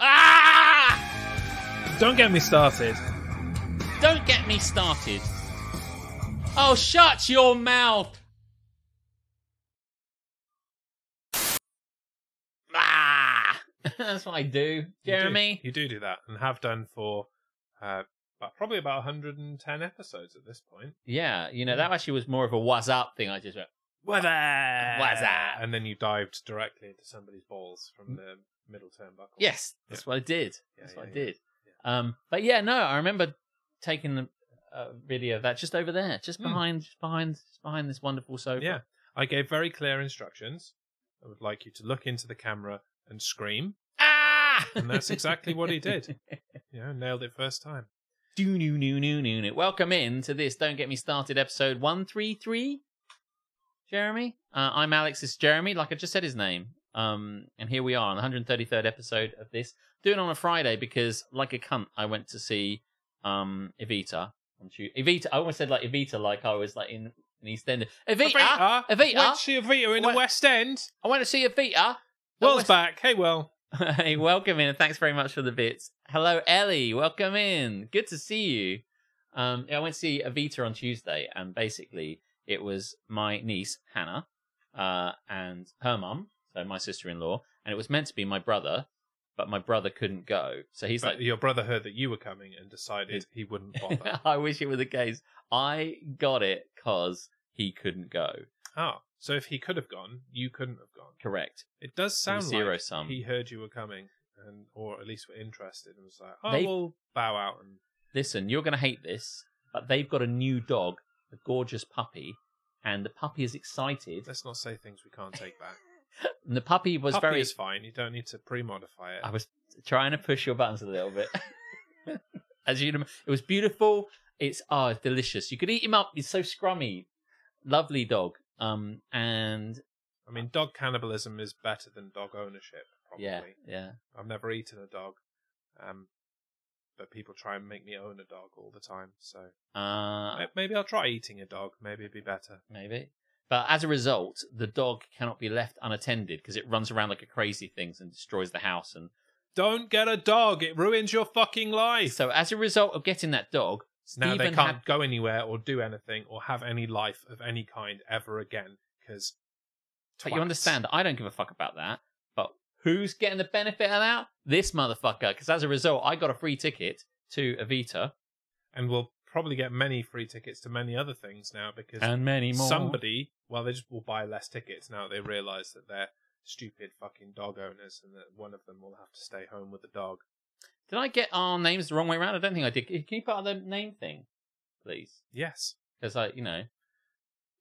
Ah! Don't get me started. Don't get me started. Oh, shut your mouth. Ah! That's what I do, You do- Jeremy. You do, do that and have done for uh, about- probably about 110 episodes at this point. Yeah, you Mm-hmm. know, that actually was more of a what's up thing. I just went, What's that? What's that? And then you dived directly into somebody's balls from the middle turnbuckle. yes, that's what I did. Yeah, That's yeah, what I yeah. did. Um, but yeah, no, I remember taking a, a video of that just over there, just Hmm. behind, behind, behind this wonderful sofa. Yeah. I gave very clear instructions. I would like you to look into the camera and scream. Ah! And that's exactly what he did. You know, nailed it first time. Do no no no no no. Welcome in to this. Don't get me started. Episode one three three. Jeremy, uh, I'm Alex. It's Jeremy. Like I just said, his name. Um, and here we are on the 133rd episode of this. Doing it on a Friday because, like a cunt, I went to see um Evita on Tuesday. Evita. I almost said like Evita, like I was like in an EastEnder. Evita. Evita! Evita. Went to Evita in the What- West End. I went to see Evita. The Will's West- back. Hey, Will. hey, welcome in. Thanks very much for the bits. Hello, Ellie. Welcome in. Good to see you. Um, yeah, I went to see Evita on Tuesday, and basically it was my niece Hannah uh, and her mum, so my sister-in-law, and it was meant to be my brother, but my brother couldn't go, so he's But like, your brother heard that you were coming and decided he wouldn't bother. I wish it were the case. I got it because he couldn't go. Ah, so if he could have gone, you couldn't have gone. Correct. It does It sound was zero like sum. he heard you were coming, and or at least were interested, and was like, "Oh, They- we'll bow out." And listen, you're going to hate this, but they've got a new dog, a gorgeous puppy, and the puppy is excited. let's not say things we can't take back. And the puppy was Puppy very. Um, is fine. You don't need to pre-modify it. I was trying to push your buttons a little bit. As you know, it was beautiful. It's oh, it's delicious. You could eat him up. He's so scrummy, lovely dog. Um, and I mean, dog cannibalism is better than dog ownership. Probably. yeah, yeah. I've never eaten a dog, um, but people try and make me own a dog all the time. So Uh, may- maybe I'll try eating a dog. Maybe it'd be better. maybe. But as a result, the dog cannot be left unattended because it runs around like a crazy thing and destroys the house and Don't get a dog. It ruins your fucking life. So as a result of getting that dog, Now Stephen they can't had- go anywhere or do anything or have any life of any kind ever again because. but you understand that I don't give a fuck about that. But who's getting the benefit of that? This motherfucker. Because as a result, I got a free ticket to Evita And we'll probably get many free tickets to many other things now because and many more. somebody, well, they just will buy less tickets now. They realise that they're stupid fucking dog owners and that one of them will have to stay home with the dog. Did I get our names the wrong way around? I don't think I did. Can you put out the name thing, please? Yes. Because I, you know,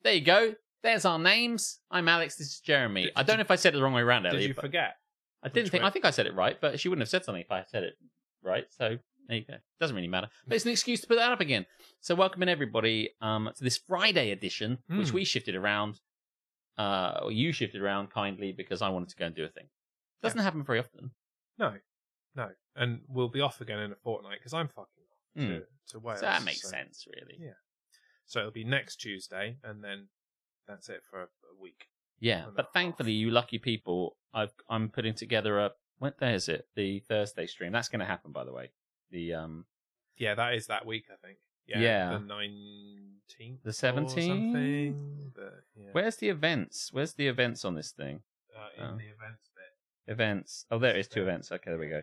there you go. There's our names. I'm Alex. This is Jeremy. Did- I don't know if I said it the wrong way around, Ellie. Did you but forget? I didn't which think. way? I think I said it right, but she wouldn't have said something if I said it right. So there you go. Doesn't really matter. But it's an excuse to put that up again. So welcome in everybody um, to this Friday edition, which Hmm. we shifted around. Uh, or you shifted around kindly because I wanted to go and do a thing. Doesn't happen very often. No. No. And we'll be off again in a fortnight because I'm fucking off Hmm. to, to Wales. so that makes so- sense, really. Yeah. So it'll be next Tuesday and then that's it for a, a week. Yeah, Oh, no. but thankfully, you lucky people, I've, I'm putting together a what day is it? The Thursday stream. That's going to happen, by the way. The um Yeah, that is that week, I think. Yeah, Yeah. the nineteenth, The 17th? something. But, yeah. where's the events? Where's the events on this thing? uh, in Oh. the events bit, events. Oh, there it is two events. Okay, there we go.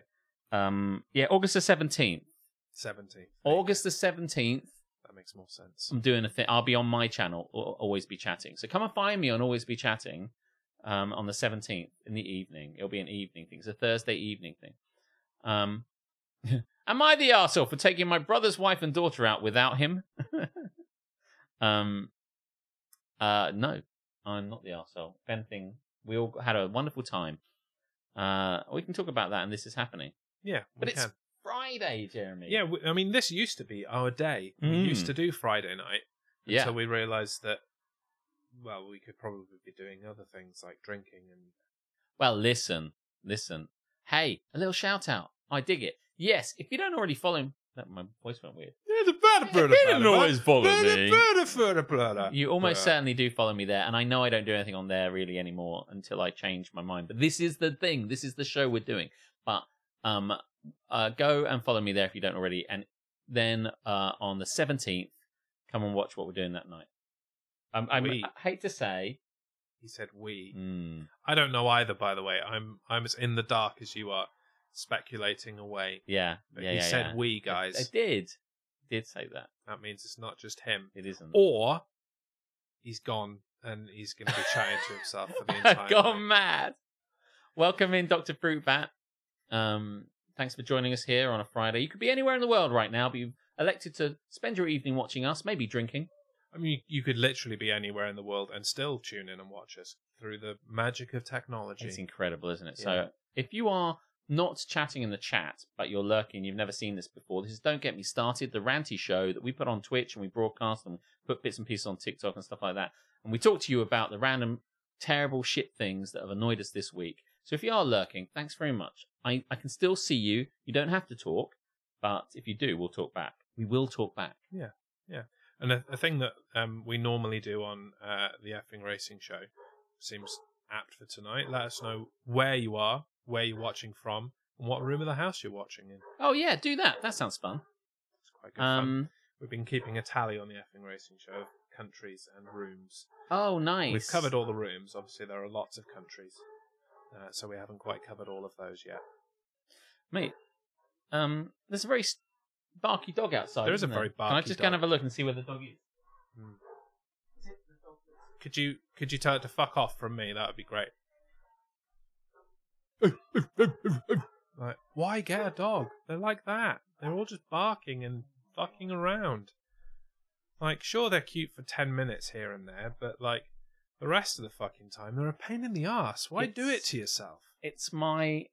Um, yeah, August the seventeenth. seventeenth. August the Mm. seventeenth. That makes more sense. I'm doing a thing. I'll be on my channel. Al- Always be chatting. So come and find me on Always Be Chatting. Um, on the seventeenth in the evening. It'll be an evening thing. It's a Thursday evening thing. Um, am I the arsehole for taking my brother's wife and daughter out without him? um, uh, no, I'm not the arsehole. If anything, we all had a wonderful time. Uh, we can talk about that, and this is happening. Yeah, we But it's can. Friday, Jeremy. Yeah, we, I mean, this used to be our day. We Mm. used to do Friday night. yeah. So we realised that, well, we could probably be doing other things like drinking and Well, listen, listen. Hey, a little shout out. I dig it. Yes, if you don't already follow him, that my voice went weird. Yeah, the bad brother, They didn't brother, always brother, follow brother, me. You almost said certainly do follow me there, and I know I don't do anything on there really anymore until I change my mind. But this is the thing. This is the show we're doing. But Um, uh, go and follow me there if you don't already. And then uh, on the 17th, come and watch what we're doing that night. Um, I'm, We. I hate to say, He said we. mm, I don't know either, by the way. I'm I'm as in the dark as you are, speculating away. yeah, But yeah, he yeah, said yeah. we I- I guys. did, did say that. That means it's not just him. It isn't. Or he's gone and he's going to be chatting to himself for the entire I've gone night. mad. Welcome in, Dr. Fruitbat. Um, thanks for joining us here on a Friday. You could be anywhere in the world right now, but you've elected to spend your evening watching us, maybe drinking. I mean, you could literally be anywhere in the world and still tune in and watch us through the magic of technology. It's incredible, isn't it? Yeah. So if you are not chatting in the chat, but you're lurking, you've never seen this before, this is Don't Get Me Started, the ranty show that we put on Twitch and we broadcast and put bits and pieces on TikTok and stuff like that. And we talk to you about the random terrible shit things that have annoyed us this week. So if you are lurking, thanks very much. I, I can still see you. You don't have to talk, but if you do, we'll talk back. We will talk back. And a, a thing that um, we normally do on uh, the effing racing show seems apt for tonight. Let us know where you are, where you're watching from, and what room of the house you're watching in. Oh yeah, do that. That sounds fun. It's quite good fun. Um We've been keeping a tally on the effing racing show of countries and rooms. oh nice. We've covered all the rooms. Obviously, there are lots of countries, uh, so we haven't quite covered all of those yet. Mate, um, there's a very s- barky dog outside. There is a isn't very Can I barky just go and dog. have a look and see where the dog is? Hmm. Could you could you tell it to fuck off from me? That would be great. Like, why get a dog? They're like that. They're all just barking and fucking around. Like, sure, they're cute for ten minutes here and there, but like the rest of the fucking time, they're a pain in the ass. Why do it It's- to yourself? It's my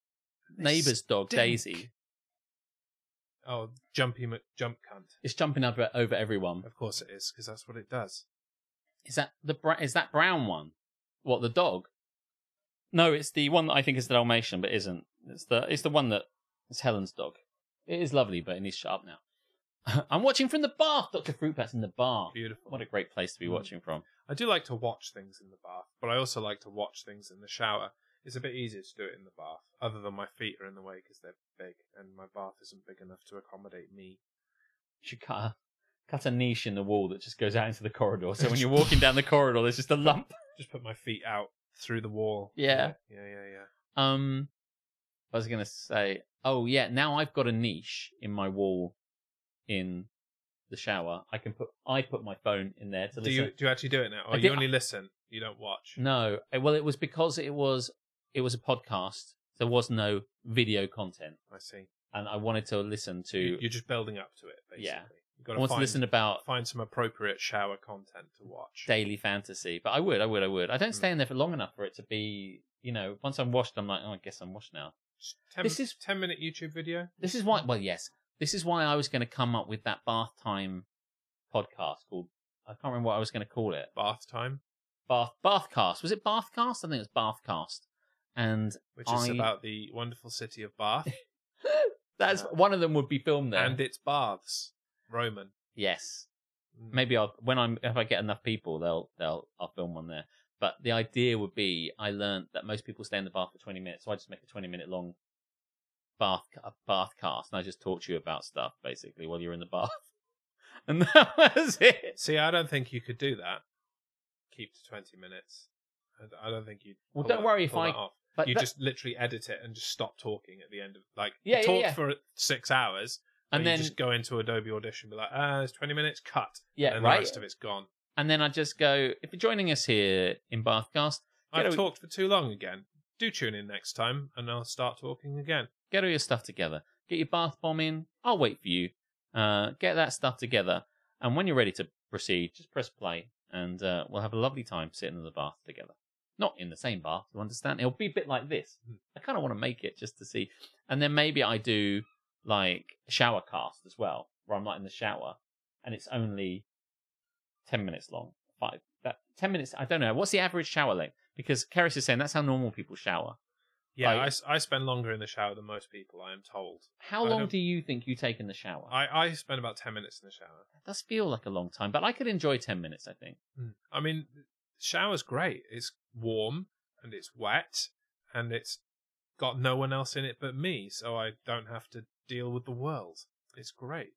They neighbour's dog, stink. Daisy. Oh, jumpy Mc- jump cunt. It's jumping up over everyone. Of course it is, because that's what it does. Is that the bra- is that brown one? What the dog? No, it's the one that I think is the Dalmatian, but isn't. It's the it's the one that is Helen's dog. It is lovely, but it needs to shut up now. I'm watching from the bath. Doctor Fruitbat's in the bath. Beautiful. What a great place to be Mm. watching from. I do like to watch things in the bath, but I also like to watch things in the shower. It's a bit easier to do it in the bath, other than my feet are in the way because they're big, and my bath isn't big enough to accommodate me. should cut a, cut a niche in the wall that just goes out into the corridor. So when you're walking down the corridor, there's just a lump. Just put my feet out through the wall. Yeah. Yeah, yeah, yeah. Um, I was gonna say, oh yeah, now I've got a niche in my wall in the shower. I can put I put my phone in there to Do listen. you do you actually do it now? I Or did- you only listen, you don't watch. No, eh, well, it was because it was it was a podcast. There was no video content, I see. and I wanted to listen to. You, are just building up to it, basically. Yeah. I You've got to wanted find, to listen about find some appropriate shower content to watch. daily fantasy. But I would, I would, I would. I don't Hmm. stay in there for long enough for it to be, you know, once I'm washed, I'm like, oh, I guess I'm washed now. Just ten, This is- 10 minute YouTube video. This is why, well, yes, this is why I was going to come up with that bath time podcast called, I can't remember what I was going to call it. Bath time, Bath, Bathcast. Was it Bathcast? I think it was Bathcast. And which is I- about the wonderful city of Bath that's one of them would be filmed there. Uh, and its baths. Roman. yes. Mm. Maybe I'll, when I'm, if I get enough people, they'll, they'll, I'll film one there. But the idea would be, I learned that most people stay in the bath for 20 minutes. So I just make a 20 minute long bath, a bath cast and I just talk to you about stuff basically while you're in the bath. And that was it. See, I don't think you could do that. Keep to twenty minutes. I, I don't think you. Well, don't worry if I- But you that- just literally edit it and just stop talking at the end of like Yeah, you yeah, talk yeah. for six hours and then you just go into Adobe Audition and be like, ah, it's twenty minutes, cut. yeah, and the right. rest of it's gone. And then I just go, if you're joining us here in Bathcast, I've Get a- talked for too long again. Do tune in next time, and I'll start talking again. get all your stuff together, get your bath bomb in. I'll wait for you. Uh, get that stuff together, and when you're ready to proceed, just press play, and uh, we'll have a lovely time sitting in the bath together. Not in the same bath, you understand? It'll be a bit like this. Hmm. I kind of want to make it just to see, and then maybe I do like a shower cast as well, where I'm like in the shower, and it's only ten minutes long. Five that ten minutes. I don't know what's the average shower length because Keris is saying that's how normal people shower. Yeah, Right. I s I I, spend longer in the shower than most people. I am told. How I long don't- do you think you take in the shower? I I spend about ten minutes in the shower. does feel like a long time, but I could enjoy 10 minutes, I think. Mm. I mean, shower's great. It's warm and it's wet and it's got no one else in it but me, so I don't have to deal with the world. It's great.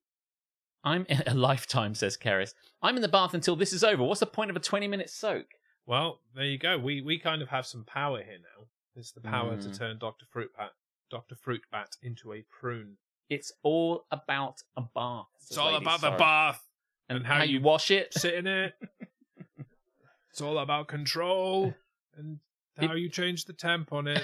I'm in a lifetime, says Keris. I'm in the bath until this is over. What's the point of a 20 minute soak? Well, there you go. We we kind of have some power here now. It's the power to Mm. turn Doctor Fruitbat Doctor Fruitbat into a prune. It's all about a bath. says Lady Sorrow. bath. and, and how, how you you- wash it. Sit in it. it's all about control and It- how you change the temp on it.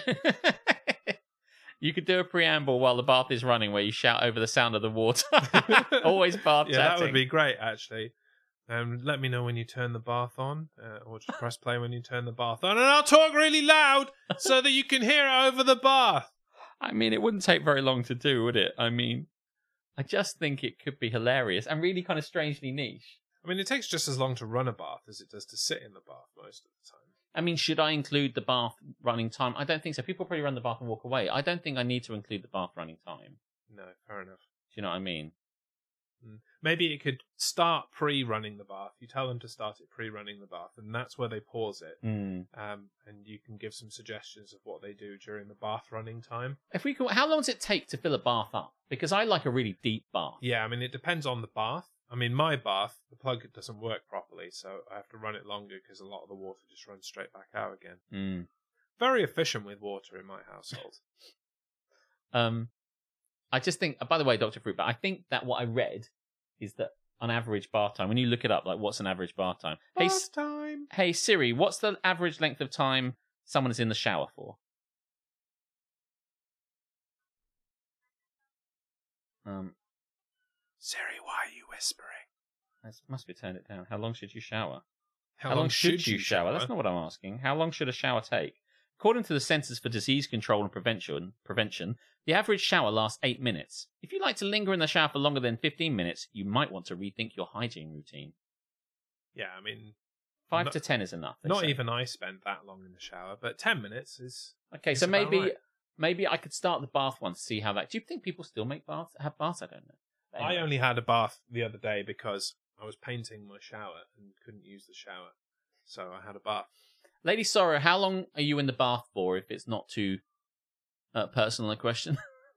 you could do a preamble while the bath is running where you shout over the sound of the water. Always bath yeah, chatting. that would be great actually. Um, let me know when you turn the bath on, uh, or just press play when you turn the bath on, and I'll talk really loud so that you can hear it over the bath. I mean, it wouldn't take very long to do, would it? I mean, I just think it could be hilarious and really kind of strangely niche. I mean, it takes just as long to run a bath as it does to sit in the bath most of the time. I mean, should I include the bath running time? I don't think so. People probably run the bath and walk away. I don't think I need to include the bath running time. No, fair enough. Do you know what I mean? Maybe it could start pre-running the bath. You tell them to start it pre-running the bath, and that's where they pause it. Hmm. Um, and you can give some suggestions of what they do during the bath running time. If we can, how long does it take to fill a bath up? Because I like a really deep bath. Yeah, I mean it depends on the bath. I mean my bath, the plug doesn't work properly, so I have to run it longer because a lot of the water just runs straight back out again. Hmm. Very efficient with water in my household. Um, I just think. By the way, Doctor Fruit, but I think that what I read is that on average bath time, when you look it up, like what's an average bath time? Hey, S- bath time. hey Siri, what's the average length of time someone is in the shower for? Um, Siri, why are you whispering? that must be turned it down. How long should you shower? How, That's not what I'm asking. How long should a shower take? According to the Centers for Disease Control and Prevention, prevention, the average shower lasts eight minutes. If you like to linger in the shower for longer than 15 minutes, you might want to rethink your hygiene routine. Yeah, I mean Five Not- to 10 is enough. they not say. even I spent that long in the shower, but ten minutes is Okay, so It's about maybe right. maybe I could start the bath one to see how that. Do you think people still make baths? Have baths? I don't know. But I anyway. only had a bath the other day because I was painting my shower and couldn't use the shower. So I had a bath. Lady Sorrow, how long are you in the bath for if it's not too uh, personal a question?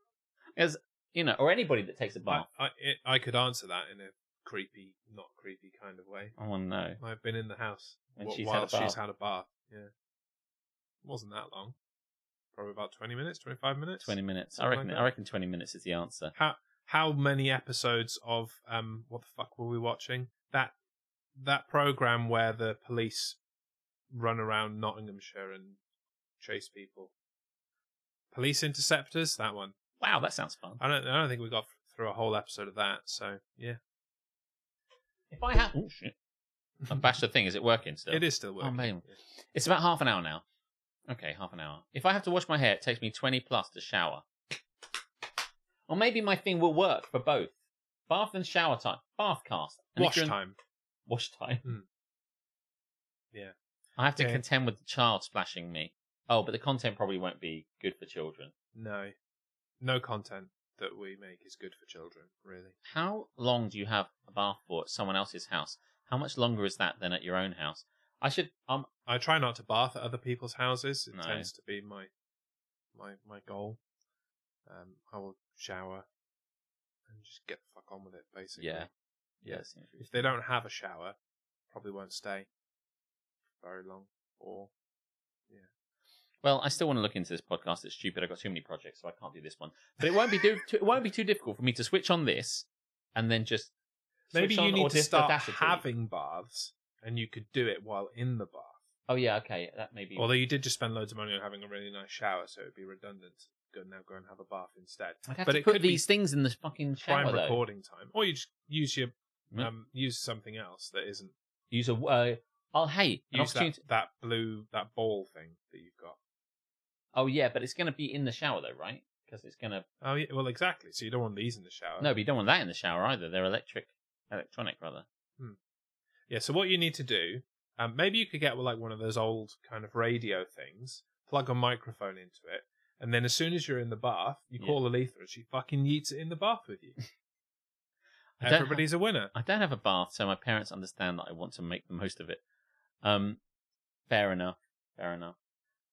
As you know, or anybody that takes a bath. I, I, it, I could answer that in a creepy, not creepy kind of way. I want to know. I've been in the house And wh- she's had while a bath. she's had a bath. Yeah. wasn't that long. Probably about 20 minutes, 25 minutes. 20 minutes. I Something reckon. like that. I reckon 20 minutes is the answer. How, how many episodes of um what the fuck were we watching? That that program where the police run around Nottinghamshire and chase people. Police interceptors, that one. Wow, that sounds fun. I don't I don't think we got through a whole episode of that, so yeah. If I have, oh shit, I bashed the thing. Is it working still? It is still working. man. yeah. It's about half an hour now. Okay, half an hour. If I have to wash my hair, it takes me 20 plus to shower. Or maybe my thing will work for both bath and shower time. Bath cast. And if Wash you're in- time. Wash time. Hmm. Yeah. I have to Yeah. contend with the child splashing me. Oh, but the content probably won't be good for children. No. No content that we make is good for children, really. How long do you have a bath for at someone else's house? How much longer is that than at your own house? I should. Um, I try not to bath at other people's houses. It No. tends to be my my my goal. Um, I will shower and just get the fuck on with it, basically. Yeah. Yeah. that seems If they don't have a shower, probably won't stay very long. Or Well, I still want to look into this podcast. It's stupid. I've got too many projects, so I can't do this one. But it won't be do- it won't be too difficult for me to switch on this and then just switch maybe you on need to Audacity. start having baths, and you could do it while in the bath. Oh yeah, okay, that may be. Although you did just spend loads of money on having a really nice shower, so it'd be redundant. Go now, go and have a bath instead. I'd have but to it put could be these things in the fucking prime shower though. recording time, or you just use your Mm. um, use something else that isn't Use a. Uh, oh hey, an use that, opportunity. that blue that ball thing that you've got. Oh yeah, but it's going to be in the shower though, right? Because it's going to. Oh yeah, well exactly. So you don't want these in the shower. No, but you don't want that in the shower either. They're electric, electronic rather. Yeah. So what you need to do, um, maybe you could get like one of those old kind of radio things, plug a microphone into it, and then as soon as you're in the bath, you Yeah. call Aletha and she fucking yeets it in the bath with you. I don't have- Everybody's a winner. I don't have a bath, so my parents understand that I want to make the most of it. Um, fair enough. Fair enough.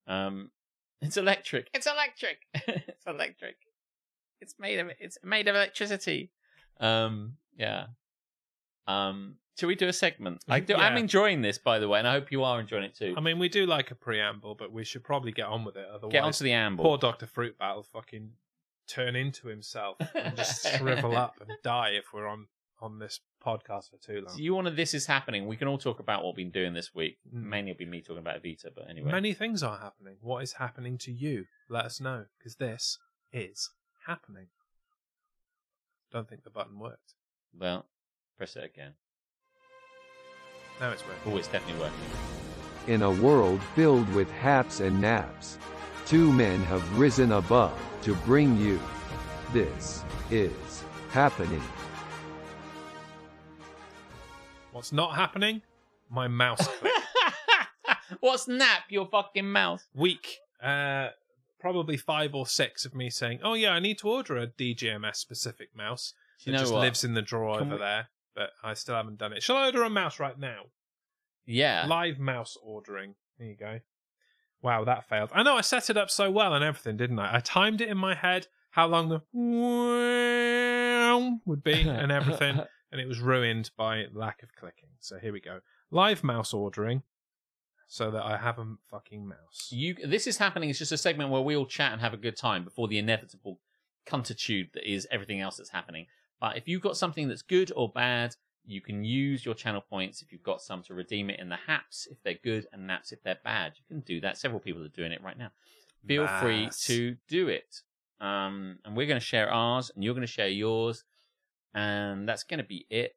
Um, It's electric. It's electric. it's electric. It's made of it's made of electricity. Um, yeah. Um, should we do a segment? I do, I'm Yeah. enjoying this, by the way, and I hope you are enjoying it too. I mean, we do like a preamble, but we should probably get on with it. Otherwise, Get onto the amble. poor Doctor Fruit Battle fucking turn into himself and just shrivel up and die if we're on on this podcast for too long. So you want to? This is happening. We can all talk about what we've been doing this week. Mm. Mainly, it'll be me talking about Evita, but anyway. Many things are happening. What is happening to you? Let us know because this is happening. Don't think the button worked. Well, press it again. No, it's working. Oh, it's definitely working. In a world filled with haps and naps, two men have risen above to bring you. This is happening. What's not happening? My mouse click. What's nap your fucking mouth? week, uh, probably five or six of me saying, "Oh yeah, I need to order a DGMS specific mouse." Do you it know just what? lives in the drawer Can over we- there, but I still haven't done it. Shall I order a mouse right now? yeah. Live mouse ordering. There you go. Wow, that failed. I know I set it up so well and everything, didn't I? I timed it in my head how long the wow would be and everything, and it was ruined by lack of clicking. So here we go. Live mouse ordering, so that I have a fucking mouse. you. This is happening. It's just a segment where we all chat and have a good time before the inevitable cuntitude that is everything else that's happening. But if you've got something that's good or bad, you can use your channel points if you've got some to redeem it in the haps if they're good and naps if they're bad. You can do that. Several people are doing it right now. Feel free Nice. to do it. Um, and we're going to share ours, and you're going to share yours, and that's going to be it.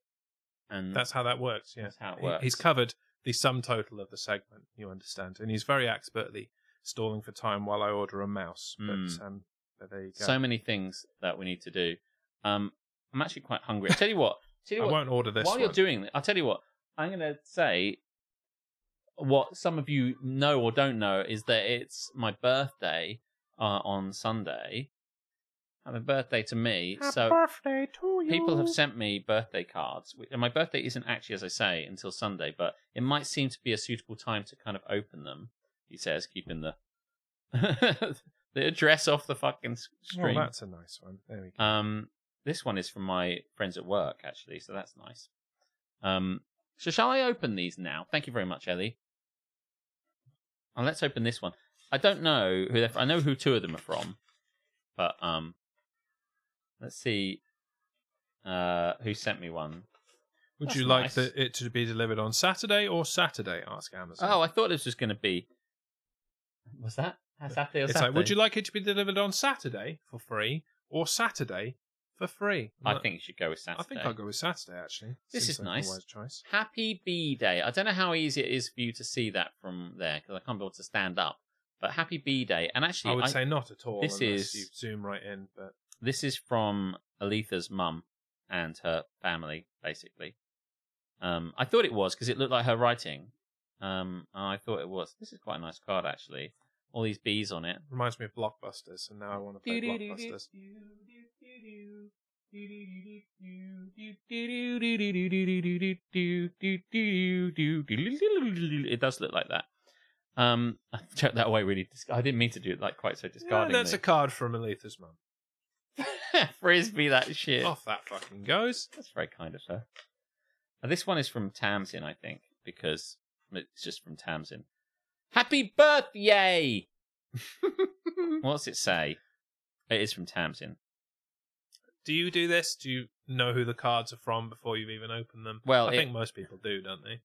And That's how that works. Yeah, That's how it He- works. he's covered the sum total of the segment. You understand, and he's very expertly stalling for time while I order a mouse. Mm. But, um, but there you go. so many things that we need to do. Um, I'm actually quite hungry. I tell you what. Tell you I what won't order this while one. you're doing, I'll tell you what. I'm going to say what some of you know or don't know is that it's my birthday uh, on Sunday. Happy birthday to me! so birthday to you. people have sent me birthday cards, wh- and my birthday isn't actually, as I say, until Sunday, but it might seem to be a suitable time to kind of open them. He says, keeping the the address off the fucking s- Well, screen. Oh, that's a nice one. There we go. Um, this one is from my friends at work, actually, so that's nice. Um, so shall I open these now? Thank you very much, Ellie. And let's open this one. I don't know who they're. From. I know who two of them are from, but um, let's see. Uh, who sent me one? Would that's you like nice. the, it to be delivered on Saturday or Saturday? Ask Amazon. Oh, I thought this was going to be. Was that Saturday or it's Saturday? like, would you like it to be delivered on Saturday for free or Saturday for free? I think you should go with Saturday. I think I'll go with Saturday actually. This Seems is like a nice. wise choice. Happy B Day. I don't know how easy it is for you to see that from there because I can't be able to stand up. But Happy B Day. And actually, I would I- say not at all. this unless is- you zoom right in, but this is from Aletha's mum and her family, basically. Um, I thought it was because it looked like her writing. Um, and I thought it was. This is quite a nice card, actually. All these bees on it. reminds me of Blockbusters, and now I want to play Blockbusters. It does look like that. Um, I checked that away really. Dis- I didn't mean to do it like quite so Yeah, discardingly. that's a card from Aletha's mum. frisbee. That shit. Off that fucking goes. Oh, That's very kind of her. And this one is from Tamsin, I think, because it's just from Tamsin. Happy birthday! What's it say? It is from Tamsin. Do you do this? Do you know who the cards are from before you've even opened them? Well, I it- think most people do, don't they?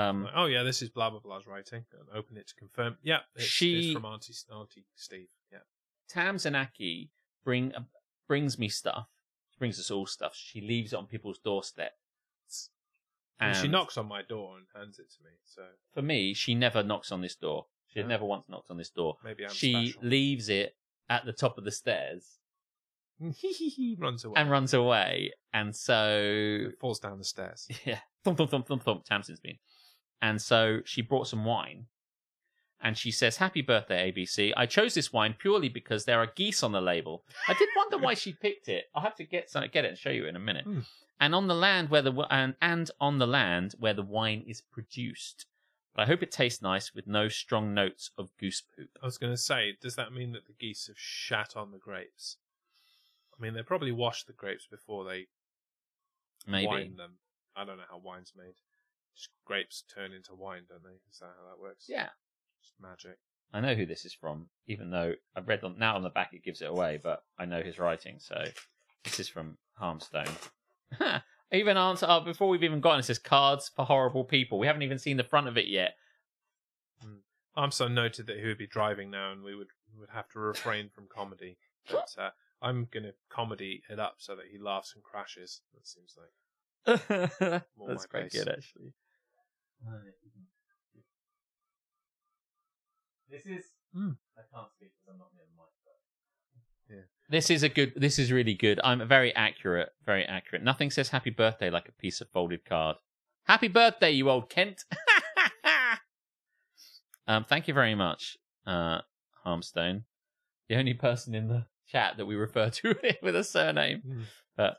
Um, Like, oh yeah, this is blah blah blah's writing. And open it to confirm. Yeah, it's, She- it's from Auntie Auntie Steve. Yeah, Tamsinaki bring uh, brings me stuff. She brings us all stuff. She leaves it on people's doorsteps. and she knocks on my door and hands it to me. So For me, she never knocks on this door. She had Oh. never once knocked on this door. maybe I'm she special. leaves it at the top of the stairs runs away and runs away. And so and falls down the stairs. Yeah. Thump, thump, thump, thump, thump. Tamsin's been. And so she brought some wine. And she says, Happy birthday, ABC. I chose this wine purely because there are geese on the label. I did wonder why she picked it. I'll have to get some, get it and show you in a minute. Hmm. And on the land where the wi- and, and on the land where the wine is produced. But I hope it tastes nice with no strong notes of goose poop. I was going to say, does that mean that the geese have shat on the grapes? I mean, they probably washed the grapes before they Maybe. wine them. I don't know how wine's made. Just grapes turn into wine, don't they? Is that how that works? Yeah. It's magic. I know who this is from, even though I've read on now on the back it gives it away, but I know his writing, so this is from Harmstone. even answer up before we've even gotten it says cards for horrible people. We haven't even seen the front of it yet. Armstrong noted that he would be driving now, and we would would have to refrain from comedy. But uh, I'm going to comedy it up so that he laughs and crashes. That seems like That's Oh my quite face. good actually. This is Mm. I can't speak because I'm not near the Yeah. This is a good. This is really good. I'm very accurate. Very accurate. Nothing says happy birthday like a piece of folded card. Happy birthday, you old Kent. um, thank you very much, uh, Harmstone. The only person in the chat that we refer to with a surname. But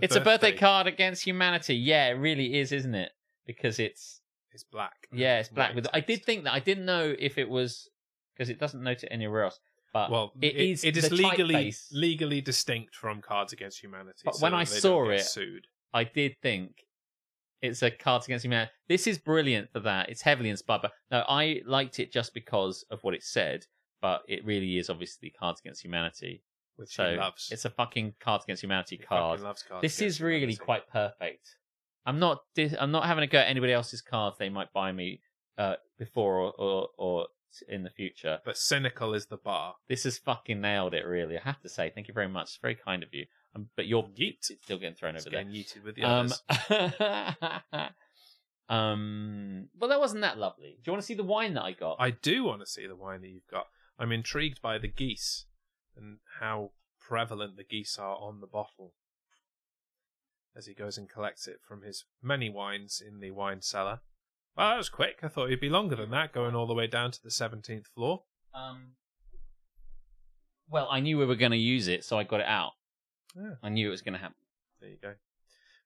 It's a birthday card against humanity. Yeah, it really is, isn't it? Because it's It's black. yeah, it's black. White With I text. did think that I didn't know if it was because it doesn't note it anywhere else. But Well, it is It is the legally typeface. legally distinct from Cards Against Humanity. But so when I that they saw don't get it- sued. I did think it's a Cards Against Humanity. This is brilliant for that. It's heavily inspired, but no, I liked it just because of what it said. But it really is obviously Cards Against Humanity. Which so he loves. It's a fucking Cards Against Humanity He fucking card. loves Cards this Against is really Humanity. quite perfect. I'm not dis- I'm not having a go at anybody else's cards they might buy me uh, before or, or or in the future. But cynical is the bar. This has fucking nailed it, really. I have to say, thank you very much. It's very kind of you. Um, but you're it's still getting thrown It's over there. getting yeeted with the Um, others. um, well, that wasn't that lovely. Do you want to see the wine that I got? I do want to see the wine that you've got. I'm intrigued by the geese and how prevalent the geese are on the bottle. As he goes and collects it from his many wines in the wine cellar. Well, that was quick. I thought it'd be longer than that, going all the way down to the 17th floor. Um, well, I knew we were going to use it, so I got it out. Yeah. I knew it was going to happen. There you go.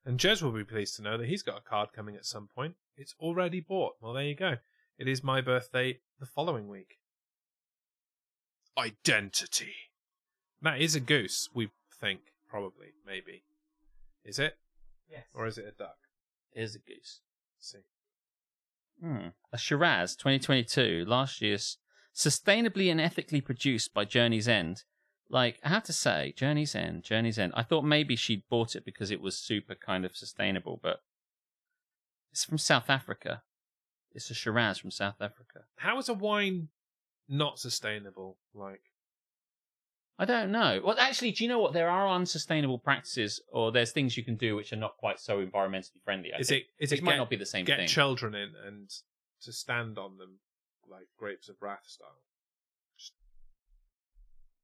And Jez will be pleased to know that he's got a card coming at some point. It's already bought. Well, there you go. It is my birthday the following week. Identity. That is a goose, we think. Probably. Maybe. Is it? Yes. Or is it a duck? it is a goose. Let's see. Hmm. A Shiraz 2022, last year's sustainably and ethically produced by Journey's End. Like, I have to say, Journey's End, Journey's End. I thought maybe she'd bought it because it was super kind of sustainable, but it's from South Africa. It's a Shiraz from South Africa. How is a wine not sustainable? Like, I don't know. Well, actually, do you know what? There are unsustainable practices, or there's things you can do which are not quite so environmentally friendly. I is think. it, is Which it might get, not be the same get thing. children in and to stand on them like grapes of wrath style?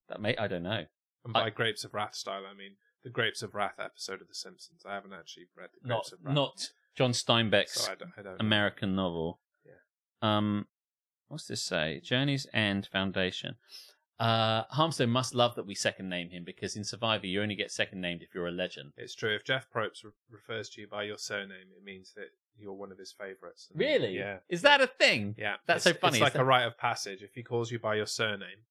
that may, I don't know. And I- by Grapes of Wrath style, I mean the Grapes of Wrath episode of The Simpsons. I haven't actually read the Not, Grapes of Wrath. not John Steinbeck's so I don't, I don't know. American novel. Um, what's this say? Journey's End Foundation. Uh, Harmstone must love that we second name him because in Survivor you only get second named if you're a legend. It's true. If Jeff Probst re- refers to you by your surname, it means that you're one of his favourites. And- Really? Yeah. Is that a thing? Yeah. That's It's- so funny, It's like isn't a it? rite of passage. If he calls you by your surname,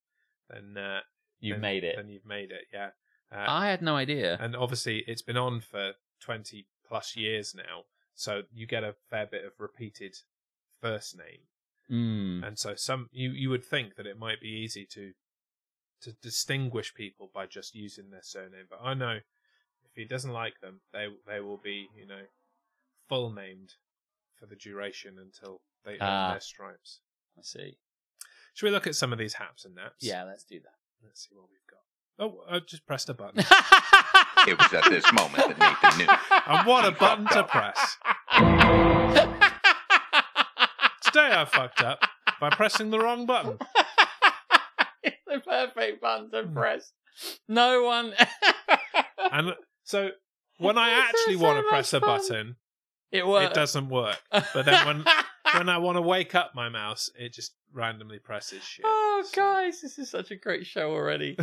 then uh, You then- made it. Then you've made it. Yeah. Uh, I had no idea. and obviously, it's been on for twenty plus years now, so you get a fair bit of repeated first name. Mm. and so some you you would think that it might be easy to to distinguish people by just using their surname but i know if he doesn't like them they they will be you know full named for the duration until they earn Ah. their stripes I see. should we look at some of these haps and naps Yeah, let's do that. let's see what we've got oh i just pressed a button It was at this moment that Nathan knew. and what a button to press today i fucked up by pressing the wrong button it's the perfect button to press. No one. and so when i This is actually so want much to press a fun. button it works. it doesn't work But then when- when I want to wake up my mouse, it just randomly presses shit. Oh, So- guys, this is such a great show already.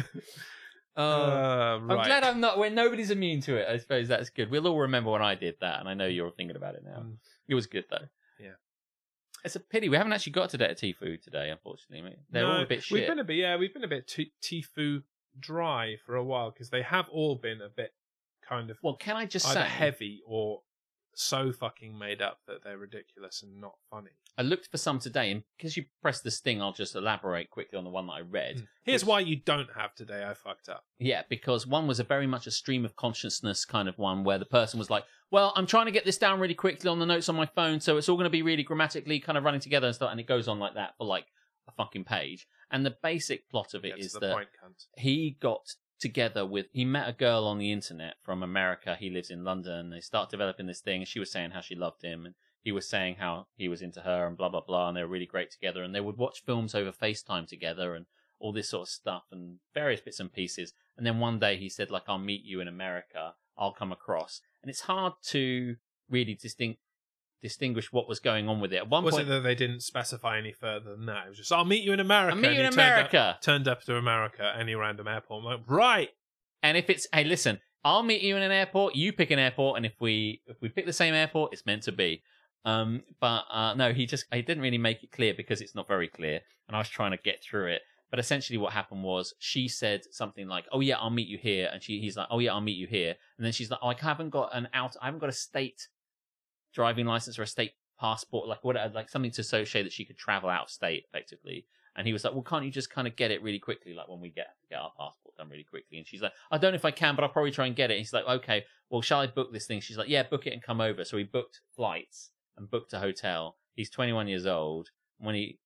Uh, Uh, right. I'm glad I'm not when nobody's immune to it. I suppose that's good. We'll all remember when I did that, and I know you're all thinking about it now. Mm. It was good though. It's a pity we haven't actually got to Detective Tifu today, unfortunately. They're all a bit shit. We've been a bit, yeah, we've been a bit t- Tifu dry for a while because they have all been a bit kind of Well, can I just either say, heavy or so fucking made up that they're ridiculous and not funny. I looked for some today, and because you pressed this thing, I'll just elaborate quickly on the one that I read. Mm. Here's Which- why you don't have today. I fucked up. Yeah, because one was a very much a stream of consciousness kind of one where the person was like, Well, I'm trying to get this down really quickly on the notes on my phone, so it's all going to be really grammatically kind of running together and stuff. And it goes on like that for like a fucking page. And the basic plot of it Get to is the that point, cunt. he got together with he met a girl on the internet from America. He lives in London. They start developing this thing. She was saying how she loved him, and he was saying how he was into her, and blah blah blah. And they were really great together, and they would watch films over FaceTime together, and all this sort of stuff, and various bits and pieces. And then one day he said, like, I'll meet you in America. I'll come across, and it's hard to really distinct distinguish what was going on with it. At one Was point, it that they didn't specify any further than that? It was just, I'll meet you in America. I'll meet and you in he turned up- America. Turned up, to America, at any random airport. I'm like, right. And if it's hey, listen, I'll meet you in an airport. You pick an airport, and if we if we pick the same airport, it's meant to be. Um, but uh, no, he just he didn't really make it clear because it's not very clear, and I was trying to get through it. But essentially, what happened was she said something like, "Oh yeah, I'll meet you here," and she he's like, "Oh yeah, I'll meet you here," and then she's like, oh, "I haven't got an out, I haven't got a state driving license or a state passport, like what, like something to associate that she could travel out of state effectively." And he was like, "Well, can't you just kind of get it really quickly, like when we get get our passport done really quickly?" And she's like, "I don't know if I can, but I'll probably try and get it." And he's like, "Okay, well, shall I book this thing?" She's like, "Yeah, book it and come over." So he booked flights and booked a hotel. He's 21 years old. When he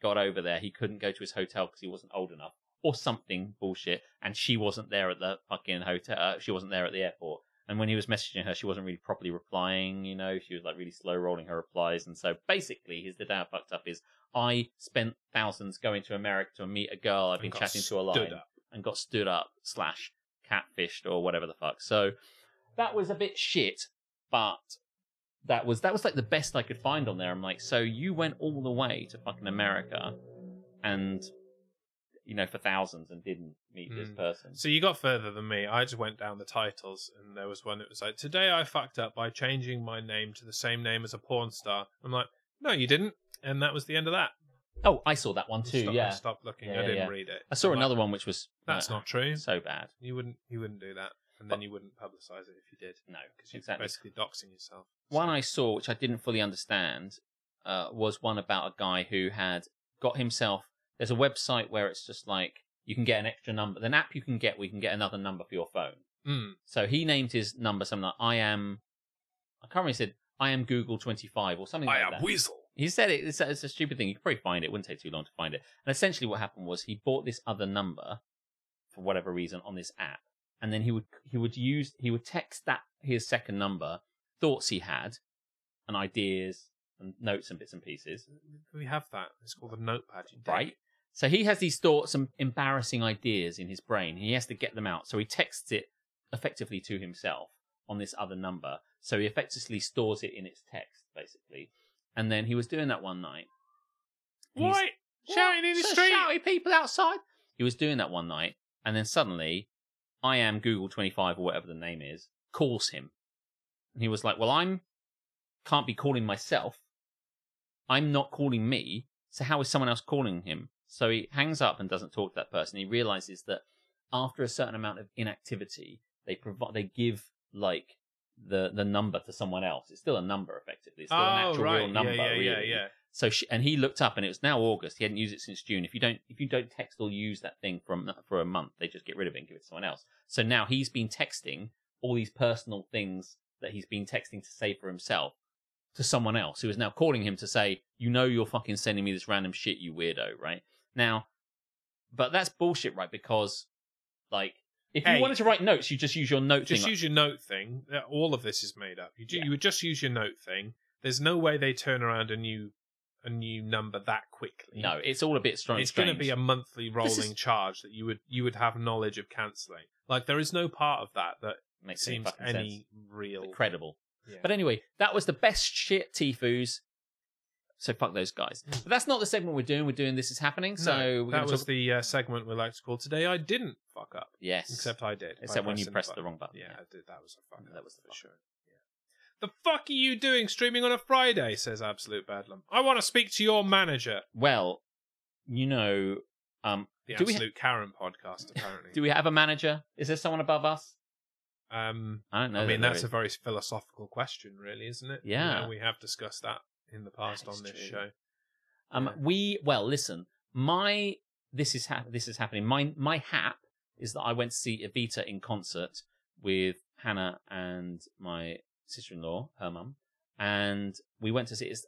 got over there, he couldn't go to his hotel because he wasn't old enough, or something bullshit. And she wasn't there at the fucking hotel. Uh, she wasn't there at the airport. And when he was messaging her, she wasn't really properly replying. You know, she was like really slow rolling her replies. And so basically, his the day I fucked up is I spent thousands going to America to meet a girl I've been And got chatting to a lot stood up. and got stood up slash catfished or whatever the fuck. So that was a bit shit, but that was that was like the best I could find on there. I'm like, so you went all the way to fucking America, and you know for thousands and didn't meet this Mm. person. So you got further than me. I just went down the titles, and there was one that was like, "Today I fucked up by changing my name to the same name as a porn star." I'm like, "No, you didn't," and that was the end of that. Oh, I saw that one too. Stop, yeah, I stopped looking. Yeah, I yeah, didn't yeah. read it. I saw I'm like, another one which was That's uh, not true. so bad. You wouldn't. You wouldn't do that, and then you wouldn't publicize it if you did, No, because you're exactly. basically doxing yourself. One I saw, which I didn't fully understand, uh, was one about a guy who had got himself. There's a website where it's just like you can get an extra number, an app you can get where you can get another number for your phone. Mm. So he named his number something like I am. I can't remember. He said I am Google twenty five or something I like am that. weasel. He said it, it's, a, it's a stupid thing. You could probably find it. It wouldn't take too long to find it. And essentially, what happened was he bought this other number for whatever reason on this app, and then he would he would use he would text that his second number thoughts he had, and ideas and notes and bits and pieces. We have that. It's called the notepad. You dick. Right. So he has these thoughts and embarrassing ideas in his brain. He has to get them out. So he texts it effectively to himself on this other number. So he effectively stores it in its text, basically. And then he was doing that one night. And he's- Right. Shouting in the so street. Shouting people outside. He was doing that one night, and then suddenly, I am Google twenty five or whatever the name is calls him, and he was like, "Well, I'm can't be calling myself. I'm not calling me. So how is someone else calling him?" So he hangs up and doesn't talk to that person. He realizes that after a certain amount of inactivity, they provide they give like the the number to someone else. It's still a number effectively. It's still an Oh, actual right. real number. yeah, yeah, really. yeah, yeah. So she, and he looked up, and it was now August. He hadn't used it since June. If you don't, if you don't text or use that thing from for a month, they just get rid of it and give it to someone else. So now he's been texting all these personal things that he's been texting to say for himself to someone else, who is now calling him to say, "You know, you're fucking sending me this random shit, you weirdo." Right now, but that's bullshit, right? Because like, if you Hey. wanted to write notes, you just use your note Just thing. use your note thing. Uh, All of this is made up. You, do, Yeah. you would just use your note thing. There's no way they turn around a new a new number that quickly. no, it's all a bit strong. it's going to be a monthly This is- rolling charge that you would you would have knowledge of cancelling. Like there is no part of that that makes any seems fucking any sense. real. credible. Yeah. But anyway, that was the best shit Tifus. So fuck those guys. But that's not the segment we're doing. We're doing this is happening. So Hmm. no, we're that gonna was talk... the uh, segment we like to call today. I didn't fuck up, yes. except I did. Except by when you pressing pressed the wrong button, Yeah, yeah. I did. That was a fuck That up. was the for fuck sure. Yeah. The fuck are you doing streaming on a Friday? says Absolute Bedlam. I want to speak to your manager. Well, you know, um, The Do we ha- Absolute Karen podcast, apparently. do we have a manager? Is there someone above us? um, I don't know. I that mean, there that's is. a very philosophical question, really, isn't it? You Yeah. know, we have discussed that in the past That is on this true. show. Um, Yeah. we well, listen. My this is ha- this is happening. My my hap is that I went to see Evita in concert with Hannah and my sister-in-law, her mum, and we went to see. It's,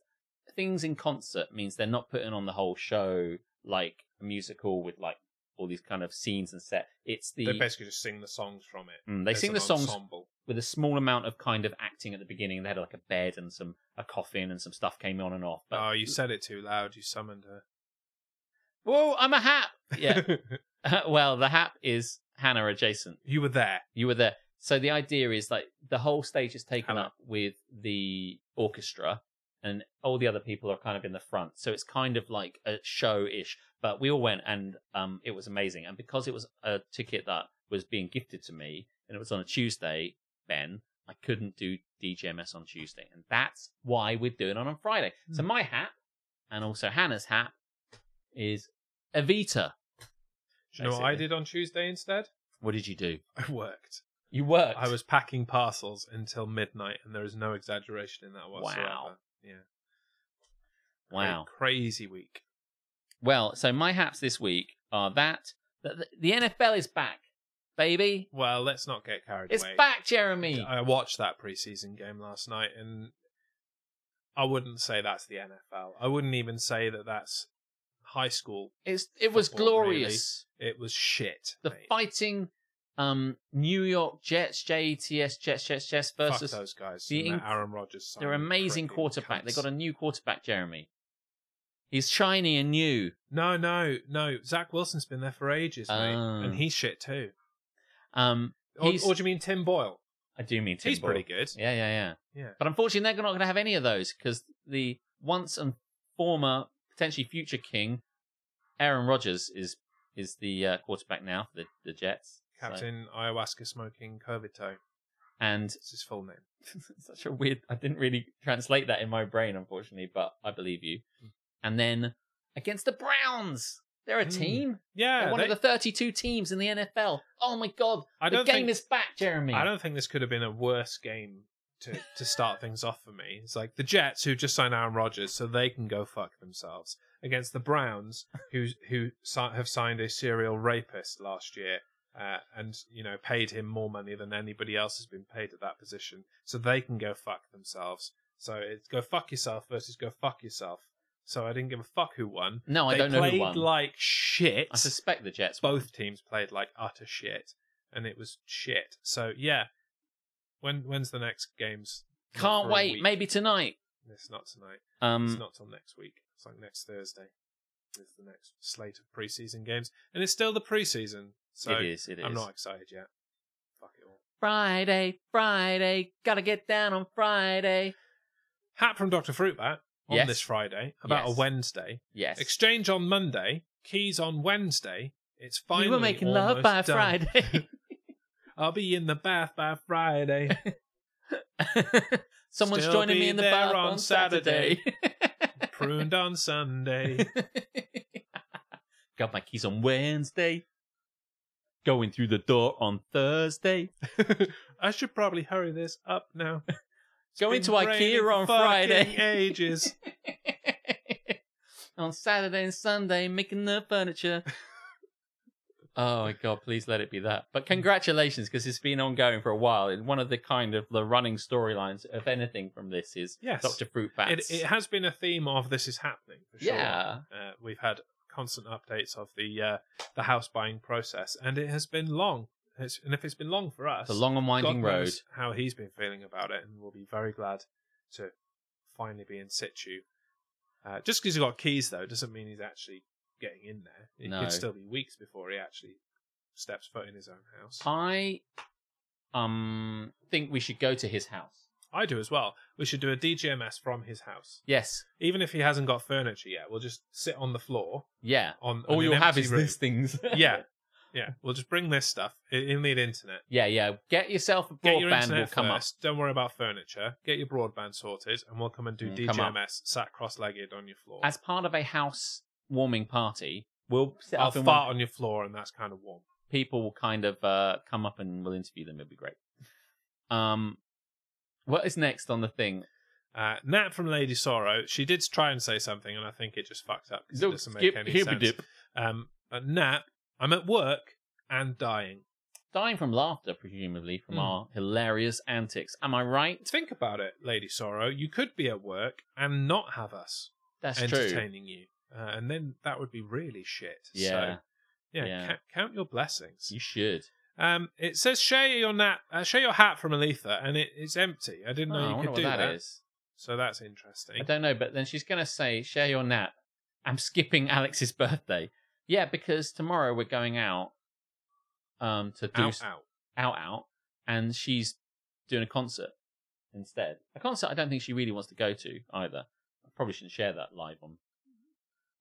things in concert means they're not putting on the whole show like a musical with like all these kind of scenes and set. It's the They basically just sing the songs from it. Mm, they There's sing an the songs Ensemble. with a small amount of kind of acting at the beginning. They had like a bed and some a coffin and some stuff came on and off. But oh, you said it too loud. You summoned her. whoa, I'm a hap. Yeah. well, the hap is Hannah adjacent. you were there. You were there. So the idea is like the whole stage is taken Hannah. up with the orchestra and all the other people are kind of in the front. So it's kind of like a show ish. But we all went and um it was amazing. And because it was a ticket that was being gifted to me and it was on a Tuesday, Ben, I couldn't do DJMS on Tuesday. And that's why we're doing it on Friday. So Hmm. my hat and also Hannah's hat is Evita. Do you know what I Basically. did on Tuesday instead? What did you do? I worked. You worked. I was packing parcels until midnight, and there is no exaggeration in that whatsoever. Wow. Yeah. wow. Cra- Crazy week. Well, so my haps this week are that, that the- the NFL is back, baby. Well, let's not get carried It's away. back, Jeremy. I watched that preseason game last night, and I wouldn't say that's the NFL. I wouldn't even say that that's high school. it's it was Football, glorious. It was shit. The mate. fighting, um, New York Jets, Jets, Jets, Jets, Jets Fuck versus those guys. the and that inc- Aaron Rodgers. their Simon amazing Crichton quarterback. They cunts. got a new quarterback, Jeremy. He's shiny and new. No, no, no. Zach Wilson's been there for ages, mate, Oh. and he's shit too. Um, Or, He's- or do you mean Tim Boyle? I do mean Tim he's Boyle. pretty good. Yeah, yeah, yeah. Yeah. But unfortunately, they're not going to have any of those because the once and former, potentially future king, Aaron Rodgers is is the uh, quarterback now for the, the Jets. So- Captain Ayahuasca Smoking Covid Toe. and That's his full name. such a weird. I didn't really translate that in my brain, unfortunately, but I believe you. Hmm. And then against the Browns, they're a Mm. team. They're Yeah, one they- of the 32 teams in the NFL. Oh my god! I the don't game think- is back, Jeremy. I don't think this could have been a worse game to, to start things off for me. It's like the Jets who just signed Aaron Rodgers, so they can go fuck themselves against the Browns who who si- have signed a serial rapist last year. Uh, and you know, paid him more money than anybody else has been paid at that position, so they can go fuck themselves. So it's go fuck yourself versus go fuck yourself. So I didn't give a fuck who won. No, I They don't know who played won. Like shit I suspect the Jets. won. both teams played like utter shit, and it was shit. So yeah, when when's the next games? Not Can't for a wait. week. Maybe tonight. it's not tonight. Um, It's not till next week. It's like next Thursday. It's the next slate of preseason games, and it's still the preseason. So it is. It is. I'm not excited yet. Fuck it all. Friday, Friday, gotta get down on Friday. Hat from Doctor Fruitbat on Yes. this Friday about Yes. a Wednesday. Yes. Exchange on Monday. Keys on Wednesday. It's finally we were making love almost by done. Friday. I'll be in the bath by Friday. Someone's Still joining me be in the there bath on, on Saturday. pruned on Sunday. Got my keys on Wednesday. Going through the door on Thursday. I should probably hurry this up now. It's Going been to IKEA raining on fucking Friday. Ages. on Saturday and Sunday, making the furniture. oh my god, please let it be that. But congratulations, because it's been ongoing for a while. And one of the kind of the running storylines, if anything, from this is Yes. Doctor Fruit It, Bats. it has been a theme of this is happening for sure. yeah, Uh, we've had constant updates of the uh, the house buying process, and it has been long. It's, and if it's been long for us, the long and winding God road. knows How he's been feeling about it, and we'll be very glad to finally be in situ. Uh, just because he's got keys, though, doesn't mean he's actually getting in there. It No. could still be weeks before he actually steps foot in his own house. I um think we should go to his house. I do as well. We should do a DGMS from his house, Yes. even if he hasn't got furniture yet. We'll just sit on the floor Yeah. on All on an you'll have empty is room. these things. yeah, Yeah, we'll just bring this stuff i- in the internet. Yeah, yeah. Get yourself a Get your broadband. internet Will come up. first. Don't worry about furniture. Get your broadband sorted, and we'll come and do Mm, come up. DGMS sat cross-legged on your floor. as part of a house warming party. We'll set I'll up and fart one, on your floor, and that's kind of warm. people will kind of uh, come up and we'll interview them. It'll be great. Um, what is next on the thing? Uh, Nat from Lady Sorrow, she did try and say something, and I think it just fucked up because it doesn't make any sense. Um, but Nat, I'm at work and dying. Dying from laughter, presumably from Hmm. our hilarious antics. Am I right? Think about it, Lady Sorrow. You could be at work and not have us That's true. entertaining you, uh, and then that would be really shit. Yeah, So, yeah. Yeah. ca- count your blessings. you should. Um, it says share your nat, uh, share your hat from Aletha, and it, it's empty. I didn't Oh, I know you wonder could what do that. that is. So that's interesting. I don't know, but then she's going to say, share your nap. I'm skipping Alex's birthday. Yeah, because tomorrow we're going out um, to do Out, s- out. out, out, and she's doing a concert instead. A concert I don't think she really wants to go to either. I probably shouldn't share that live on.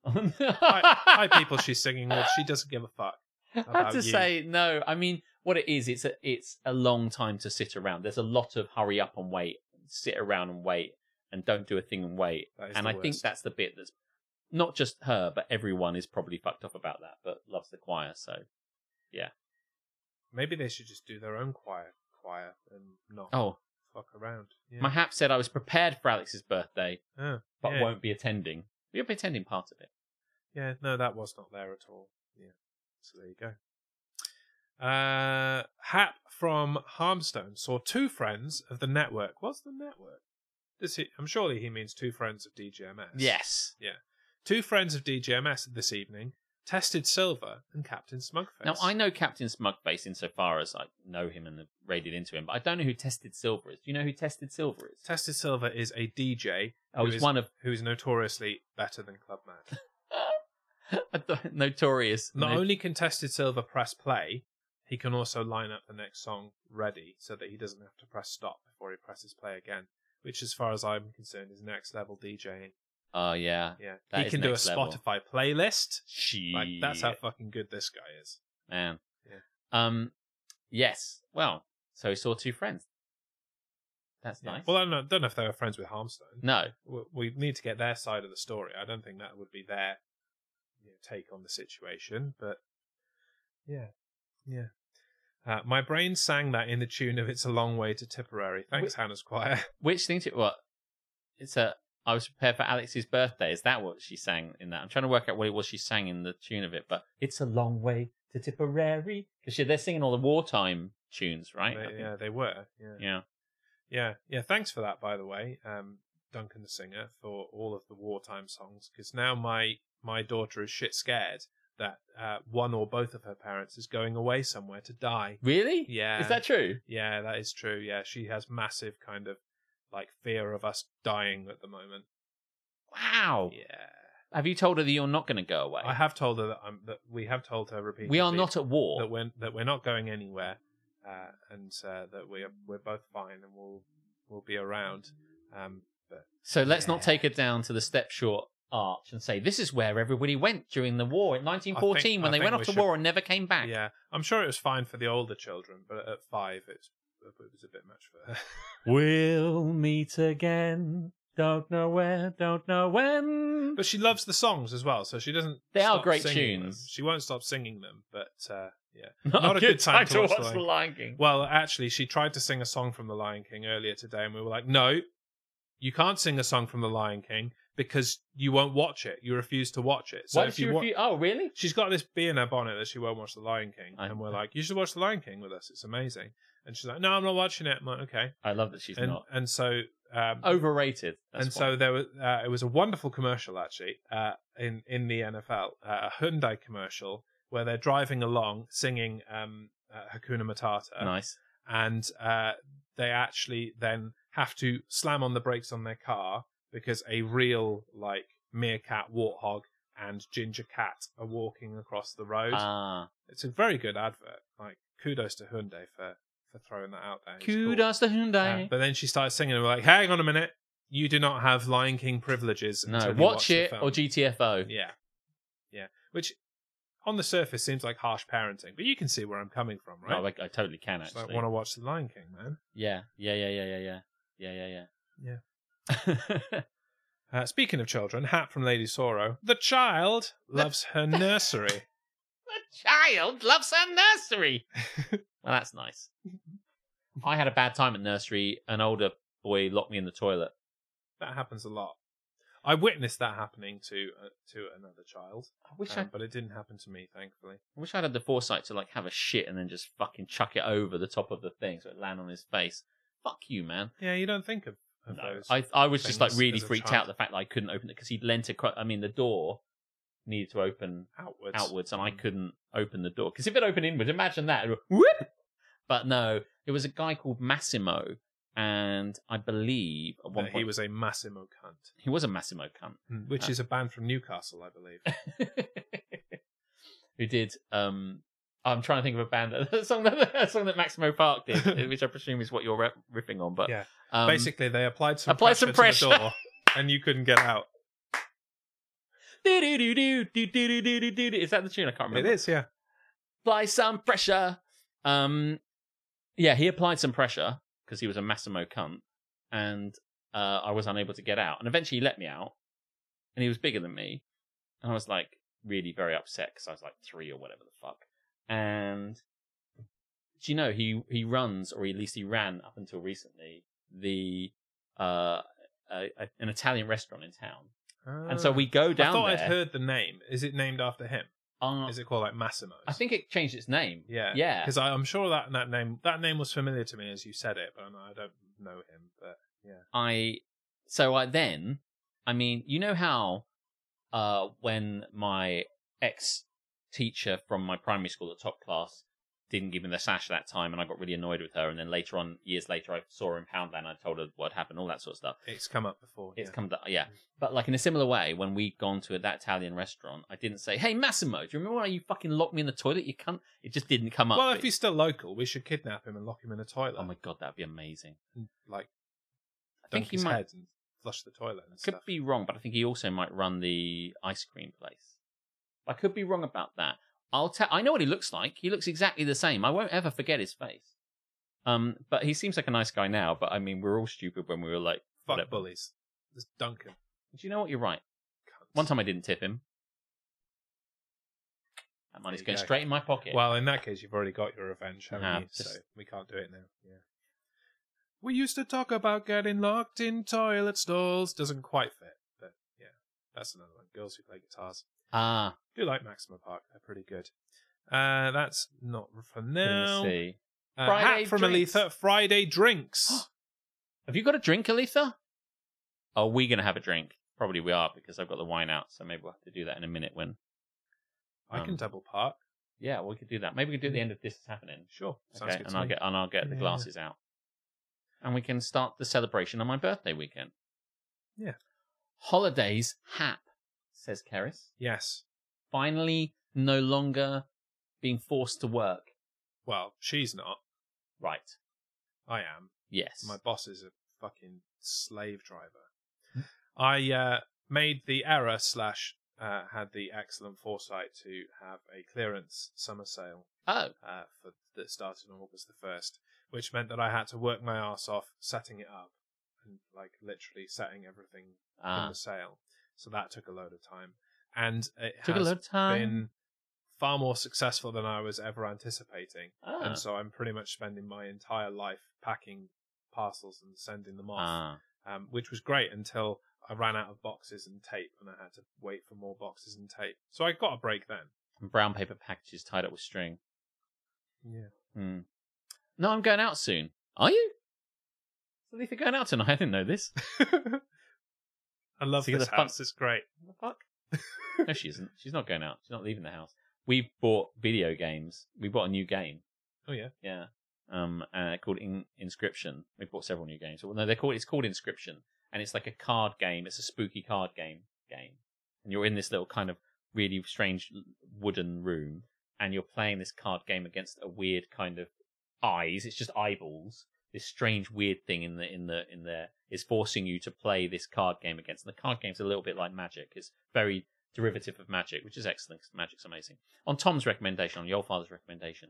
on- Hi, people. She's singing with. She doesn't give a fuck. I have about to you. say no. I mean, what it is, it's a it's a long time to sit around. There's a lot of hurry up and wait, sit around and wait, and don't do a thing and wait. That is And the I think worst. that's the bit that's not just her, but everyone is probably fucked off about that, but loves the choir. So Maybe they should just do their own choir, choir, and not oh, fuck around. Yeah. my hap said I was prepared for Alex's birthday, Oh, but yeah. won't be attending. You'll be attending part of it. Yeah, no, that was not there at all. Yeah. So there you go. Uh, Hap from Harmstone saw two friends of the network. What's the network? Does he, I'm surely he means two friends of DGMS. Yes. Two friends of DGMS this evening tested Silver and Captain Smugface. Now I know Captain Smugface insofar as I know him and have raided into him, but I don't know who Tested Silver is. Do you know who Tested Silver is? Tested Silver is a DJ Oh, who he's is- one of who is notoriously better than Club Mad. I thought- notorious. Not no- only can Tested Silver press play, he can also line up the next song ready so that he doesn't have to press stop before he presses play again, which, as far as I'm concerned, is next level DJing. Oh yeah. Yeah, That he is can do a next level. Spotify playlist. She. Like, that's how fucking good this guy is. man. Yeah. Um. Yes. Well. So he saw two friends. That's Yeah. nice. Well, I don't know, don't know if they were friends with Harmstone. no. We- We need to get their side of the story. I don't think that would be their you know, take on the situation, but yeah, yeah. Uh, my brain sang that in the tune of "It's a Long Way to Tipperary." Thanks, Hannah's Choir. Which thing? To, what? It's a. I was prepared for Alex's birthday. Is that what she sang in that? I'm trying to work out what it was she sang in the tune of it, but it's a long way to Tipperary because they're singing all the wartime tunes, right? I They, think. yeah, they were. Yeah. yeah, Yeah. yeah, Thanks for that, by the way, um, Duncan the singer, for all of the wartime songs. Because now my my daughter is shit scared that uh, one or both of her parents is going away somewhere to die. Really? Yeah, Is that true? yeah, that is true. Yeah, she has massive kind of like fear of us dying at the moment. Wow. Yeah, Have you told her that you're not going to go away? I have told her that I'm that we have told her repeatedly. we are not at war. that we're that we're not going anywhere, uh, and uh, that we're we're both fine and we'll we'll be around. Um, but So let's not Yeah. take it down to the step short arch and say this is where everybody went during the war in 1914 I when they think went we off to should- war and never came back. yeah, I'm sure it was fine for the older children, but at five, it's it was a bit much for her. We'll meet again. Don't know where, don't know when. but she loves the songs as well, so she doesn't. They are stop great singing them. tunes. She won't stop singing them, but uh, yeah. not a good time to watch The Lion King. Well, actually, she tried to sing a song from The Lion King earlier today, and we were like, no, you can't sing a song from The Lion King because you won't watch it. You refuse to watch it. So Why if did you wa- refu- Oh, really? she's got this bee in her bonnet that she won't watch The Lion King, I- and we're like, "You should watch The Lion King with us. It's amazing." And she's like, "No, I'm not watching it." I'm like, "Okay," I love that she's and not and so um, overrated. That's and why. so there was uh, it was a wonderful commercial actually uh, in in the NFL, uh, a Hyundai commercial where they're driving along singing um, uh, Hakuna Matata, nice. and uh, they actually then have to slam on the brakes on their car because a real like meerkat warthog and ginger cat are walking across the road Ah, it's a very good advert. Like kudos to Hyundai for for throwing that out there. It's cool. kudos eh? to Uh, Hyundai. but then she starts singing, and we're like, "Hang on a minute, you do not have Lion King privileges." no, until watch, you watch the it film." or GTFO. yeah, yeah. Which on the surface seems like harsh parenting, but you can see where I'm coming from, right? Oh, I, I totally can It's actually. like want to watch The Lion King, man. Yeah, yeah, yeah, yeah, yeah, yeah, yeah, yeah, yeah. Yeah. Uh, speaking of children, Hat from Lady Sorrow. The child loves her nursery. the child loves her nursery. well, that's nice. I had a bad time at nursery. An older boy locked me in the toilet. That happens a lot. I witnessed that happening to uh, to another child, I wish um, but it didn't happen to me, thankfully. I wish I'd had the foresight to like have a shit and then just fucking chuck it over the top of the thing so it land on his face. Fuck you, man. Yeah, you don't think of, of No, those. I I was just like things really as a freaked child. out the fact that I couldn't open it because he'd lent across. I mean, the door needed to open outwards. outwards, and I couldn't open the door because if it opened inwards, imagine that. Whoop! But no, it was a guy called Massimo, and I believe at one That point he was a Massimo cunt, he was a Massimo cunt. which Ah. is a band from Newcastle, I believe. who did um I'm trying to think of a band that a song that a song that Maximo Park did, which I presume is what you're re- riffing on. But Yeah. um, Basically, they applied some applied pressure, some to the pressure. door, and you couldn't get out. doo-doo-doo-doo, doo-doo-doo-doo-doo-doo. is that the tune? I can't It remember. is, yeah. Apply some pressure. Um, yeah, he applied some pressure because he was a Massimo cunt, and uh, I was unable to get out. And eventually, he let me out, and he was bigger than me, and I was like really very upset because I was like three or whatever the fuck. And do you know he he runs, or at least he ran up until recently, the uh, a, a, an Italian restaurant in town, and so Ah. we go down I thought there. I'd heard the name. Is it named after him? Uh, Is it called like Massimo's? I think it changed its name. Yeah, yeah. Because I'm sure that that name that name was familiar to me as you said it, but I'm- I don't know him. But I so I then I mean you know how uh when my ex teacher from my primary school at top class didn't give me the sash that time and I got really annoyed with her and then later on years later I saw her in Poundland and I told her what happened all that sort of stuff it's come up before. it's yeah. Mm. come to yeah but like in a similar way when we'd gone to that Italian restaurant I didn't say hey Massimo do you remember when you fucking locked me in the toilet you cunt it just didn't come up Well, if he's still local, we should kidnap him and lock him in a toilet. oh my god that'd be amazing and, like I think dunk he his might head and flush the toilet and could stuff. be wrong, but I think he also might run the ice cream place. I could be wrong about that. I'll tell. I know what he looks like. He looks exactly the same. I won't ever forget his face. Um, but he seems like a nice guy now. But I mean, we we're all stupid when we were like, Fuck whatever. bullies. Just dunk him. Do you know what? You're right. Cunts. One time I didn't tip him. That money's There you going go. straight in my pocket. Well, in that case, you've already got your revenge, haven't Nah, you? So just- we can't do it now. Yeah. We used to talk about getting locked in toilet stalls. Doesn't quite fit, but yeah, that's another one. Girls who play guitars. ah, do like Maxima Park. They're pretty good. Uh, that's not for let now. me see. Uh, Friday hat from drinks. Aletha. Friday drinks. Have you got a drink, Aletha? Are we going to have a drink? Probably we are because I've got the wine out. So maybe we'll have to do that in a minute when I can Um, double park. Yeah, we could do that. Maybe we could do it at the end of this is happening. Sure. Sounds Okay, good and to I'll me. get and I'll get the Yeah, glasses out, and we can start the celebration on my birthday weekend. Yeah. Holidays hap, says Keris. Yes. Finally, no longer being forced to work. Well, she's not. Right. I am. Yes. My boss is a fucking slave driver. Hmm. I uh, made the error slash uh, had the excellent foresight to have a clearance summer sale Oh, uh, for that started on August the first, which meant that I had to work my ass off setting it up and like literally setting everything in ah, the sale. So that took a load of time, and it took a has lot of time. been far more successful than I was ever anticipating. ah, And so I'm pretty much spending my entire life packing parcels and sending them off, ah, um, which was great until I ran out of boxes and tape, and I had to wait for more boxes and tape. So I got a break then. and brown paper packages tied up with string. Yeah. Hmm. No, I'm going out soon. Are you? Is Aletha going out tonight? I didn't know this. I love See this the fun- house. It's great. the fuck? no, she isn't. She's not going out. She's not leaving the house. We bought video games. We bought a new game. Oh yeah. Yeah. Um, uh, called In- Inscription. We bought several new games. Well, no, they're called. It's called Inscription, and it's like a card game. It's a spooky card game game, and you're in this little kind of really strange wooden room, and you're playing this card game against a weird kind of eyes. It's just eyeballs. This strange, weird thing in the in the in there is forcing you to play this card game against. And the card game's a little bit like magic. It's very derivative of magic, which is excellent. 'cause magic's amazing. On Tom's recommendation, on your father's recommendation,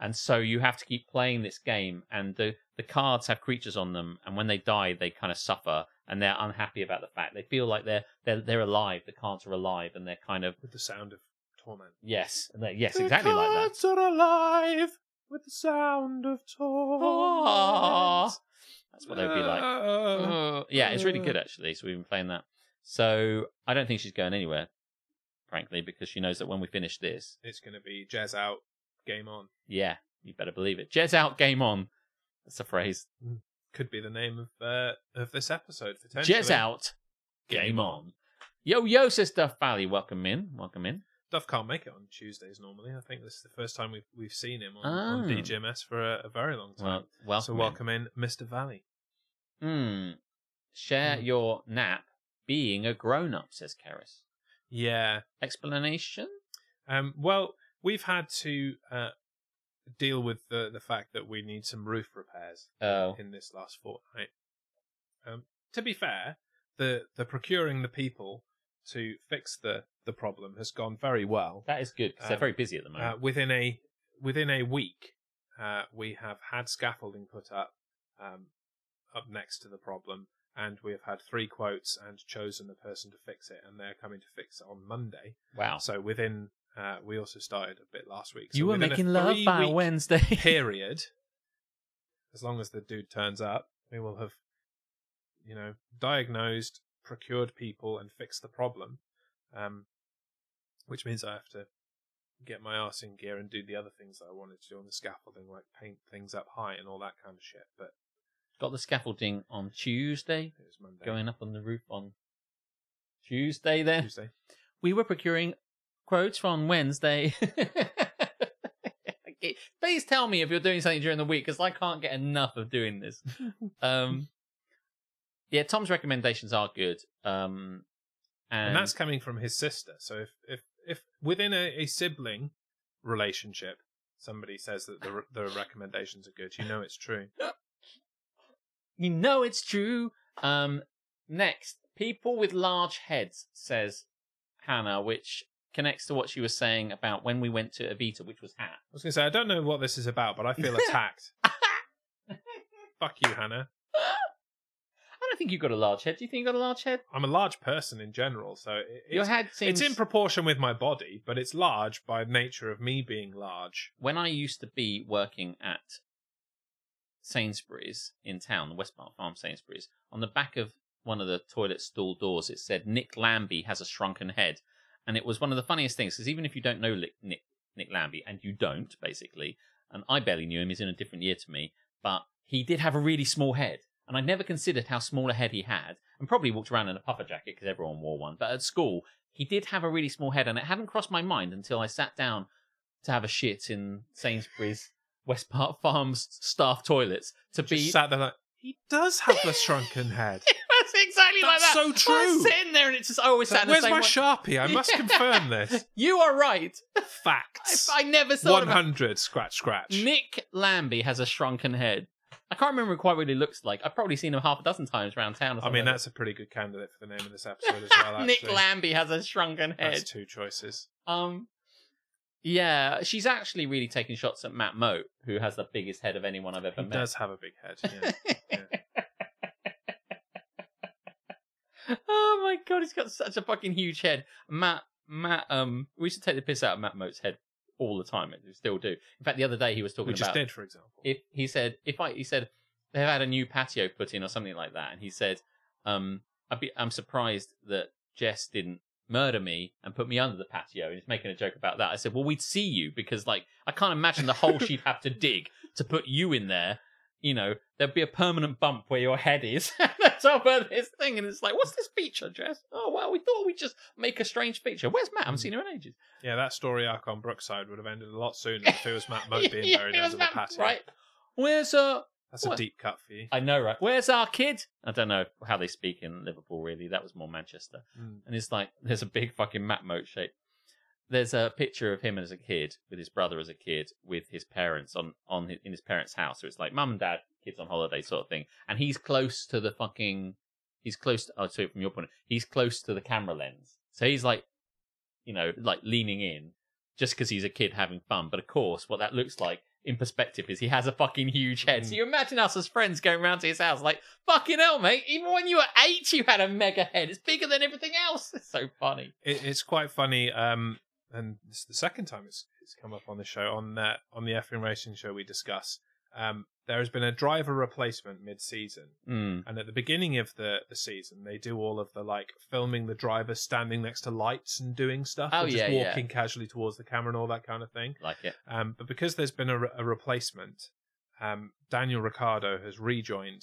and so you have to keep playing this game. And the the cards have creatures on them, and when they die, they kind of suffer and they're unhappy about the fact they feel like they're they're they're alive. The cards are alive, and they're kind of with the sound of torment. yes, and they're, yes, exactly like that. Cats are alive with the sound of torment. That's what they'd be like. Uh, yeah, it's really good actually. So we've been playing that. So I don't think she's going anywhere, frankly, because she knows that when we finish this, It's going to be jazz out, game on. yeah, you better believe it. Jez out, game on. That's a phrase. Could be the name of uh, of this episode potentially. Jez out, game on. Yo, yo, sister Valley, welcome in, welcome in. Duff can't make it on Tuesdays normally. I think this is the first time we've we've seen him on, on Oh. DGMS for a, a very long time. Well, welcome. so welcome in, Mr. Valley. In. Mm. Share Mm. your nap. Being a grown up, says Keris. Yeah. Explanation? Um, well, we've had to uh, deal with the the fact that we need some roof repairs Oh. in this last fortnight. Um, to be fair, the the procuring the people to fix the the problem has gone very well. That is good because Uh, they're very busy at the Uh, moment. within a within a week, uh, we have had scaffolding put up um, up next to the problem, and we have had three quotes and chosen the person to fix it, and they're coming to fix it on Monday. wow. So within, uh, we also started a bit last week. So you were within a making love by three-week Wednesday. period. As long as the dude turns up, we will have, you know, diagnosed, procured people, and fixed the problem. Um, which means I have to get my ass in gear and do the other things that I wanted to do on the scaffolding, like paint things up high and all that kind of shit. But Got the scaffolding on Tuesday, it was Monday, going up on the roof on Tuesday. Then Tuesday. we were procuring quotes from Wednesday. Okay, Please tell me if you're doing something during the week because I can't get enough of doing this. Um, yeah, Tom's recommendations are good. Um, and, and that's coming from his sister. So if if if within a, a sibling relationship, somebody says that the re- the recommendations are good, you know it's true. you know it's true. Um, next, people with large heads says Hannah, which connects to what she was saying about when we went to Evita, which was hat. I was gonna say I don't know what this is about, but I feel attacked. Fuck you, Hannah. I don't think you've got a large head. Do you think you've got a large head? I'm a large person in general, so it, Your it's, head seems. it's in proportion with my body, but it's large by nature of me being large. when I used to be working at Sainsbury's in town, the West Park Farm Sainsbury's, on the back of one of the toilet stall doors, it said Nick Lambie has a shrunken head, and it was one of the funniest things because even if you don't know Nick, Nick Nick Lambie, and you don't basically, and I barely knew him, he's in a different year to me, but he did have a really small head. And I never considered how small a head he had, and probably walked around in a puffer jacket because everyone wore one. But at school, he did have a really small head, and it hadn't crossed my mind until I sat down to have a shit in Sainsbury's West Park Farms staff toilets to Just be sat there like he does have a shrunken head. That's exactly like That's that. so true. I was sitting there and it's just I always sat in the Where's same my one. sharpie? I must Yeah. confirm this. You are right. I, Facts. I never thought One about hundred scratch scratch. Nick Lambie has a shrunken head. I can't remember quite what he looks like. I've probably seen him half a dozen times around town. Or I something mean, like that's a pretty good candidate for the name of this episode as that. well. Actually. Nick Lambie has a shrunken head. That's two choices. Um, yeah, she's actually really taking shots at Matt Moat, who has the biggest head of anyone I've ever He met. does have a big head. Yeah. oh my god, he's got such a fucking huge head. Matt, Matt, um, we used to take the piss out of Matt Moat's head all the time, and we still do. In fact, the other day he was talking we just about did, for example. if he said if I he said they've had a new patio put in or something like that, and he said, um, I'd be, I'm surprised that Jess didn't murder me and put me under the patio, and he's making a joke about that. I said, well, we'd see you because like I can't imagine the hole she'd have to dig to put you in there. You know, there'd be a permanent bump where your head is at the top of this thing, and it's like, what's this feature, Jess? Oh well, we thought we'd just make a strange feature. Where's Matt? I haven't seen her in ages. Yeah, that story arc on Brookside would have ended a lot sooner if it was Matt Moat being Yeah, buried it was under the Matt, patio. Right. Where's uh That's a What? deep cut for you. I know, right? Where's our kid? I don't know how they speak in Liverpool, really. That was more Manchester. Mm. And it's like, there's a big fucking Matt Moat shape. There's a picture of him as a kid, with his brother as a kid, with his parents on, on his, in his parents' house. So it's like mum and dad, kids on holiday sort of thing. And he's close to the fucking, he's close to, oh, sorry, from your point, of- he's close to the camera lens. So he's like you know, like leaning in just because he's a kid having fun. But of course, what that looks like in perspective is he has a fucking huge head. So you imagine us as friends going round to his house, like, fucking hell, mate, even when you were eight, you had a mega head. It's bigger than everything else. It's so funny. It, it's quite funny. Um, and this is the second time it's, it's come up on the show on that on the F1 Racing show we discuss. Um, there has been a driver replacement mid-season, Mm. and at the beginning of the, the season, they do all of the like filming the driver standing next to lights and doing stuff, Oh, or just yeah, yeah. walking casually towards the camera and all that kind of thing. Like it. Um, but because there's been a, re- a replacement, um, Daniel Ricciardo has rejoined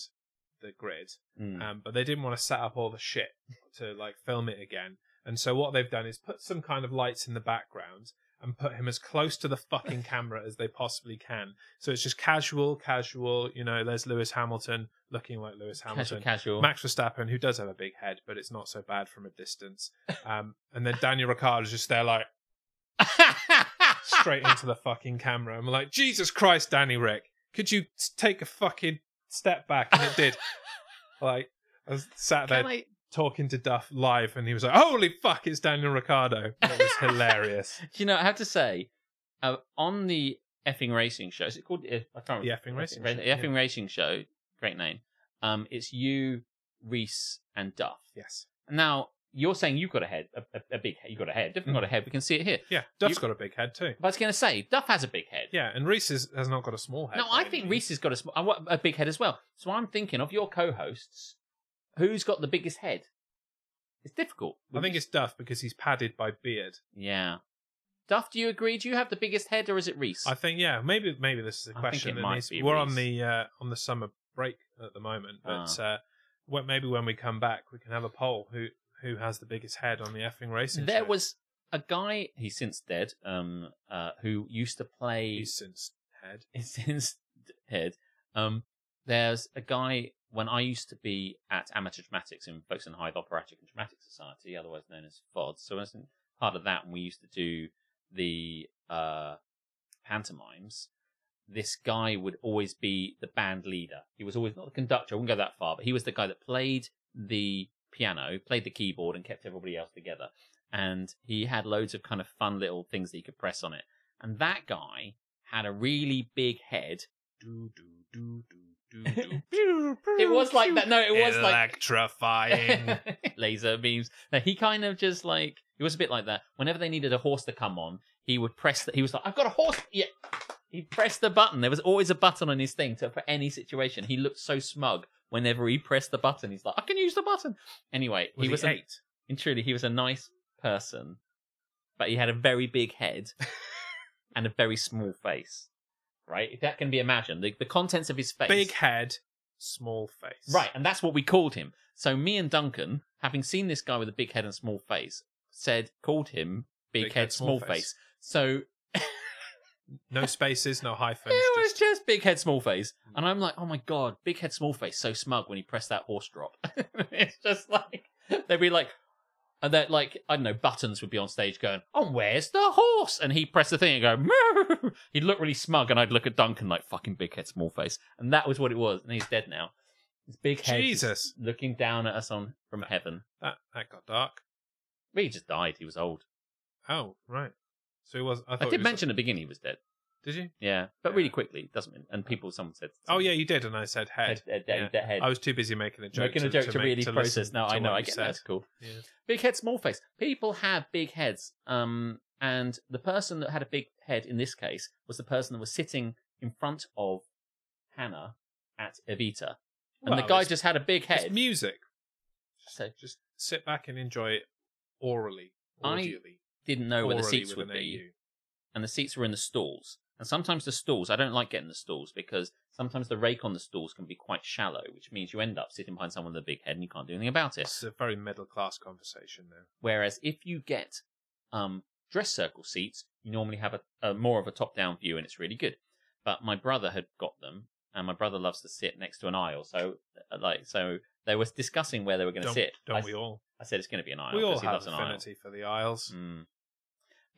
the grid, Mm. um, but they didn't want to set up all the shit to like film it again. And so what they've done is put some kind of lights in the background and put him as close to the fucking camera as they possibly can. So it's just casual, casual. You know, there's Lewis Hamilton looking like Lewis Casual, Hamilton. casual. Max Verstappen, who does have a big head, but it's not so bad from a distance. Um, and then Daniel Ricciardo's just there, like straight into the fucking camera. I'm like, Jesus Christ, Danny Rick, could you s- take a fucking step back? And it did. like, I was sat there Can I, talking to Duff live, and he was like, "Holy fuck, it's Daniel Ricardo." It was hilarious. Do you know, I have to say, uh, on the effing racing show, is it called? uh, I can't remember. The effing racing Ra- show, The yeah. effing racing show, great name. Um, it's you, Reese, and Duff. yes. Now you're saying you've got a head, a, a, a big head. You've got a head. Different Mm. got a head. We can see it here. Yeah, Duff's You- got a big head too. But I was going to say, Duff has a big head. Yeah, and Reese is, has not got a small head. No, I think Reese has got a, sm- I want a big head as well. So I'm thinking of your co-hosts, who's got the biggest head? It's difficult. I think it's Duff because he's padded by beard. yeah. Duff, do you agree? Do you have the biggest head, or is it Reese? I think yeah, maybe maybe this is a I think it question that might needs. be We're Reese. Ah. on the uh, on the summer break at the moment, but uh, well, maybe when we come back, we can have a poll who who has the biggest head on the effing racing. there show. was a guy he's since dead um uh who used to play he's since head. he's since dead um there's a guy when I used to be at Amateur Dramatics in Folkestone Hythe Operatic and Dramatic Society, otherwise known as FOD. So I was in part of that, and we used to do the uh, pantomimes. This guy would always be the band leader. He was always not the conductor. I wouldn't go that far, but he was the guy that played the piano, played the keyboard, and kept everybody else together. And he had loads of kind of fun little things that he could press on it. And that guy had a really big head. Do do do do do do. Oh, It was like that. No, it was like electrifying. laser beams. Now, he kind of just like it was a bit like that. Whenever they needed a horse to come on, he would press. The, he was like, "I've got a horse." Yeah, he pressed the button. There was always a button on his thing to for any situation. He looked so smug whenever he pressed the button. He's like, "I can use the button." Anyway, Was he he was a, eight? in truly he was a nice person, but he had a very big head and a very small face. Right, if that can be imagined, the, the contents of his face Big head, small face. Right, and that's what we called him. So me and Duncan, having seen this guy with a big head and small face, said called him Big, head, Small face. So No spaces, no hyphens. it was just... just Big Head Small Face, and I'm like, oh my god, Big Head Small Face, so smug when he pressed that horse drop. it's just like they'd be like, and that like I don't know, buttons would be on stage going, oh where's the horse? And he'd press the thing and go, Moo! he'd look really smug, and I'd look at Duncan like fucking Big Head Small Face, and that was what it was, and he's dead now. His big head just Jesus. looking down at us on from heaven. that that got dark. But he just died. He was old. Oh, right. So he was. I, I thought he did was- mention at the beginning he was dead. Did you? Yeah, but Yeah. really quickly doesn't. Mean, and people, someone said. Oh yeah, you did, and I said head. Head, head, head, head. I was too busy making a joke. making a joke to, make- really to listen process. No, to I know. what I you get said. that's cool. Yeah. Big head, small face. People have big heads. Um, and the person that had a big head in this case was the person that was sitting in front of Hannah at Evita, and the Well, guy it's- just had a big It's head. music. So Just sit back and enjoy it orally. I Audially. didn't know where the Orally seats with would an be. AU. and the seats were in the stalls. And sometimes the stalls, I don't like getting the stalls because sometimes the rake on the stalls can be quite shallow, which means you end up sitting behind someone with a big head and you can't do anything about it. It's a very middle class conversation now. Whereas if you get um, dress circle seats, you normally have a, a more of a top down view and it's really good. But my brother had got them, and my brother loves to sit next to an aisle. So uh, like so, they were discussing where they were going to Don't, sit. don't I, we all? I said it's going to be an aisle. We all 'cause he have loves an aisle. affinity for the aisles. Mm.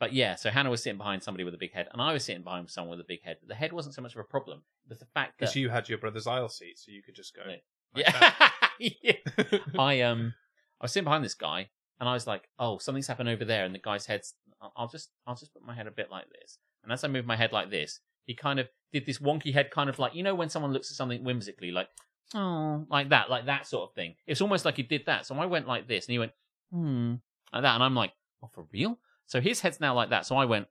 But yeah, so Hannah was sitting behind somebody with a big head, and I was sitting behind someone with a big head. But the head wasn't so much of a problem. It was the fact that Because you had your brother's aisle seat, so you could just go. Yeah. like yeah. I um I was sitting behind this guy and I was like, "Oh, something's happened over there." And the guy's head's, I'll- I'll just, I'll just put my head a bit like this. And as I moved my head like this, he kind of did this wonky head, kind of like you know when someone looks at something whimsically, like oh, like that, like that sort of thing. It's almost like he did that. So I went like this, and he went hmm, like that, and I'm like, "Oh, for real?" So his head's now like that. So I went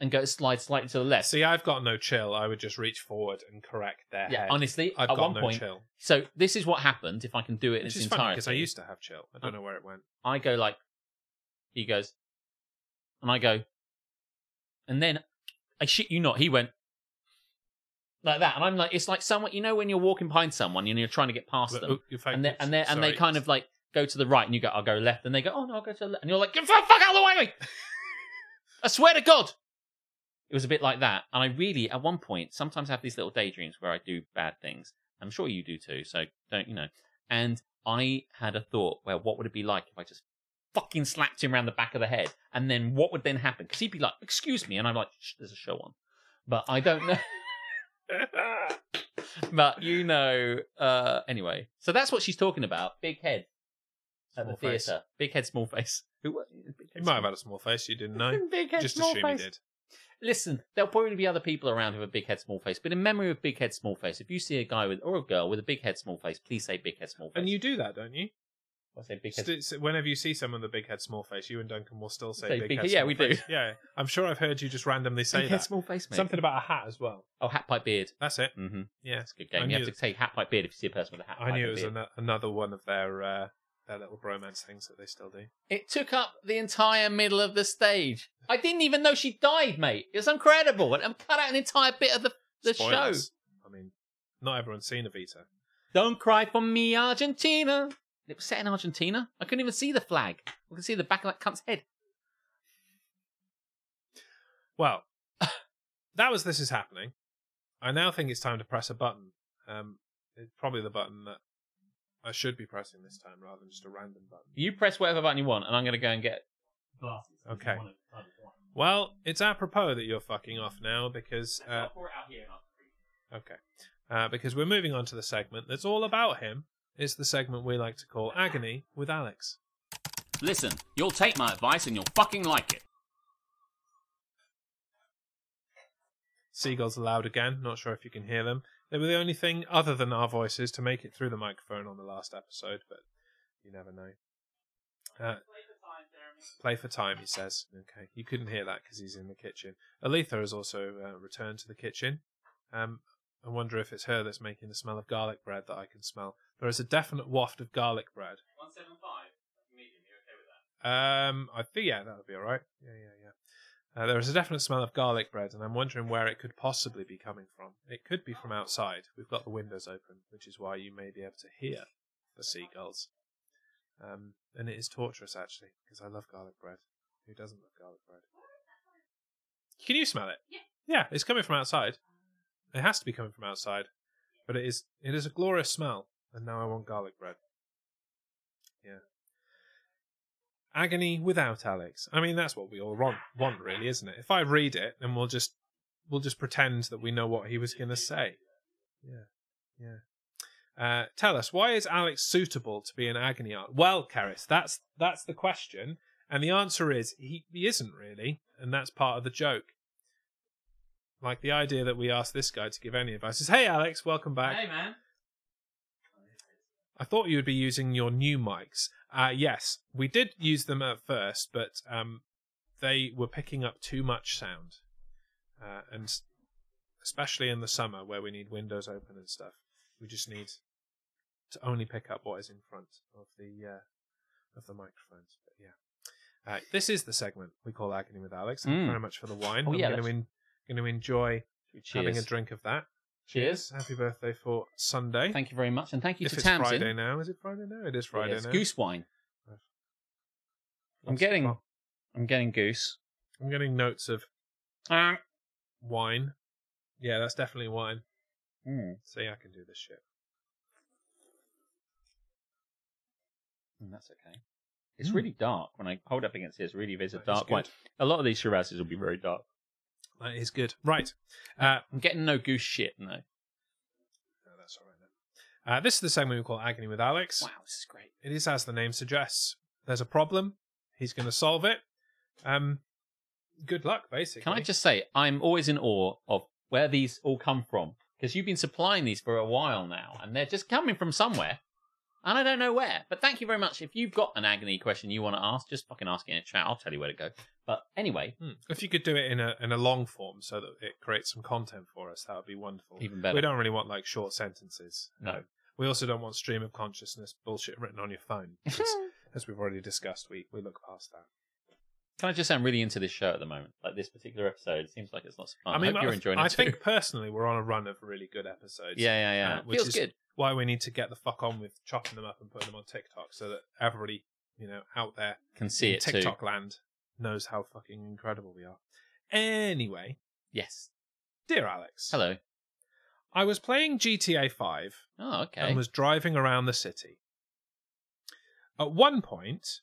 and go slide slightly to the left. See, I've got no chill. I would just reach forward and correct their yeah, head. honestly, I've at got one no point. chill. So this is what happened. If I can do it in Which its is funny entirety, because I used to have chill. I don't know where it went. I go like, he goes, and I go, and then I shit you not, he went like that, and I'm like, it's like someone, you know, when you're walking behind someone and you're trying to get past But, them, oh, in fact, and they and they and they sorry. kind of like go to the right, and you go, I'll go left, and they go, oh no, I'll go to the left, and you're like, get the fuck out of the way! I swear to God, it was a bit like that, and I really, at one point, sometimes have these little daydreams where I do bad things. I'm sure you do too, so don't you know? And I had a thought, well, what would it be like if I just fucking slapped him around the back of the head? And then what would then happen? Because he'd be like, excuse me. And I'm like, Shh, there's a show on. But I don't know. but you know, uh, anyway. So that's what she's talking about. Big head at Small the face. theatre. Big head, small face. Who? Big He might have had a small face. You didn't know. Big head, just small assume face. he did. Listen, there'll probably be other people around who have a big head, small face. But in memory of big head, small face, if you see a guy with or a girl with a big head, small face, please say big head, small face. And you do that, don't you? I say big head, St- so whenever you see someone with a big head, small face, you and Duncan will still say, Say big, big- head. yeah, small we do. face. Yeah, I'm sure I've heard you just randomly say big head, that. small face, mate. Something about a hat as well. Oh, hat pipe beard. That's it. Mm-hmm. Yeah, That's a good game. I you knew have to it. say hat pipe beard if you see a person with a hat. I pipe knew it and was beard. an- another one of their uh, their little bromance things that they still do. It took up the entire middle of the stage. I didn't even know she died, mate. It was incredible, and I'm cut out an entire bit of the the show. Spoilers. I mean, not everyone's seen Evita. Don't cry for me, Argentina. It was set in Argentina. I couldn't even see the flag. I could see the back of that cunt's head. Well, that was this is happening. I now think it's time to press a button. Um, it's probably the button that I should be pressing this time rather than just a random button. You press whatever button you want, and I'm going to go and get glasses. Okay. Well, it's apropos that you're fucking off now because uh, Okay. Uh, because we're moving on to the segment that's all about him. It's the segment we like to call Agony with Alex. Listen, you'll take my advice and you'll fucking like it. Seagulls are loud again, not sure if you can hear them. They were the only thing other than our voices to make it through the microphone on the last episode, but you never know. Uh, play for time, he says. Okay, you couldn't hear that because he's in the kitchen. Aletha has also uh, returned to the kitchen. Um, I wonder if it's her that's making the smell of garlic bread that I can smell. There is a definite waft of garlic bread. One seven five. Medium. You okay with that? Um, I think yeah, that would be all right. Yeah, yeah, yeah. Uh, there is a definite smell of garlic bread, and I'm wondering where it could possibly be coming from. It could be from outside. We've got the windows open, which is why you may be able to hear the seagulls. Um, and it is torturous actually, because I love garlic bread. Who doesn't love garlic bread? Can you smell it? Yeah. Yeah, it's coming from outside. It has to be coming from outside, but it is it is a glorious smell, and now I want garlic bread. agony without Alex. I mean, that's what we all want, want really, isn't it? If I read it, then we'll just we'll just pretend that we know what he was going to say. Yeah, yeah. Uh, tell us why is Alex suitable to be an agony aunt? Well, Karis, that's that's the question, and the answer is he, he isn't really, and that's part of the joke. Like the idea that we asked this guy to give any advice is, "Hey, Alex, welcome back. Hey man. I thought you would be using your new mics. Uh, yes, we did use them at first, but um, they were picking up too much sound, uh, and s- especially in the summer where we need windows open and stuff, we just need to only pick up what is in front of the uh, of the microphones. But yeah, uh, this is the segment we call agony with Alex. Thank you Mm. very much for the wine. Oh, I'm yeah, going to let's- en- going to enjoy Cheers. having a drink of that. Cheers. Happy birthday for Sunday. Thank you very much, and thank you if to it's Tamsin. Friday now, is it Friday now? It is Friday Yes, now. Goose wine. I'm getting- I'm getting goose. I'm getting notes of Ah. wine. Yeah, that's definitely wine. Mm. See, I can do this shit. Mm, That's okay. It's Mm. really dark. When I hold up against this, really, there's a That is dark wine. good. A lot of these Shirazes will be very dark. That is good. Right. Uh, I'm getting no goose shit, no. no, that's all right then. Uh, this is the segment we call Agony with Alex. Wow, this is great. It is as the name suggests. There's a problem. He's going to solve it. Um, good luck, basically. Can I just say, I'm always in awe of where these all come from because you've been supplying these for a while now, and they're just coming from somewhere, and I don't know where. But thank you very much. If you've got an agony question you want to ask, just fucking ask it in a chat. I'll tell you where to go. But anyway, Hmm. If you could do it in a in a long form so that it creates some content for us, that would be wonderful. even better. We don't really want like short sentences. No. We also don't want stream of consciousness bullshit written on your phone. Hmm. because, as we've already discussed, we, we look past that. Can I just say I'm really into this show at the moment? Like this particular episode, it seems like it's lots of fun. Oh, I, hope you're enjoying I it think too. personally we're on a run of really good episodes. Yeah, yeah, yeah. uh, which Feels is- good. Why we need to get the fuck on with chopping them up and putting them on TikTok so that everybody, you know, out there Can see in it too. TikTok land knows how fucking incredible we are. Anyway, Yes. dear Alex. Hello. I was playing GTA 5 Oh, okay. and was driving around the city. At one point,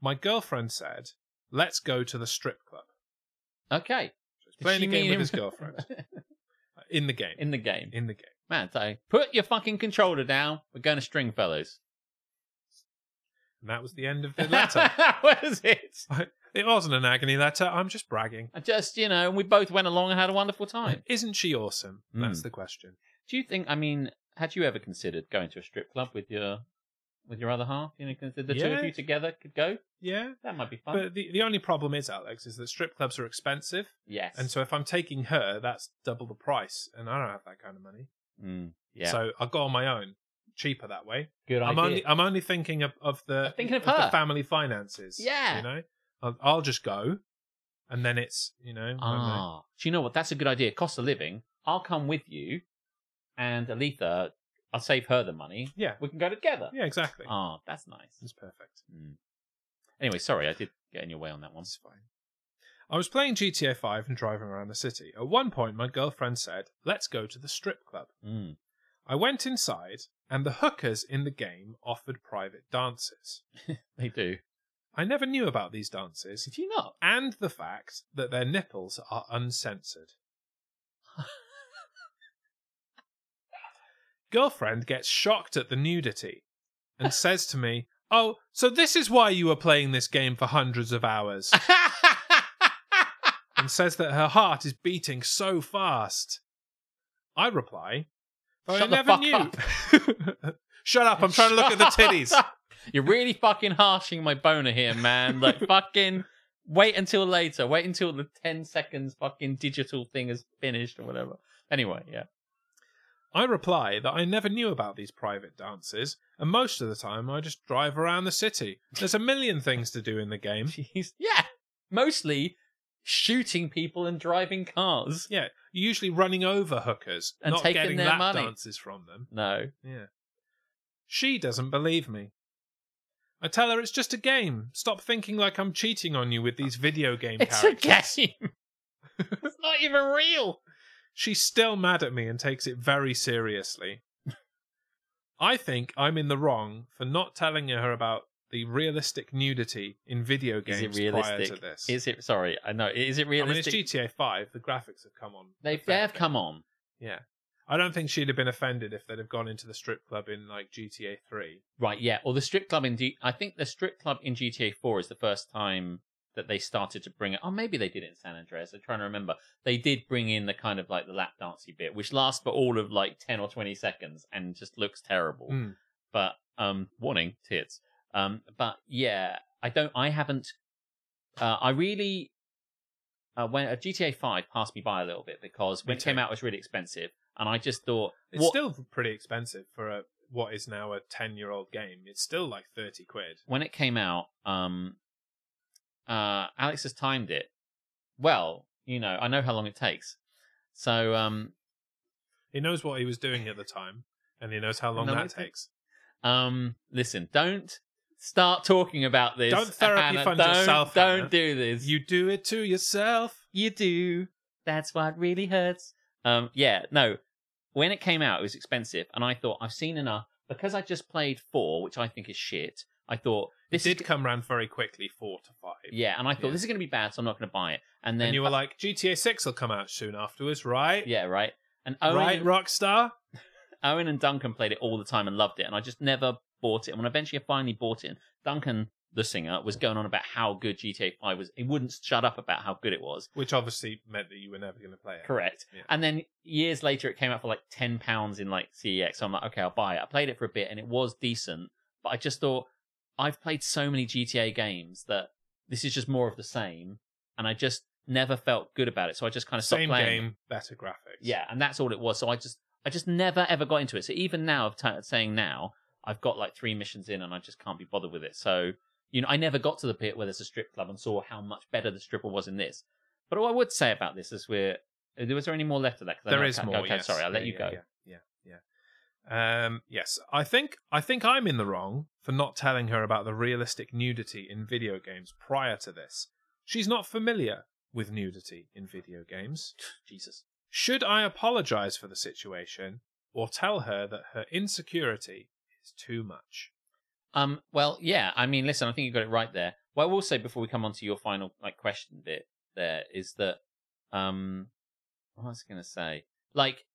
my girlfriend said, Let's go to the strip club. Okay. So he's Did playing she a game mean with him- his girlfriend Uh, in the game. in the game. In the game. Man, so put your fucking controller down. We're going to string fellows. And that was the end of the letter. what is it? it wasn't an agony letter. I'm just bragging. I just, you know, and we both went along and had a wonderful time. Isn't she awesome? That's Mm. the question. Do you think? I mean, had you ever considered going to a strip club with your with your other half? You know, 'cause the two Yeah. of you together could go. Yeah. That might be fun. But the, the only problem is, Alex, is that strip clubs are expensive. yes. And so if I'm taking her, that's double the price. And I don't have that kind of money. Mm, yeah. So I'll go on my own. Cheaper that way. good I'm idea. only I'm only thinking of, of the I'm thinking of the her. family finances. Yeah. you know, I'll, I'll just go, and then it's you know, I don't know. ah, do you know what? That's a good idea. Cost of living. I'll come with you, and Aletha, I'll save her the money. yeah, We can go together. yeah, exactly. Ah, that's nice. It's perfect. Mm. Anyway, sorry, I did get in your way on that one. It's fine. I was playing GTA 5 and driving around the city. At one point, my girlfriend said, "Let's go to the strip club." Mm. I went inside, and the hookers in the game offered private dances. They do. I never knew about these dances, Did you not? and the fact that their nipples are uncensored. Girlfriend gets shocked at the nudity and says to me, Oh, so this is why you were playing this game for hundreds of hours, and says that her heart is beating so fast. I reply, "Oh, I Shut the never fuck knew. Shut up, I'm trying to look at the titties. You're really fucking harshing my boner here, man. Like fucking wait until later. Wait until the 10 seconds fucking digital thing is finished or whatever. Anyway, yeah. I reply that I never knew about these private dances, and most of the time I just drive around the city. There's a million things to do in the game. Jeez. Yeah. Mostly shooting people and driving cars. Yeah, you're usually running over hookers, And not taking getting their lap money. dances from them. No. Yeah. She doesn't believe me. I tell her it's just a game. Stop thinking like I'm cheating on you with these video game It's a characters. game. it's not even real. She's still mad at me and takes it very seriously. I think I'm in the wrong for not telling her about the realistic nudity in video Is it games prior to realistic? this. Is it sorry, I know. Is it I mean, it's realistic? GTA 5. The graphics have come on. a They've fair they've bit. come on. Yeah. I don't think she'd have been offended if they'd have gone into the strip club in like GTA 3. Right, yeah. Or the strip club in G- I think the strip club in GTA 4 is the first time that they started to bring it. Oh, maybe they did it in San Andreas. I'm trying to remember. They did bring in the kind of like the lap dancey bit, which lasts for all of like 10 or 20 seconds and just looks terrible. Mm. But um warning, tits. Um but yeah, I don't I haven't uh, I really uh, when uh, GTA 5 passed me by a little bit because Me when it came too. out it was really expensive and I just thought It's what- still pretty expensive for a what is now a 10 year old game. It's still like 30 quid. when it came out, um, uh, Alex has timed it. Well, you know, I know how long it takes. So, um, He knows what he was doing at the time, and he knows how long No, that it's- takes. um, listen, don't start talking about this. Don't therapy Hannah. fund Don't- yourself, Don't Hannah. do this. You do it to yourself. you do. That's what really hurts. Um, yeah, no. When it came out, it was expensive, and I thought I've seen enough because I just played four, which I think is shit. I thought It this did is, come round very quickly, four to five. yeah, and I thought Yeah. this is going to be bad, so I'm not going to buy it. And then and you were like, GTA 6 will come out soon afterwards, right? yeah, right. And Owen, Right, Rockstar? Owen and Duncan played it all the time and loved it, and I just never bought it. And when eventually I finally bought it, Duncan, the singer, was going on about how good GTA 5 was. He wouldn't shut up about how good it was. Which obviously meant that you were never going to play it. Correct. Yeah. And then years later, it came out for like ten pounds in like CEX. So I'm like, okay, I'll buy it. I played it for a bit, and it was decent, but I just thought I've played so many GTA games that this is just more of the same, and I just never felt good about it. So I just kind of stopped Same playing. it. game, better graphics. Yeah, and that's all it was. So I just, I just never ever got into it. So even now, of t- saying now, I've got like three missions in, and I just can't be bothered with it. So you know, I never got to the pit where there's a strip club and saw how much better the stripper was in this. But all I would say about this is we're. uh, Was there any more left of that? 'Cause I There know I is can't more. go- okay, yes. sorry, I'll let Yeah, you go. yeah, Yeah, yeah, yeah. Um, yes, I think I think I'm in the wrong for not telling her about the realistic nudity in video games prior to this. She's not familiar with nudity in video games. Jesus. Should I apologize for the situation or tell her that her insecurity is too much? Um. Well, yeah. I mean, listen. I think you got it right there. What I will say before we come on to your final like question bit there is that um, what was I going to say? Like,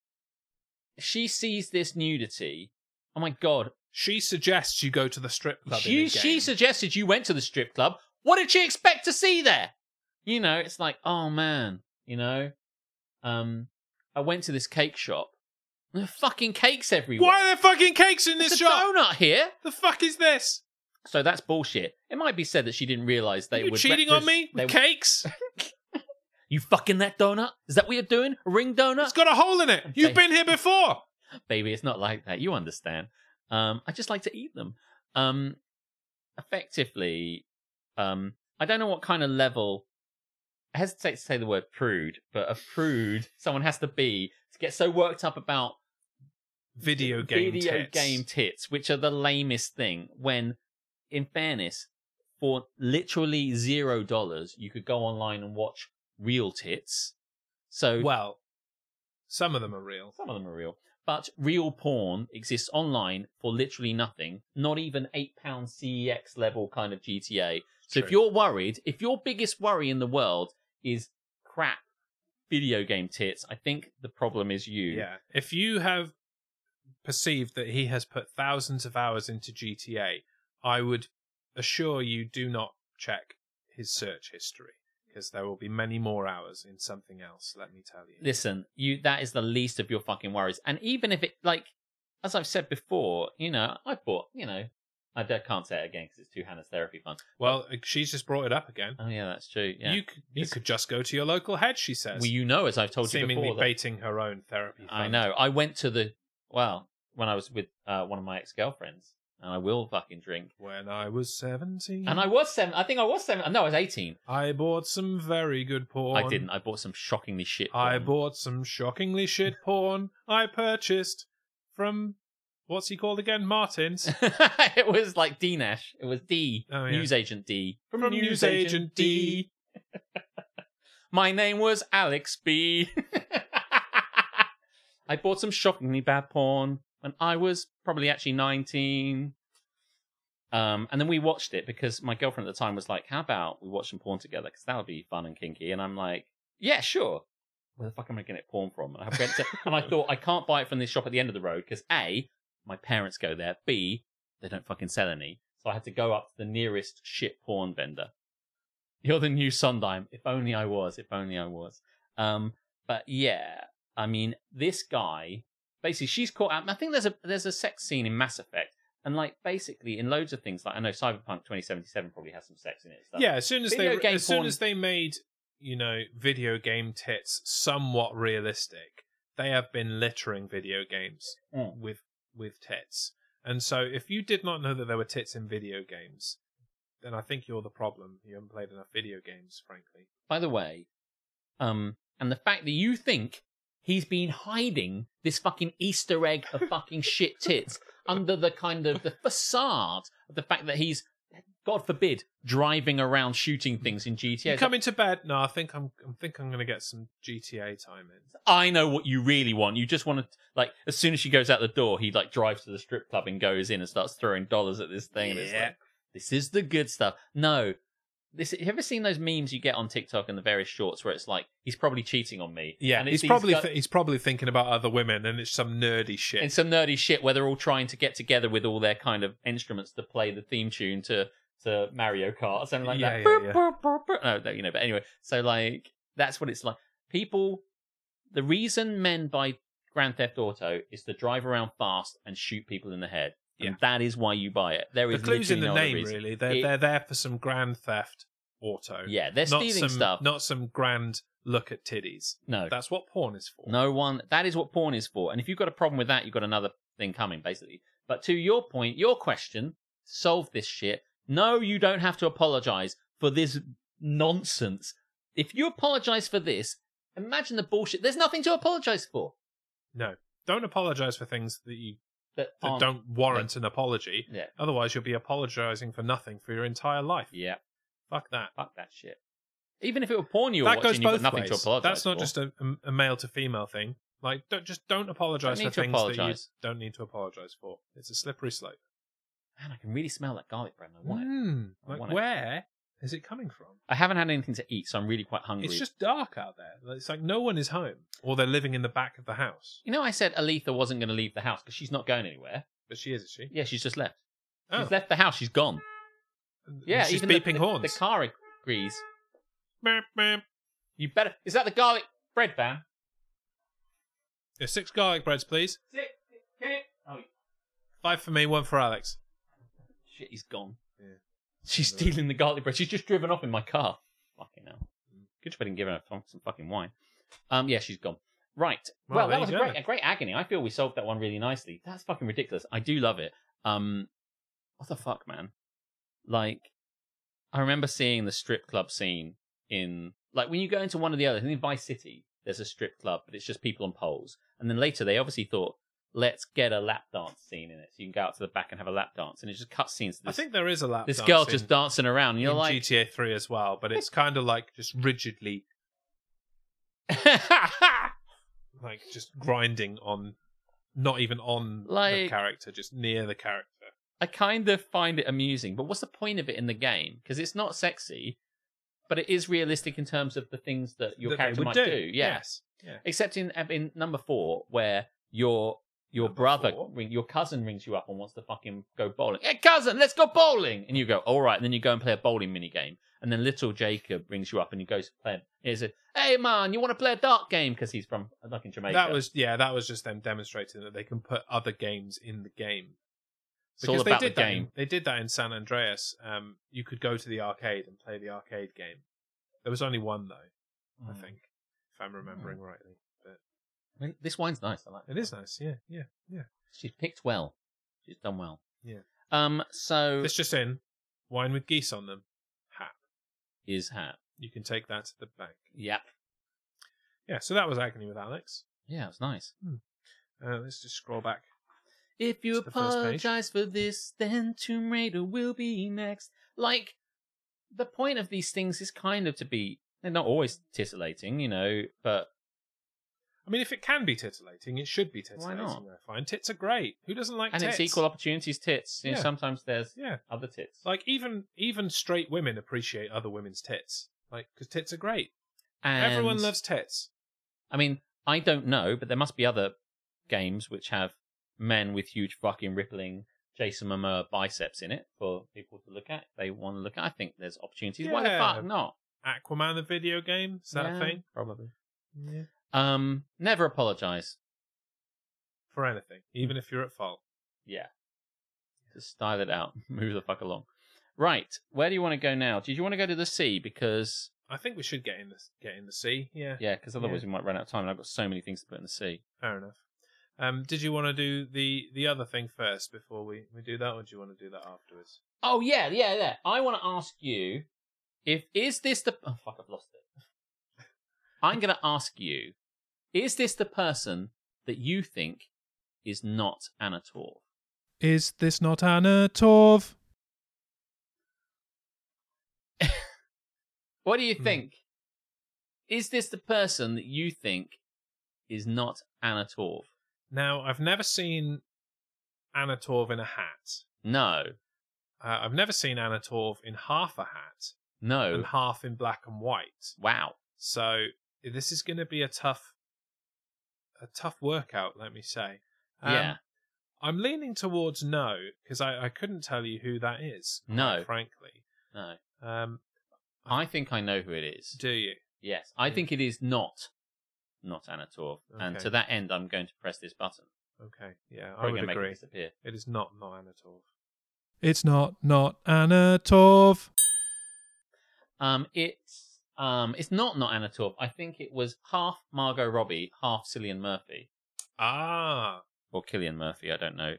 she sees this nudity. Oh my god! She suggests you go to the strip club. in She a game. she suggested you went to the strip club. What did she expect to see there? You know, it's like, oh man, you know, um, I went to this cake shop. There are fucking cakes everywhere. Why are there fucking cakes in There's this a shop? donut here. The fuck is this? So that's bullshit. It might be said that she didn't realize they you would cheating repres- on me they with cakes? You fucking that donut? Is that what you're doing? A ring donut? It's got a hole in it. You've been here before. Baby, it's not like that. You understand. Um, I just like to eat them. Um, effectively, um, I don't know what kind of level. I hesitate to say the word prude, but a prude someone has to be to get so worked up about video game video tits. game tits, which are the lamest thing. When, in fairness, for literally zero dollars, you could go online and watch real tits. So Well, some of them are real. some of them are real, but real porn exists online for literally nothing. Not even eight pound CEX level kind of GTA. So if True. you're worried, if your biggest worry in the world is crap video game tits, I think the problem is you. Yeah. If you have perceived that he has put thousands of hours into GTA, I would assure you do not check his search history because there will be many more hours in something else, let me tell you. listen, you that is the least of your fucking worries. And even if it like, as I've said before, you know, I bought, you know, I d- can't say it again because it's too Hannah's therapy fun. well, uh, she's just brought it up again. Oh yeah, that's true. Yeah. You could, you could just go to your local head, she says. well, you know, as I've told you seemingly before, that- baiting her own therapy. I fund. know. I went to the well when I was with uh, one of my ex girlfriends, and I will fucking drink. When I was 17, And I was seven. I think I was seven. No, I was eighteen. I bought some very good porn. I didn't. I bought some shockingly shit. I porn. bought some shockingly shit porn I purchased from what's he called again? Martins. it was like D Nash. It was D Oh, yeah. newsagent D From newsagent D. My name was Alex B. I bought some shockingly bad porn when I was probably actually nineteen. Um, and then we watched it because my girlfriend at the time was like, "How about we watch some porn together? Because that would be fun and kinky." And I'm like, "Yeah, sure." Where the fuck am I getting it porn from? And I, went to, and I thought I can't buy it from this shop at the end of the road because a my parents go there. B, they don't fucking sell any. So I had to go up to the nearest shit porn vendor. You're the new Sondheim. If only I was. If only I was. Um, but yeah, I mean, this guy basically she's caught out. I think there's a there's a sex scene in Mass Effect, and like basically in loads of things. Like I know Cyberpunk 2077 probably has some sex in it. and Stuff. Yeah, as soon as Video they game as porn. soon as they made you know video game tits somewhat realistic, they have been littering video games Mm. with with tits. And so, if you did not know that there were tits in video games, then I think you're the problem. You haven't played enough video games, frankly. by the way, um, and the fact that you think he's been hiding this fucking Easter egg of fucking shit tits under the kind of the facade of the fact that he's, God forbid, driving around shooting things in GTA. you come into bed. No, I think I'm. I think I'm going to get some GTA time in. I know what you really want. You just want to like as soon as she goes out the door, he like drives to the strip club and goes in and starts throwing dollars at this thing. And it's Yeah. like, this is the good stuff. No, This, have you ever seen those memes you get on TikTok and the various shorts where it's like he's probably cheating on me? Yeah, and it's he's these probably guy- th- he's probably thinking about other women, and it's some nerdy shit. and some nerdy shit where they're all trying to get together with all their kind of instruments to play the theme tune to to Mario Kart or something like Yeah, that. yeah, yeah. Burp, burp, burp, burp. No, no, you know, but anyway, so like that's what it's like. People, the reason men buy Grand Theft Auto is to drive around fast and shoot people in the head, Yeah. and that is why you buy it. There the is clues literally in the no other name, reason. really. They're It- they're there for some grand theft auto. Yeah, they're not stealing some, stuff. Not some grand look at titties. no, That's what porn is for. No one. That is what porn is for. And if you've got a problem with that, you've got another thing coming, basically. But to your point, your question, solve this shit. No, you don't have to apologize for this nonsense. If you apologize for this, imagine the bullshit. There's nothing to apologize for. No. Don't apologize for things that you That, that aren't- don't warrant an apology. um, Yeah. Otherwise, you'll be apologizing for nothing for your entire life. Yeah. Fuck that. Fuck that shit. Even if it were porn you were that watching, goes you've got both nothing ways. to apologize. That's not for. just a, a- a male to female thing. Like, don't, just don't apologize Don't need for to things that you apologise. don't need to apologize for. It's a slippery slope. Man, I can really smell that garlic bread. I want it. Mm, I like, want it. where is it coming from? I haven't had anything to eat, so I'm really quite hungry. It's just dark out there. It's like no one is home, or they're living in the back of the house. You know, I said Aletha wasn't going to leave the house because she's not going anywhere. But she is, is she? Yeah, she's just left. Oh. She's left the house. She's gone. Yeah, she's even the- beeping the, horns. The car agrees. Beep, beep. You better. Is that the garlic bread van? Yeah, six garlic breads, please. Oh Five for me, one for Alex. shit, he's gone. Yeah. She's stealing the garlic bread. She's just driven off in my car. Fucking hell. Good job I didn't give her some- some fucking wine. Um, yeah, she's gone. Right. Well, Well, there that was a you great, go. a great agony. I feel we solved that one really nicely. That's fucking ridiculous. I do love it. Um, what the fuck, man? Like, I remember seeing the strip club scene in like when you go into one of the others. I think in Vice City, there's a strip club, but it's just people on poles. And then later, they obviously thought, let's get a lap dance scene in it, so you can go out to the back and have a lap dance. And it just cuts scenes. To I this, think there is a lap. this dance girl in- just dancing around, and you're in like, GTA Three as well, but it's kind of like just rigidly like just grinding on, not even on the Like- character, just near the character. I kind of find it amusing, but what's the point of it in the game? Because it's not sexy, but it is realistic in terms of the things that your That they character would might do, do. Yeah. yes. Yeah. Except in in number four, where your your Number brother, four? ring, your cousin rings you up and wants to fucking go bowling. Hey, cousin, let's go bowling! And you go, all right. And then you go and play a bowling mini game. And then little Jacob rings you up and he goes to play. And he says, hey man, you want to play a dart game? Because he's from like in Jamaica. That was yeah, that was just them demonstrating that they can put other games in the game. it's all Because about they the did that in- game. they did that in San Andreas. Um, you could go to the arcade and play the arcade game. There was only one though, I Hmm. think, if I'm remembering rightly. Mm. I mean, this wine's nice. I like It is nice, yeah, yeah, yeah. She's picked well. She's done well. Yeah. Um. So This just in: wine with geese on them. is hat. You can take that to the bank. Yep. Yeah, so that was agony with Alex. Yeah, it's nice. Uh, let's just scroll back. If you It's the first page. apologize for this, then Tomb Raider will be next. Like, the point of these things is kind of to be. They're not always titillating, you know, but I mean, if it can be titillating, it should be Why titillating. not? I find tits are great. Who doesn't like and tits? it's equal opportunities tits. You know, Yeah. sometimes there's Yeah, other tits. like even even straight women appreciate other women's tits, like because tits are great. and Everyone loves tits. I mean, I don't know, but there must be other games which have men with huge fucking rippling Jason Momoa biceps in it for people to look at. If they want to look at. I think there's opportunities. Why the Yeah. fuck not? Aquaman the video game is that Yeah, a thing? Probably. Yeah. Um, never apologize. For anything, even if you're at fault. Yeah. Just style it out. Move the fuck along. Right. Where do you want to go now? Did you want to go to the sea? Because I think we should get in the get in the sea. Yeah, yeah, because otherwise we might run out of time, and I've got so many things to put in the sea. fair enough. Um, did you want to do the the other thing first before we we do that, or do you want to do that afterwards? Oh yeah, yeah, yeah. I want to ask you if is this the oh fuck I've lost it. I'm going to ask you, is this the person that you think is not Anatol? Is this not Anna Torv? What do you Hmm. think? Is this the person that you think is not Anatol? Now, I've never seen Anna Torv in a hat. No, Uh, I've never seen Anna Torv in half a hat. No. and half in black and white. Wow. So this is going to be a tough, a tough workout. Let me say. Um, yeah. I'm leaning towards no because I, I couldn't tell you who that is. No. quite frankly. No. Um, I think I know who it is. do you? Yes. I Yeah. think it is not not Anatov. And Okay. to that end I'm going to press this button. Okay. Yeah, I Probably would gonna make it agree. disappear. It is not not Anatov. It's not not Anatov. Um it's um it's not not Anatov. I think it was half Margot Robbie, half Cillian Murphy. Ah, Or Killian Murphy, I don't know.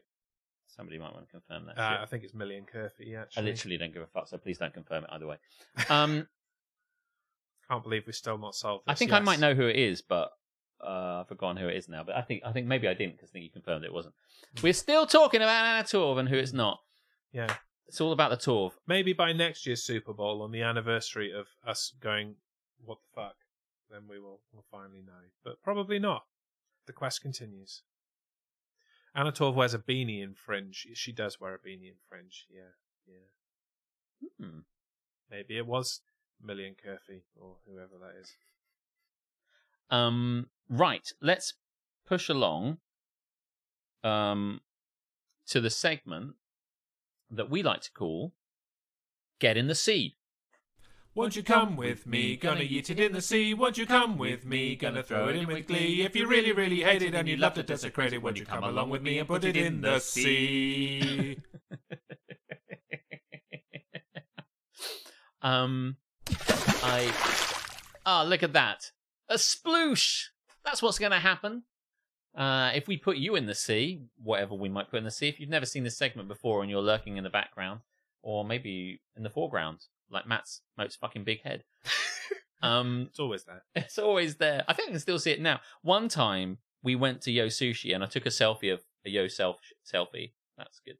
Somebody might want to confirm that. uh, shit. I think it's Million Curfew. I Actually, Uh, literally don't give a fuck, so please don't confirm it either way. Um, can't believe we're still not solved. I this. think I Yes. might know who it is, but uh, I've forgotten who it is now. But I think I think maybe I didn't because I think you confirmed it wasn't. We're still talking about Anna Torv and who it's not. Yeah, It's all about the Torv. maybe by next year's Super Bowl on the anniversary of us going, what the fuck? Then we will we'll finally know, but probably not. The quest continues. Anatov wears a beanie in Fringe. She does wear a beanie in Fringe. Yeah, yeah. Hmm. Maybe it was Million Curfew or whoever that is. Um, right, let's push along um, to the segment that we like to call "Get in the Sea." Won't you come with me? Gonna eat it in the sea. Won't you come with me? Gonna throw it in with glee. If you really, really hate it and you'd love to desecrate it, won't you come along with me and put it in the sea? um, I. Ah, look at that. A sploosh! That's what's going to happen. Uh, if we put you in the sea, whatever we might put in the sea, if you've never seen this segment before and you're lurking in the background, or maybe in the foreground, like Matt's most fucking big head, um, It's always there. it's always there. I think I can still see it now. One time we went to Yo Sushi and I took a selfie of a Yo self selfie. That's good.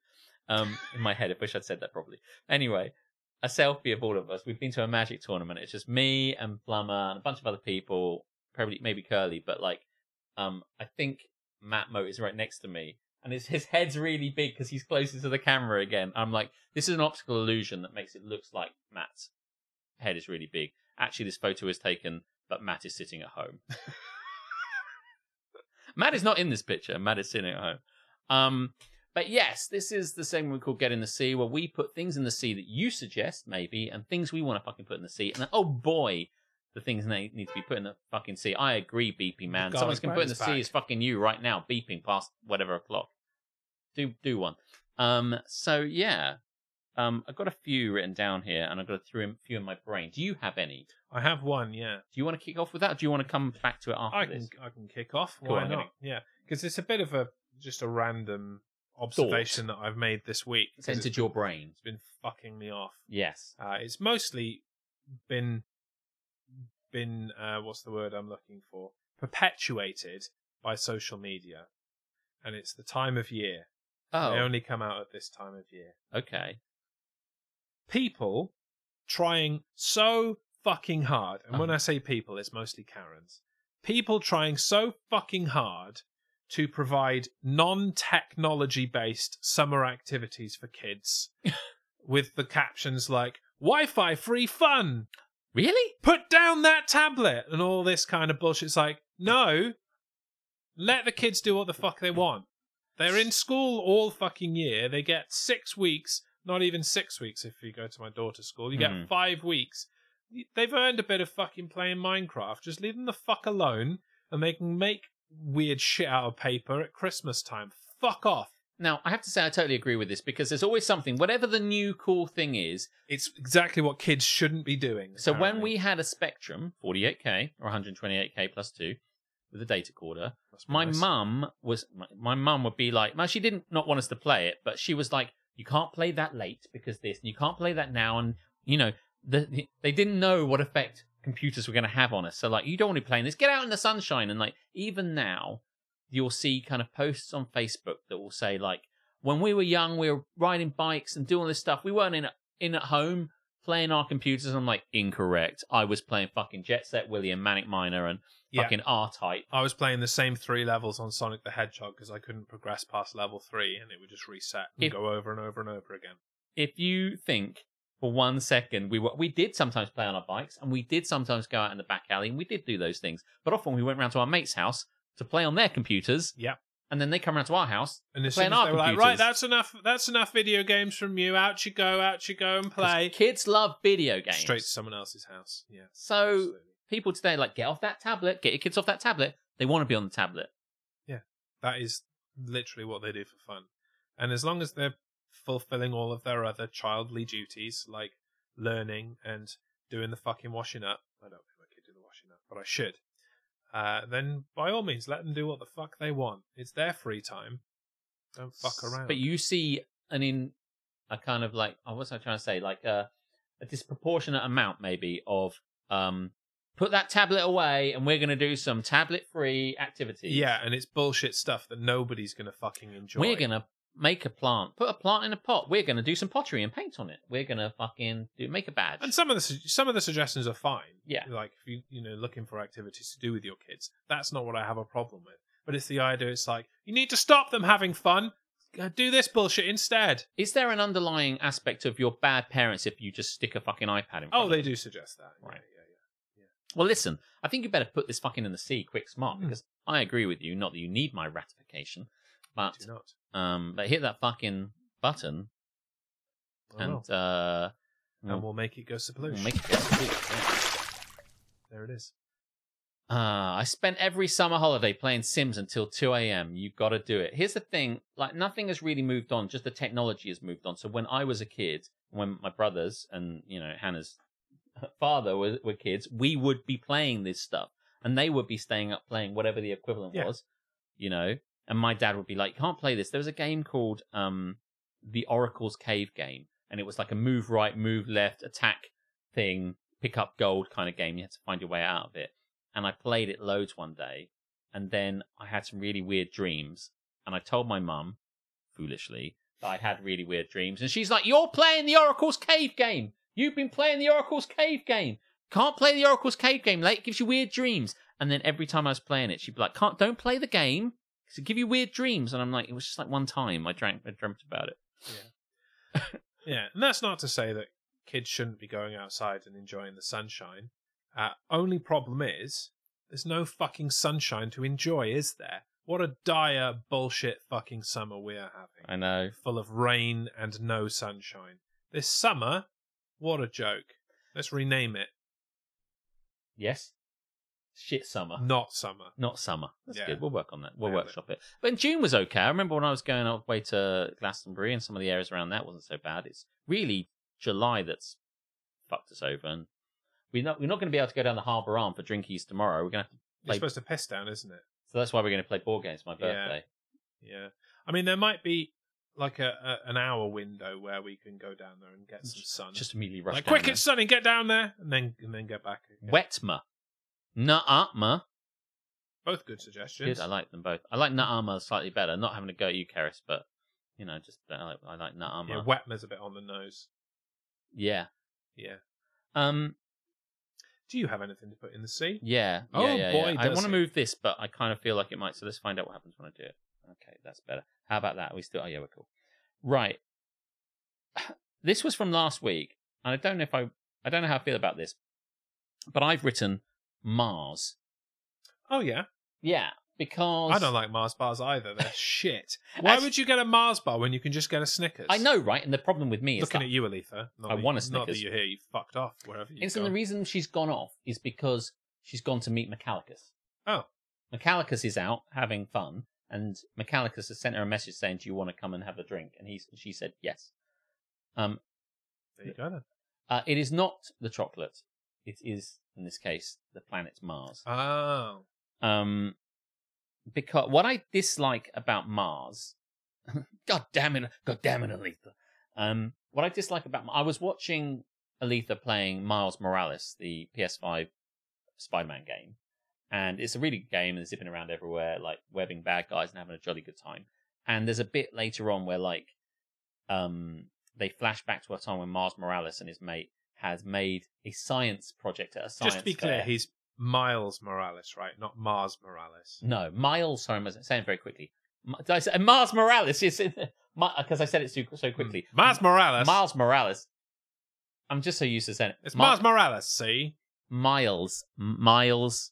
Um, in my head, I wish I'd said that properly. Anyway, a selfie of all of us. We've been to a magic tournament. It's just me and Plummer and a bunch of other people, probably maybe Curly, but like, um, I think Matt Moat is right next to me. And his, his head's really big because he's closer to the camera again. I'm like, this is an optical illusion that makes it looks like Matt's head is really big. Actually, this photo is taken but Matt is sitting at home. Matt is not in this picture. Matt is sitting at home. Um, but yes, this is the segment we call Get in the Sea, where we put things in the sea that you suggest, maybe, and things we want to fucking put in the sea. And oh boy, the things they need to be put in the fucking sea. I agree, beeping man. God, Someone's going to put in the Brent's sea back. is fucking you right now, beeping past whatever o'clock. Do do one. Um, so yeah. Um, I've got a few written down here, and I've got a thre- few in my brain. Do you have any? I have one. Yeah. Do you want to kick off with that? Or do you want to come back to it after I this? can I can kick off. Go Why on, not? Henning. Yeah, because it's a bit of a just a random observation that I've made this week. 'cause It's entered it's your brain. it's been fucking me off. Yes. Uh, it's mostly been been uh, what's the word I'm looking for? Perpetuated by social media, and it's the time of year. They Oh, only come out at this time of year. okay. People trying so fucking hard, and when I say people, it's mostly Karens. People trying so fucking hard to provide non-technology based summer activities for kids with the captions like Wi-Fi free fun Really? put down that tablet and all this kind of bullshit. It's like, no, let the kids do what the fuck they want. They're in school all fucking year. They get six weeks, not even six weeks if you go to my daughter's school. You Mhm. get five weeks. They've earned a bit of fucking playing Minecraft. Just leave them the fuck alone and they can make weird shit out of paper at Christmas time. Fuck off. Now, I have to say, I totally agree with this because there's always something, whatever the new cool thing is. It's exactly what kids shouldn't be doing. So when apparently. we had a Spectrum 48K or 128K plus two with a data corder, Must be my nice. mum was, my, my mum would be like, well, she didn't not want us to play it, but she was like, you can't play that late because this, and you can't play that now. And, you know, the, they didn't know what effect computers were going to have on us. So, like, you don't want to be playing this. Get out in the sunshine. And, like, even now, you'll see kind of posts on Facebook that will say, like, when we were young, we were riding bikes and doing all this stuff. We weren't in, in at home playing our computers. And I'm like, incorrect. I was playing fucking Jet Set Willy and Manic Miner and Yeah. fucking R Type. I was playing the same three levels on Sonic the Hedgehog because I couldn't progress past level three, and it would just reset and If- go over and over and over again. If you think for one second we were we did sometimes play on our bikes and we did sometimes go out in the back alley and we did do those things. But often we went round to our mate's house to play on their computers. Yep. And then they come round to our house And as Play soon on as our they were like, computers. right, that's enough. That's enough video games from you. Out you go. Out you go and 'Cause play. Kids love video games. Straight to someone else's house. Yeah. So absolutely. people today are like get off that tablet, get your kids off that tablet. They want to be on the tablet. that is literally what they do for fun. And as long as they're fulfilling all of their other childly duties, like learning and doing the fucking washing up, I don't know if I could do the washing up, but I should. Uh, then by all means, let them do what the fuck they want. It's their free time. Don't fuck around. But you see an in a kind of like oh, what was I trying to say? Like a, a disproportionate amount maybe of um put that tablet away and we're gonna do some tablet free activities. yeah, and it's bullshit stuff that nobody's gonna fucking enjoy. We're gonna make a plant, put a plant in a pot. We're gonna do some pottery and paint on it. We're gonna fucking do make a badge. And some of the su- some of the suggestions are fine. Yeah. like if you you know looking for activities to do with your kids, that's not what I have a problem with. But it's the idea. It's like you need to stop them having fun. Uh, Do this bullshit instead. Is there an underlying aspect of your bad parents if you just stick a fucking iPad in? front Oh, of they do suggest that. Right. Yeah, yeah, yeah. Well, listen, I think you better put this fucking in the sea quick smart Hmm. because I agree with you. Not that you need my ratification, but Do not. um, but hit that fucking button Oh, and well. uh, and we'll make it go we'll sploosh. make it. Yeah. There it is. Ah, I spent every summer holiday playing Sims until 2 a.m. You gotta do it. Here's the thing like, nothing has really moved on, just the technology has moved on. So, when I was a kid, when my brothers and, you know, Hannah's father were, were kids, we would be playing this stuff and they would be staying up playing whatever the equivalent Yeah. was, you know. And my dad would be like, can't play this. There was a game called um, the Oracle's Cave game, and it was like a move right, move left, attack thing, pick up gold kind of game. You had to find your way out of it and I played it loads one day, and then I had some really weird dreams, and I told my mum, foolishly, that I had really weird dreams, and she's like, "You're playing the Oracle's Cave game. You've been playing the Oracle's Cave game. Can't play the Oracle's Cave game. Like, it gives you weird dreams." And then every time I was playing it, she'd be like, "Can't, don't play the game. 'cause it give you weird dreams." And I'm like, it was just like one time I drank, I dreamt about it. Yeah, and that's not to say that kids shouldn't be going outside and enjoying the sunshine. Uh, only problem is, there's no fucking sunshine to enjoy, is there? What a dire bullshit fucking summer we are having. I know. full of rain and no sunshine. This summer, what a joke. Let's rename it Yes. Shit summer. Not Summer. Not summer. That's Yeah. good. We'll work on that. We'll Yeah, but- workshop it. But in June was okay. I remember when I was going all the way to Glastonbury and some of the areas around that wasn't so bad. It's really July that's fucked us over, and we're not we're not going to be able to go down the Harbour Arm for drinkies tomorrow. We're going to have to, It's Like- supposed to piss down, isn't it? so that's why we're going to play board games. My Yeah. birthday. Yeah. I mean, there might be like a, a an hour window where we can go down there and get some sun. Just immediately rush like down quick, there. it's sunny. Get down there, and then and then get back. again. Wetma, Naatma. Both good suggestions. Good, I like them both. I like Naatma slightly better. Not having a go at you, Keris, but you know, just I like, I like Naatma. yeah, Wetma's a bit on the nose. yeah. Yeah. Um. Do you have anything to put in the sea? Yeah. Oh, yeah, yeah, boy, yeah. I does want to it. move this, but I kind of feel like it might. So let's find out what happens when I do it. Okay, that's better. How about that? Are we still? Oh yeah, we're cool. Right. This was from last week, and I don't know if I. I don't know how I feel about this, but I've written Mars. Oh yeah. Yeah, because I don't like Mars bars either. They're shit. Why Actu- would you get a Mars bar when you can just get a Snickers? I know, right? And the problem with me is Looking that at you, Aletha. Not I that want a you- Not that Snickers. you're here. You fucked off wherever you. Instantly, the reason she's gone off is because she's gone to meet Mechalicus. Oh. Mechalicus is out having fun, and Mechalicus has sent her a message saying, "Do you want to come and have a drink?" And he, she said, "Yes." Um, There you go then. uh, it is not the chocolate; it is, in this case, the planet Mars. Oh. Um, because what I dislike about Mars, God damn it, God damn it, Aletha. Um, what I dislike about I was watching Aletha playing Miles Morales, the PS5 Spider-Man game, and it's a really good game. And zipping around everywhere, like webbing bad guys and having a jolly good time. And there's a bit later on where like, um, they flash back to a time when Miles Morales and his mate has made a science project at a science Just to be fair. clear, he's Miles Morales, right? Not Mars Morales. No, Miles. Sorry, I'm saying it very quickly. M- Did I say uh, and Mars Morales? Is because I said it so, so quickly. Mars Hmm. Morales. Miles Morales. I'm just so used to saying it. It's Mi- Mars Morales, see? miles, M- miles.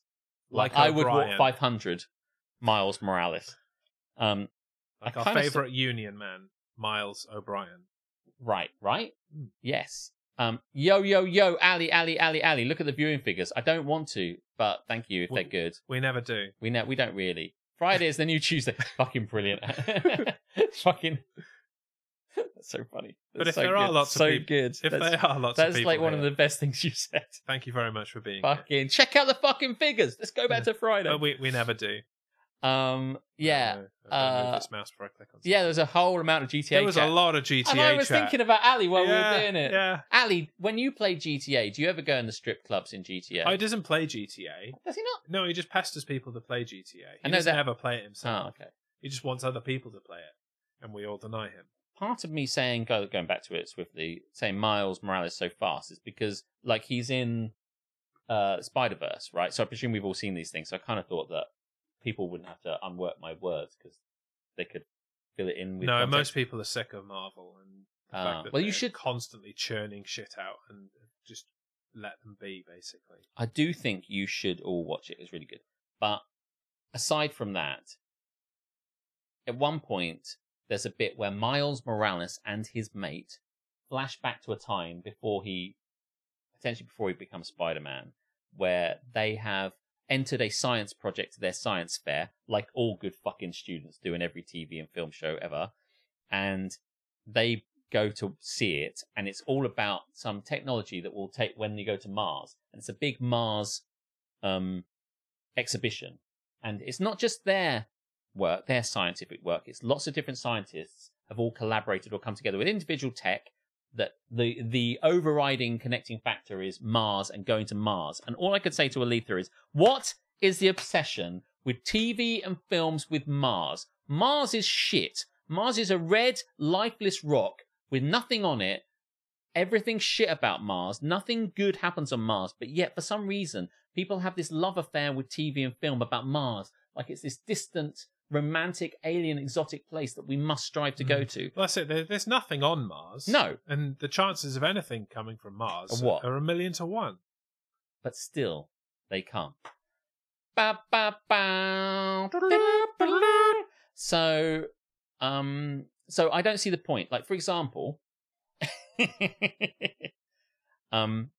Like I would walk O'Brien. 500 miles Morales. Um, Like I our kinda s- favourite union man, Miles O'Brien. right, right, Hmm, yes. Um, yo, yo, yo, Ali, Ali, Ali, Ali. Look at the viewing figures. I don't want to, but thank you if Well- they're good. We never do. We know we don't really. Friday is the new Tuesday. Fucking brilliant. Fucking. That's so funny. But That's if so there are good. lots of so peop- good. If that's there are lots that's of people. like one of here, the best things you said. Thank you very much for being here. Fucking check out the fucking figures. Let's go back to Friday. But we, we never do. Um, yeah, No, no, I don't move uh, this mouse before I click on something. yeah. There was a whole amount of GTA. There was chat. a lot of GTA and I was chat. thinking about Ali while yeah, we were doing it. Yeah. Ali, when you play GTA, do you ever go in the strip clubs in GTA? Oh, he doesn't play GTA. Does he not? No, he just pesters people to play GTA. He I know doesn't that- ever play it himself. Oh, okay. He just wants other people to play it, and we all deny him. part of me saying go, going back to it swiftly, saying Miles Morales so fast is because like he's in uh, Spider Verse, right? So I presume we've all seen these things. So I kind of thought that people wouldn't have to unwork my words because they could fill it in with no, context. most people are sick of Marvel and the Ah. fact that Well, you they're should- constantly churning shit out and just let them be, basically. I do think you should all watch it. It's really good. But aside from that, at one point, there's a bit where Miles Morales and his mate flash back to a time before he, potentially before he becomes Spider Man, where they have entered a science project to their science fair, like all good fucking students do in every TV and film show ever. And they go to see it, and it's all about some technology that will take when you go to Mars. And it's a big Mars um, exhibition, and it's not just their work, their scientific work. It's lots of different scientists have all collaborated or come together with individual tech. That the the overriding connecting factor is Mars and going to Mars. And all I could say to Aletha is, what is the obsession with TV and films with Mars? Mars is shit. Mars is a red, lifeless rock with nothing on it. Everything's shit about Mars. Nothing good happens on Mars. But yet, for some reason, people have this love affair with TV and film about Mars. Like it's this distant, romantic, alien, exotic place that we must strive to go to. Well, that's it. There, there's nothing on Mars. No. And the chances of anything coming from Mars Of what? are a million to one. But still, they come. Ba, ba, ba. So, um, so I don't see the point. Like, for example, um,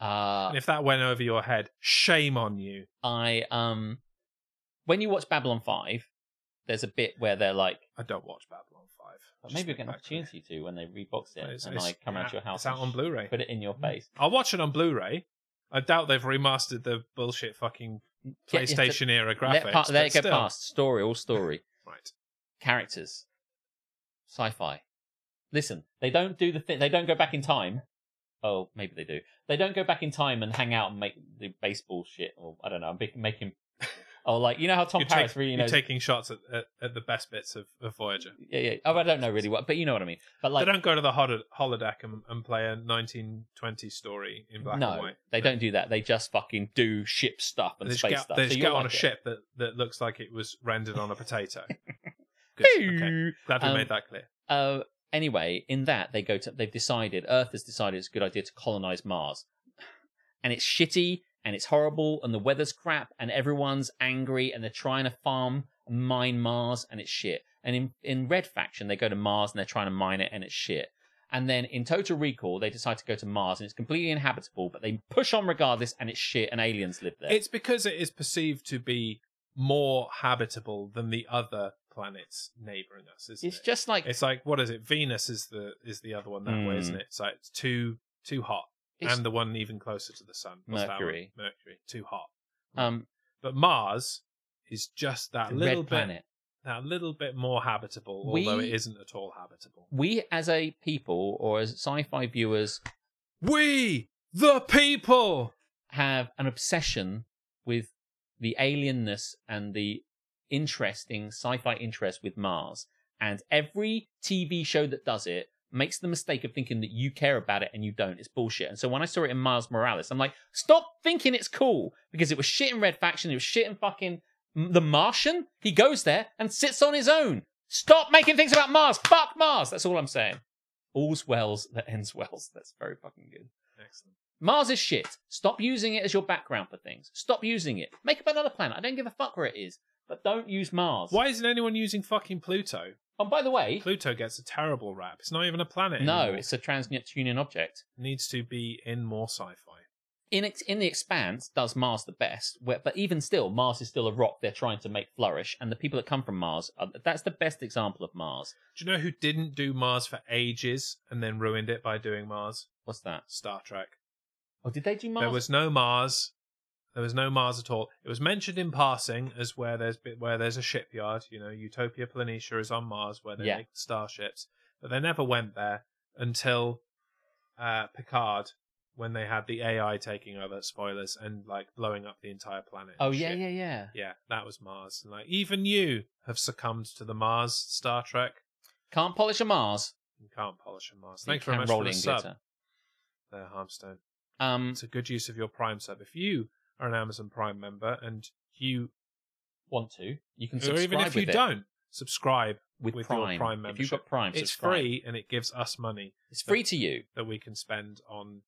uh, And if that went over your head, shame on you. I um when you watch Babylon Five, there's a bit where they're like I don't watch Babylon 5. but Just maybe we'll get an back to it. opportunity to when they rebox it It's- and it's- I come around to your house It's out and on Mm. Blu ray. put it in your face. I'll watch it on Blu ray. I doubt they've remastered the bullshit fucking Yeah, yeah, PlayStation era graphics. let, pa- let but it go still. past. Story, all story. Right. Characters. Sci fi. Listen, they don't do the thing they don't go back in time. Oh, maybe they do. They don't go back in time and hang out and make the baseball shit or I don't know, I'm big- making Oh, like you know how Tom you're, Paris take- really you're knows taking shots at, at, at the best bits of, of Voyager. Yeah, yeah. Oh, I don't know really what but you know what I mean. But like they don't go to the holo- holodeck and, and play a 1920 story in black no, and white. they don't do that. They just fucking do ship stuff and They just space get, stuff. they So just you're get on like a ship that, that looks like it was rendered on a potato. Good. Okay. "Hey!" Glad we Um, made that clear. Uh, anyway, in that they go to they've decided Earth has decided it's a good idea to colonize Mars, and it's shitty and it's horrible and the weather's crap and everyone's angry and they're trying to farm and mine Mars and it's shit. And in in Red Faction they go to Mars and they're trying to mine it and it's shit. And then in Total Recall they decide to go to Mars and it's completely inhabitable, but they push on regardless and it's shit and aliens live there. It's because it is perceived to be more habitable than the other planets neighboring us, isn't it's it? just like It's like what is it? Venus is the is the other one that way, Mm. isn't it? It's like it's too too hot, It's- and the one even closer to the sun, What's that one? Mercury. Mercury, too hot. um But Mars is just that little red bit, planet. that little bit more habitable, although We- it isn't at all habitable. We as a people or as sci-fi viewers We the people. have an obsession with the alienness and the interesting sci-fi interest with Mars. And every TV show that does it makes the mistake of thinking that you care about it and you don't. It's bullshit. And so when I saw it in Miles Morales, I'm like, stop thinking it's cool because it was shit in Red Faction. It was shit in fucking The Martian. He goes there and sits on his own. Stop making things about Mars. Fuck Mars. That's all I'm saying. All's wells that ends wells. That's very fucking good. Excellent. Mars is shit. Stop using it as your background for things. Stop using it. Make up another planet. I don't give a fuck where it is, but don't use Mars. Why isn't anyone using fucking Pluto? And by the way, Pluto gets a terrible rap. It's not even a planet. no, anymore. it's a trans-Neptunian object. needs to be in more sci-fi. in ex- in the expanse does Mars the best, where, but even still, Mars is still a rock they're trying to make flourish, and the people that come from Mars are, that's the best example of Mars. Do you know who didn't do Mars for ages and then ruined it by doing Mars? What's that? Star Trek. Oh, did they do Mars? There was no Mars. There was no Mars at all. It was mentioned in passing as where there's bit where there's a shipyard. You know, Utopia Planitia is on Mars where they Yeah. make starships, but they never went there until uh, Picard when they had the AI taking over. Spoilers and like blowing up the entire planet. and oh yeah, shit. yeah, yeah. yeah. That was Mars, and like even you have succumbed to the Mars Star Trek. Can't polish a Mars. You can't polish a Mars. but Thanks you very can much roll for the in sub, glitter. there, Harmstone. Um, It's a good use of your Prime sub. If you are an Amazon Prime member and you, want to? You can or subscribe even if you with it don't, subscribe with, with your Prime. Prime If you've membership. got Prime, It's subscribe. free and it gives us money It's free to you. that we can spend on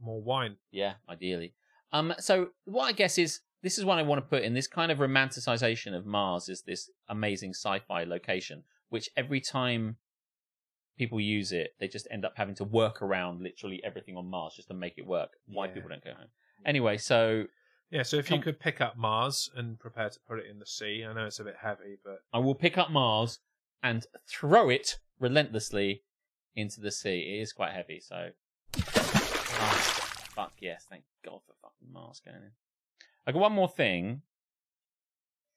more wine. Yeah, ideally. Um, so what I guess is this is what I want to put in this kind of romanticization of Mars is this amazing sci-fi location, which every time people use it, they just end up having to work around literally everything on Mars just to make it work. Why Yeah. people don't go home. Anyway, so Yeah, so if you Come- could pick up Mars and prepare to put it in the sea, I know it's a bit heavy, but I will pick up Mars and throw it relentlessly into the sea. It is quite heavy, so Ah, fuck yes, thank God for fucking Mars going in. I got one more thing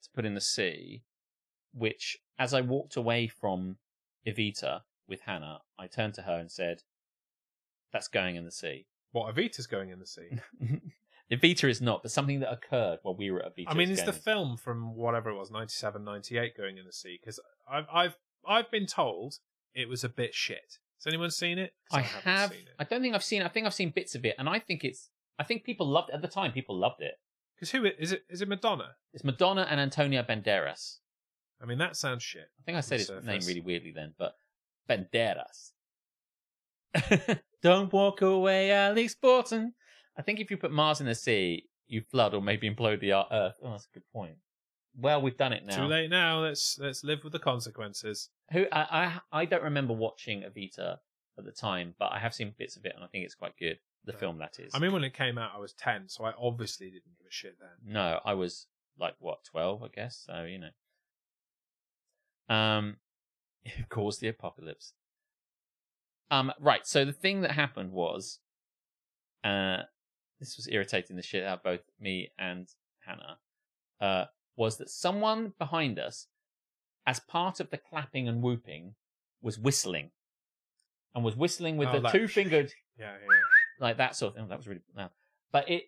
to put in the sea, which as I walked away from Evita with Hannah, I turned to her and said, That's going in the sea. what Evita's going in the sea. Evita is not, but something that occurred while we were at Evita. I mean, is is the going in- film from whatever it was, 97, 98, going in the sea? Because I've, I've, I've been told it was a bit shit. Has anyone seen it? 'Cause I haven't have. seen it. I don't think I've seen. it. I think I've seen bits of it, and I think it's. I think people loved at the time. People loved it. Because who i- is it? Is it Madonna? It's Madonna and Antonio Banderas. I mean, that sounds shit. I think I said his Surface. name really weirdly then, but Banderas. don't walk away, Alex Borton. I think if you put Mars in the sea, you flood or maybe implode the Ar- Earth. Oh, that's a good point. Well, we've done it now. Too late now. Let's let's live with the consequences. Who I, I I don't remember watching Evita at the time, but I have seen bits of it, and I think it's quite good. The Yeah. film that is. I mean, when it came out, I was ten, so I obviously didn't give a shit then. No, I was like what twelve, I guess. So you know, um, it caused the apocalypse. Um, right. So the thing that happened was, uh, this was irritating the shit out of both me and Hannah. Uh, was that someone behind us, as part of the clapping and whooping, was whistling, and was whistling with Oh, the like- two fingered Yeah, yeah. like that sort of thing. That was really loud. But it,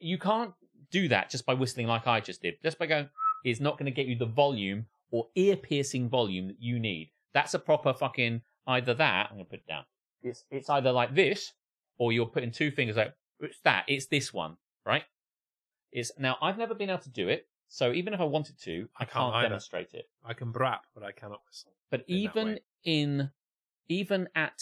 you can't do that just by whistling like I just did. Just by going is not going to get you the volume or ear piercing volume that you need. That's a proper fucking either that. I'm going to put it down. It's it's either like this, or you're putting two fingers like it's that. It's this one, right? It's now I've never been able to do it. So even if I wanted to, I, I can't can't, either. demonstrate it. I can brap, but I cannot whistle. But in that even way. in, even at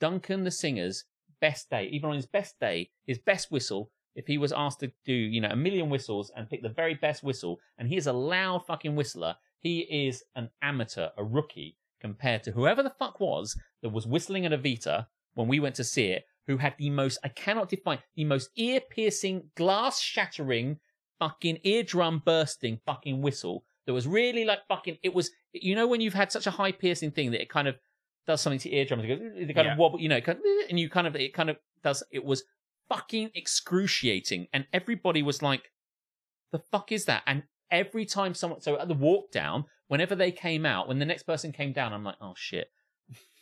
Duncan the singer's best day, even on his best day, his best whistle, if he was asked to do, you know, a million whistles and pick the very best whistle, and he is a loud fucking whistler, he is an amateur, a rookie, compared to whoever the fuck was that was whistling at Evita when we went to see it, who had the most, I cannot define, the most ear piercing, glass shattering, fucking eardrum bursting fucking whistle that was really like fucking, it was, you know, when you've had such a high piercing thing that it kind of does something to your eardrums, it goes, it kind Yeah. of wobble, you know, it kind of, and you kind of, it kind of does, it was fucking excruciating. And everybody was like, the fuck is that? And every time someone, so at the walk down, whenever they came out, when the next person came down, I'm like, oh shit.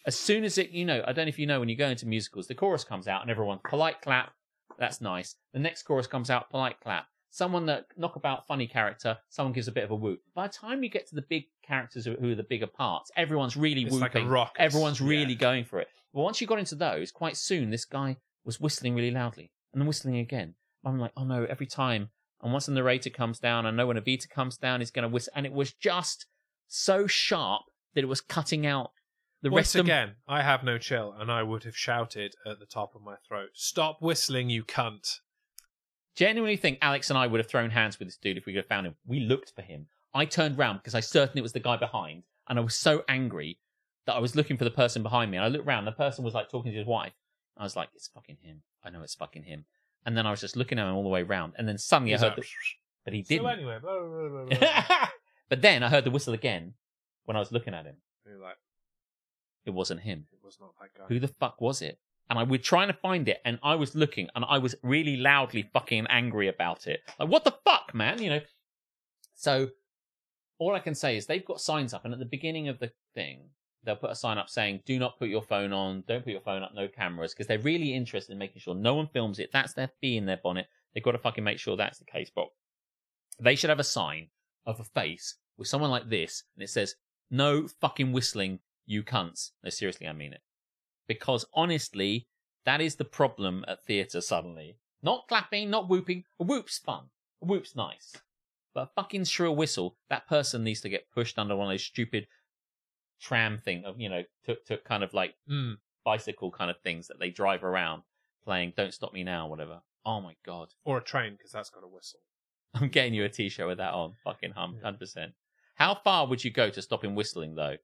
As soon as it, you know, I don't know if you know when you go into musicals, the chorus comes out and everyone polite clap. That's nice. The next chorus comes out, polite clap. Someone that knock about funny character, someone gives a bit of a whoop. By the time you get to the big characters who who are the bigger parts, everyone's really It's like whooping. a ruckus. Everyone's really Yeah. going for it. But once you got into those, quite soon this guy was whistling really loudly and then whistling again. I'm like, oh no, every time. And once the narrator comes down, I know when Evita comes down, he's going to whistle. And it was just so sharp that it was cutting out The rest Once of again, I have no chill, and I would have shouted at the top of my throat, "Stop whistling, you cunt!" genuinely think Alex and I would have thrown hands with this dude if we could have found him. We looked for him. I turned round because I certain it was the guy behind, and I was so angry that I was looking for the person behind me. And I looked round, the person was like talking to his wife. I was like, "It's fucking him. I know it's fucking him." And then I was just looking at him all the way round, and then suddenly He's I heard, out. the, but he So didn't. anyway, blah, blah, blah, blah, blah. but then I heard the whistle again when I was looking at him. You're like, It wasn't him. it was not that guy. Who the fuck was it? And I was trying to find it, and I was looking, and I was really loudly fucking angry about it. Like, what the fuck, man? You know. So, all I can say is they've got signs up, and at the beginning of the thing, they'll put a sign up saying, "Do not put your phone on. Don't put your phone up. No cameras," because they're really interested in making sure no one films it. That's their fee in their bonnet. They've got to fucking make sure that's the case. But they should have a sign of a face with someone like this, and it says, "No fucking whistling, you cunts." No, seriously, I mean it because honestly, that is the problem at theatre suddenly. Not clapping, not whooping. A whoop's fun. A whoop's nice. But a fucking shrill whistle, that person needs to get pushed under one of those stupid tram thing of, you know, took took kind of like Mm. bicycle kind of things that they drive around playing Don't Stop Me Now, whatever. Oh my God. Or a train, because that's got a whistle. I'm getting you a t shirt with that on. Fucking hum, 100%. How far would you go to stop him whistling, though?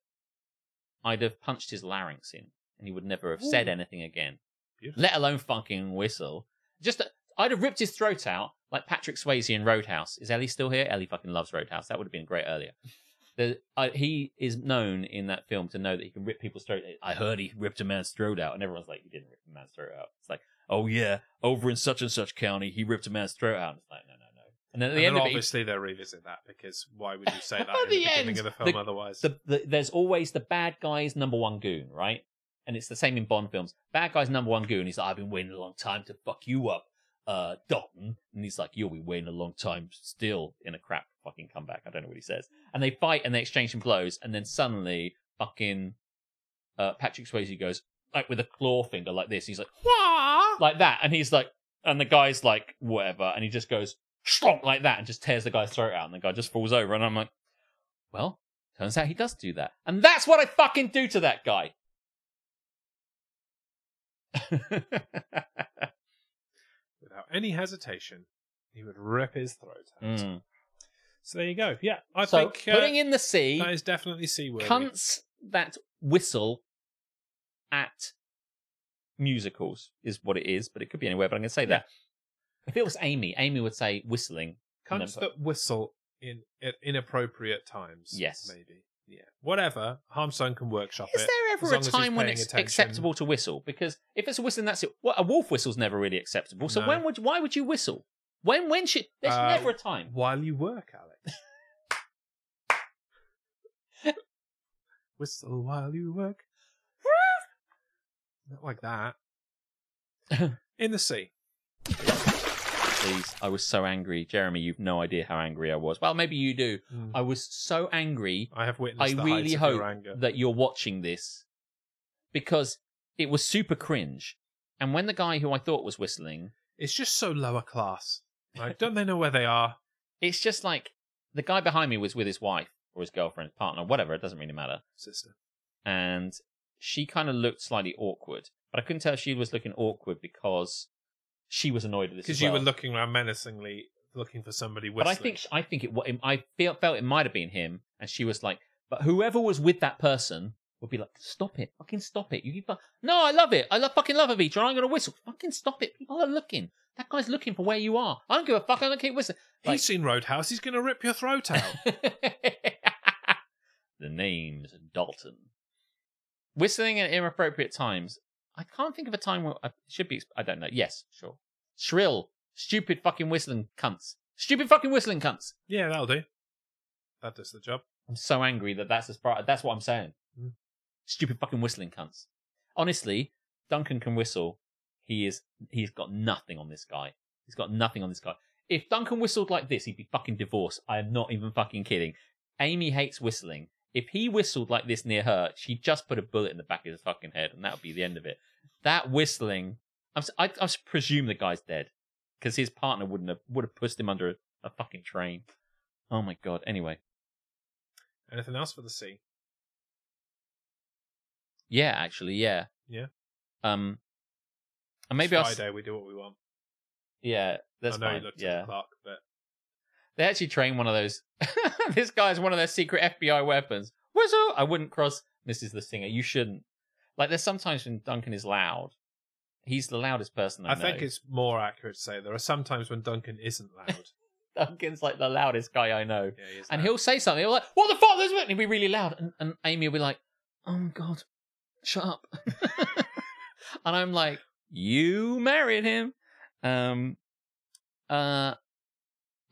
I'd have punched his larynx in, and he would never have said anything again, Beautiful. let alone fucking whistle. Just, I'd have ripped his throat out like Patrick Swayze in Roadhouse. Is Ellie still here? Ellie fucking loves Roadhouse. That would have been great earlier. The, I he is known in that film to know that he can rip people's throat. I heard he ripped a man's throat out, and everyone's like, "He didn't rip a man's throat out." It's like, "Oh yeah, over in such and such county, he ripped a man's throat out." It's like, "No, no, no." And then at And the then end of it, he obviously they'll revisit that because why would you say that At in the, the beginning end, of the film the- otherwise? the, the there's always the bad guy's number one goon, right? And it's the same in Bond films. Bad guy's number one goon. He's like, I've been waiting a long time to fuck you up, uh, Dalton. And he's like, You'll be waiting a long time still in a crap fucking comeback. I don't know what he says. And they fight and they exchange some blows, and then suddenly fucking uh, Patrick Swayze goes like with a claw finger like this. He's like, Wah! like that, and he's like, and the guy's like, whatever, and he just goes shlonk like that and just tears the guy's throat out, and the guy just falls over, and I'm like, well, turns out he does do that, and that's what I fucking do to that guy. Without any hesitation, he would rip his throat out. Mm. So there you go. Yeah, I so think uh, putting in the sea, that is definitely seaworthy. cunts that whistle at musicals is what it is, but it could be anywhere. But I'm going to say that. If it was Amy, Amy would say whistling. and then Cunts put- that whistle in at inappropriate times. Yes. maybe. Yeah, whatever. Harmstone can workshop Is it. there as ever long a as he's time when paying it's attention. acceptable to whistle? Because if it's a whistling, that's it. What, a wolf whistle's never really acceptable. So No. when would why would you whistle? When when should there's Uh, never a time. while you work, Alex? whistle while you work. Not like that. in the sea. Please, I was so angry, Jeremy. You've no idea how angry I was. Well, maybe you do. Mm. I was so angry I have I witnessed. the really height of hope your anger. that you're watching this because it was super cringe. And when the guy who I thought was whistling, It's just so lower class. Like, don't they know where they are? it's just like the guy behind me was with his wife or his girlfriend, partner, whatever. It doesn't really matter. Sister. and she kind of looked slightly awkward, but I couldn't tell if she was looking awkward because she was annoyed at this. Because as you well. were looking around menacingly, looking for somebody whistling. but I think I think it. wa- I feel, felt it might have been him, and she was like, "But whoever was with that person would be like, stop it, fucking stop it. You keep, fu- no, I love it. I love fucking love a beach, and I'm gonna whistle. Fucking stop it. People are looking. That guy's looking for where you are. I don't give a fuck. I'm gonna keep whistling." he's like- seen Roadhouse. He's going to rip your throat out. the name's Dalton. Whistling at inappropriate times. I can't think of a time where I should be. I don't know. Yes, sure. Shrill, stupid fucking whistling cunts. Stupid fucking whistling cunts. yeah, that'll do. That does the job. I'm so angry that that's as far. That's what I'm saying. Mm. Stupid fucking whistling cunts. Honestly, Duncan can whistle. He is. He's got nothing on this guy. He's got nothing on this guy. If Duncan whistled like this, he'd be fucking divorced. I am not even fucking kidding. Amy hates whistling. If he whistled like this near her, she'd just put a bullet in the back of his fucking head, and that would be the end of it. That whistling. I'm, si presume the guy's dead because his partner wouldn't have would have pushed him under a, a fucking train. Oh my god. Anyway. Anything else for the sea? Yeah, actually, yeah. Yeah. Um, and maybe I'll. it's s- Friday we do what we want. Yeah, that's I know fine. you looked at Yeah, the clock, but they actually train one of those. this guy's one of their secret FBI weapons. Whistle! I wouldn't cross Mrs. the Singer. You shouldn't. Like, there's sometimes when Duncan is loud. He's the loudest person I, I, think know. it's more accurate to say there are some times when Duncan isn't loud. Duncan's like the loudest guy I know. yeah, he is And loud. he'll say something. He'll like, "What the fuck?" This and he'll be really loud, and, and Amy will be like, "Oh my god, shut up!" and I'm like, "You married him." Um, uh,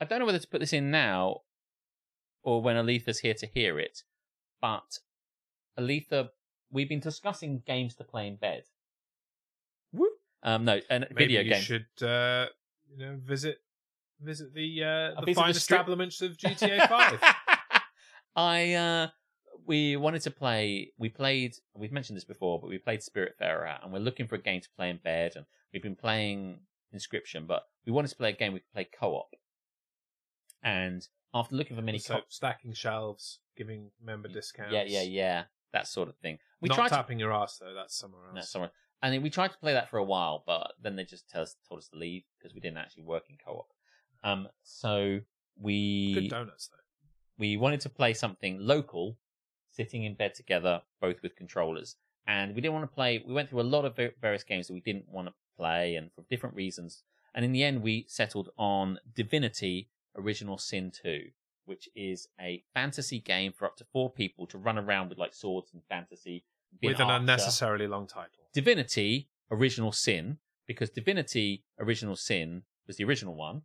I don't know whether to put this in now or when Aletha's here to hear it, but Aletha, we've been discussing games to play in bed. Woo. Um, no, and Maybe video you games. should uh, you know visit visit the uh, the visit the fine strip- establishments of GTA Five. I uh we wanted to play we played we've mentioned this before, but we played Spirit Spiritfarer and we're looking for a game to play in bed and we've been playing Inscription, but we wanted to play a game we could play co op. And after looking for many so co stacking shelves, giving member discounts. Yeah, yeah, yeah. That sort of thing. We Not tried to tapping your ass though. That's somewhere no, else. somewhere. And then we tried to play that for a while, but then they just tell us, told us to leave because we didn't actually work in co op. Um, so we Good donuts though. we wanted to play something local, sitting in bed together, both with controllers. And we didn't want to play, we went through a lot of va- various games that we didn't want to play and for different reasons. And in the end, we settled on Divinity Original Sin 2, which is a fantasy game for up to four people to run around with like swords and fantasy. be With an archer. unnecessarily long title. Divinity Original Sin, because Divinity Original Sin was the original one.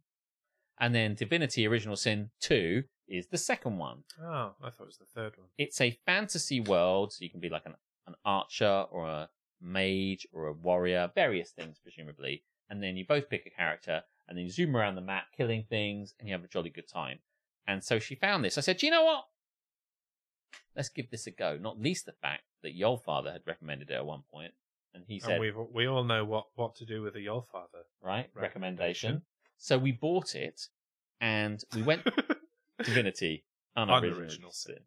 And then Divinity Original Sin 2 is the second one Oh, I thought it was the third one. it's a fantasy world, so you can be like an, an archer or a mage or a warrior, various things, presumably. And then you both pick a character and then you zoom around the map, killing things, and you have a jolly good time. And so she found this. I said, Do you know what? Let's give this a go. Not least the fact that your father had recommended it at one point, And he said, and we we all know what, what to do with a Yolfather. Right, recommendation. recommendation. So we bought it and we went Divinity, unoriginal. Unoriginal sin.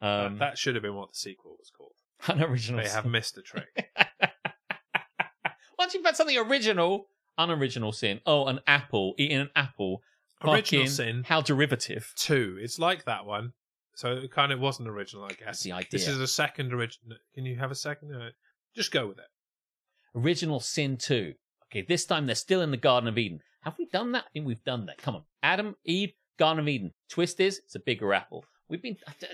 Um, that should have been what the sequel was called. unoriginal They sin. have missed a trick. Once you've had something original, unoriginal sin. Oh, an apple, eating an apple. Original Fucking Sin How derivative. two. It's like that one. So it kind of wasn't original, I That's guess. the idea. This is a second original. Can you have a second? Uh, Just go with it. Original sin two. Okay, this time they're still in the Garden of Eden. Have we done that? I think we've done that. Come on, Adam, Eve, Garden of Eden. Twist is it's a bigger apple. We've been I've d-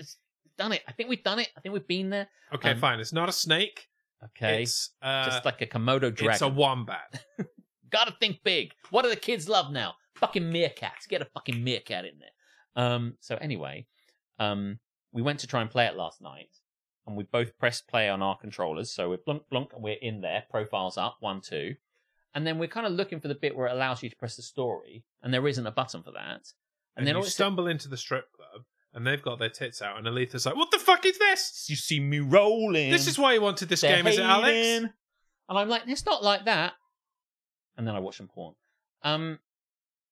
done it. I think we've done it. I think we've been there. Okay, Um, fine. It's not a snake. Okay, It's uh, just like a Komodo dragon. it's a wombat. Gotta think big. What do the kids love now? Fucking meerkats. Get a fucking meerkat in there. Um, so anyway, um, we went to try and play it last night, and we both pressed play on our controllers. So we're blunk blunk, and we're in there. Profiles up, one two, and then we're kind of looking for the bit where it allows you to press the story, and there isn't a button for that. And, And, then all you it sa- stumble into the strip club, and they've got their tits out, and Aletha's like, "What the fuck is this? you see me rolling. This is why you wanted this They're game, is it, Alex?" hating. And I'm like, it's not like that. And then I watch some porn. Um,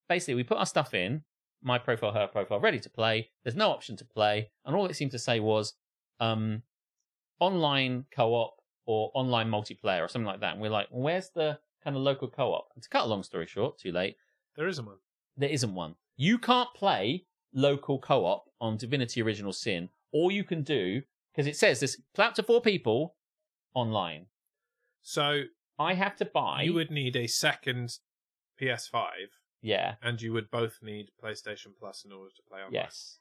basically, we put our stuff in, my profile, her profile, ready to play. There's no option to play, and all it seemed to say was, um, online co-op or online multiplayer or something like that. And we're like, well, where's the kind of local co-op? And to cut a long story short, too late There isn't one. there isn't one. You can't play local co-op on Divinity Original Sin. All you can do, because it says this, play up to four people online. So I have to buy. you would need a second PS5, yeah, and you would both need PlayStation Plus in order to play online. yes.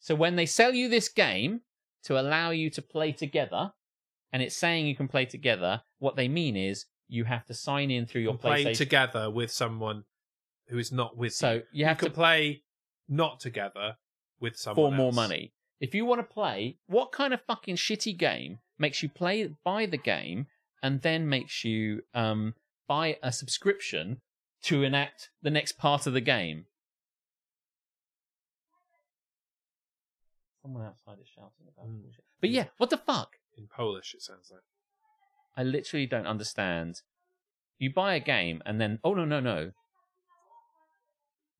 So when they sell you this game to allow you to play together, and it's saying you can play together, what they mean is you have to sign in through you your can play PlayStation. together with someone who is not with you. So you have You to can play not together with someone for more else. money. If you want to play, what kind of fucking shitty game makes you play buy the game and then makes you um, buy a subscription to enact the next part of the game? Someone outside is shouting about Mm. bullshit. But yeah, what the fuck? In Polish, it sounds like. I literally don't understand. You buy a game and then oh no no no,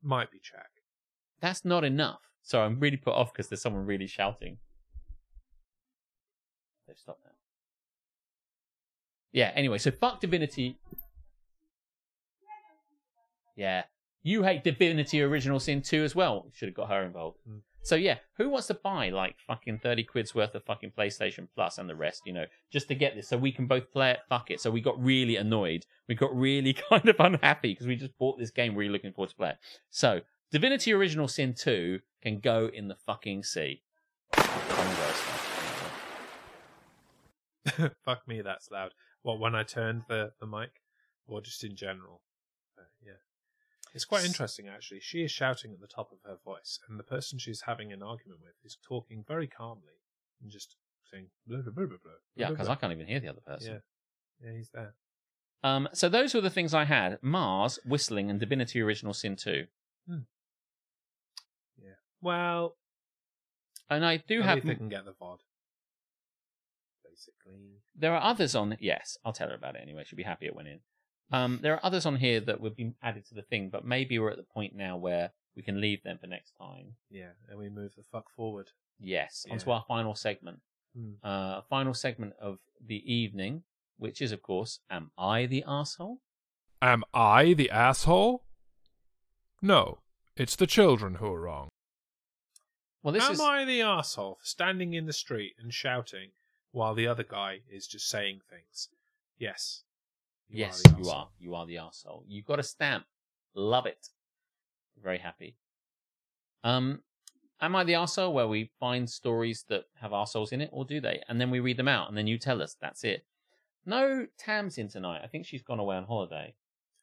Might be Czech. that's not enough. So I'm really put off because there's someone really shouting. They've stopped now. Yeah, anyway, so fuck divinity. Yeah. You hate Divinity Original Sin 2 as well. Should have got her involved. Mm. So yeah, who wants to buy like fucking 30 quid's worth of fucking PlayStation Plus and the rest, you know, just to get this so we can both play it? Fuck it. So we got really annoyed. We got really kind of unhappy because we just bought this game really looking forward to play it. So Divinity Original Sin 2 can go in the fucking sea. Fuck me, that's loud. What when I turned the the mic, or just in general? Uh, yeah, it's quite interesting actually. She is shouting at the top of her voice, and the person she's having an argument with is talking very calmly and just saying blah blah blah blah. blah Yeah, blah, because I blah. can't even hear the other person. yeah, yeah, he's there. Um, so those were the things I had: Mars, whistling, and Divinity Original Sin Two. Well, And I do at have. least they can get the vod. Basically, There are others on. Yes, I'll tell her about it anyway. She'll be happy it went in. Um, there are others on here that would be added to the thing, but maybe we're at the point now where we can leave them for next time. yeah, and we move the fuck forward. Yes, onto Yeah. our final segment. Hmm. Uh, final segment of the evening, which is, of course, Am I the Asshole? Am I the asshole? No, it's the children who are wrong. Well, this Am is. I the asshole for standing in the street and shouting while the other guy is just saying things? Yes. You yes, the you arsehole. are. You are the arsehole. You've got a stamp. Love it. Very happy. Um, am I the arsehole? Where we find stories that have arseholes in it, or do they? And then we read them out, and then you tell us. That's it. No Tam's in tonight. I think she's gone away on holiday.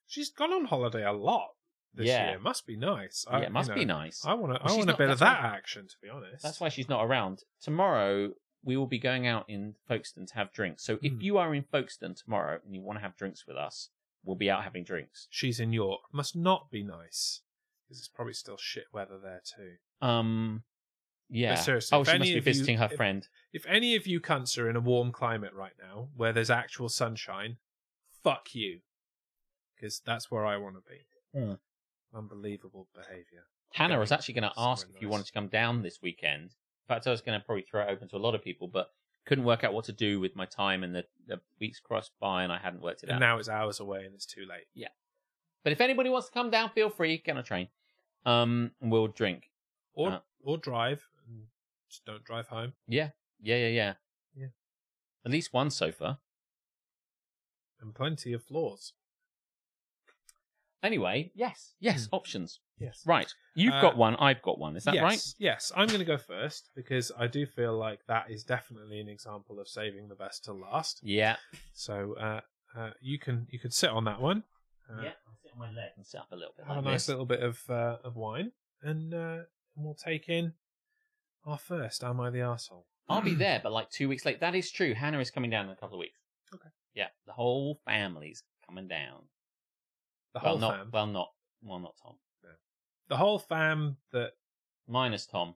She's gone on holiday a lot this Yeah. year. Must be nice. yeah, you it must know, be nice. I want to. Well, I she's want a not- bit of that's that why- action, to be honest. That's why she's not around. Tomorrow we will be going out in Folkestone to have drinks. So if Hmm. you are in Folkestone tomorrow and you want to have drinks with us, we'll be out having drinks. she's in York. Must not be nice because it's probably still shit weather there too. Um, yeah. seriously, oh, if she any must be of you- visiting her if- friend. If any of you cunts are in a warm climate right now, where there's actual sunshine, fuck you, because that's where I want to be. Hmm. Unbelievable behaviour. Hannah Yeah, was actually going to somewhere ask if you nice. wanted to come down this weekend. In fact, I was going to probably throw it open to a lot of people, but couldn't work out what to do with my time, and the, the weeks crossed by, and I hadn't worked it And out. now it's hours away and it's too late. but if anybody wants to come down, feel free. Get on a train. Um, and we'll drink. Or Uh. or drive. And just don't drive home. Yeah, yeah, yeah, yeah. Yeah. At least one so far. And plenty of floors. Anyway, yes, yes, options. Yes. Right, you've Hmm. Uh, got one. I've got one. Is that yes, right? Yes, I'm going to go first because I do feel like that is definitely an example of saving the best to last. Yeah. So uh, uh, you can you can sit on that one, I'll uh, sit on my leg and sit up a little bit. have a like nice this. little bit of uh, of wine, and uh, and we'll take in our first. Am I the asshole? I'll be there, but like two weeks late. That is true. Hannah is coming down in a couple of weeks. Okay. Yeah, the whole family's coming down. The well, whole not fam. well, not well, not Tom. the whole fam that Minus Tom.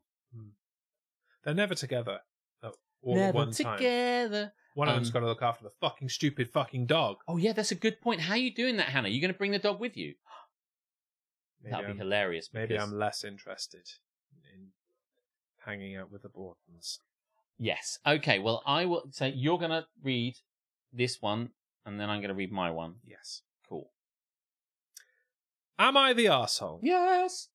they're never together. uh, All at one time. together. One of them's Um, got to look after the fucking stupid fucking dog. Oh yeah, that's a good point. How are you doing that, Hannah? You're going to bring the dog with you? Maybe That'd I'm- be hilarious. Maybe because- I'm less interested in hanging out with the Bortons. Yes. Okay. Well, I will. So you're going to read this one, and then I'm going to read my one. Yes. Cool. Am I the asshole Yes.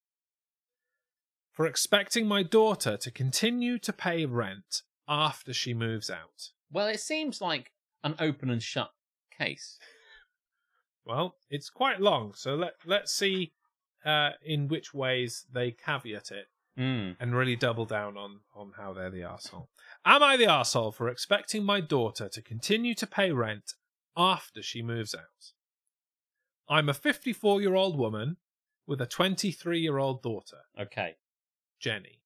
for expecting my daughter to continue to pay rent after she moves out? Well, it seems like an open and shut case. Well, it's quite long, so let let's see uh, in which ways they caveat it Mm. and really double down on on how they're the asshole. Am I the asshole for expecting my daughter to continue to pay rent after she moves out? I'm a 54 year old woman with a 23 year old daughter. Okay. Jenny.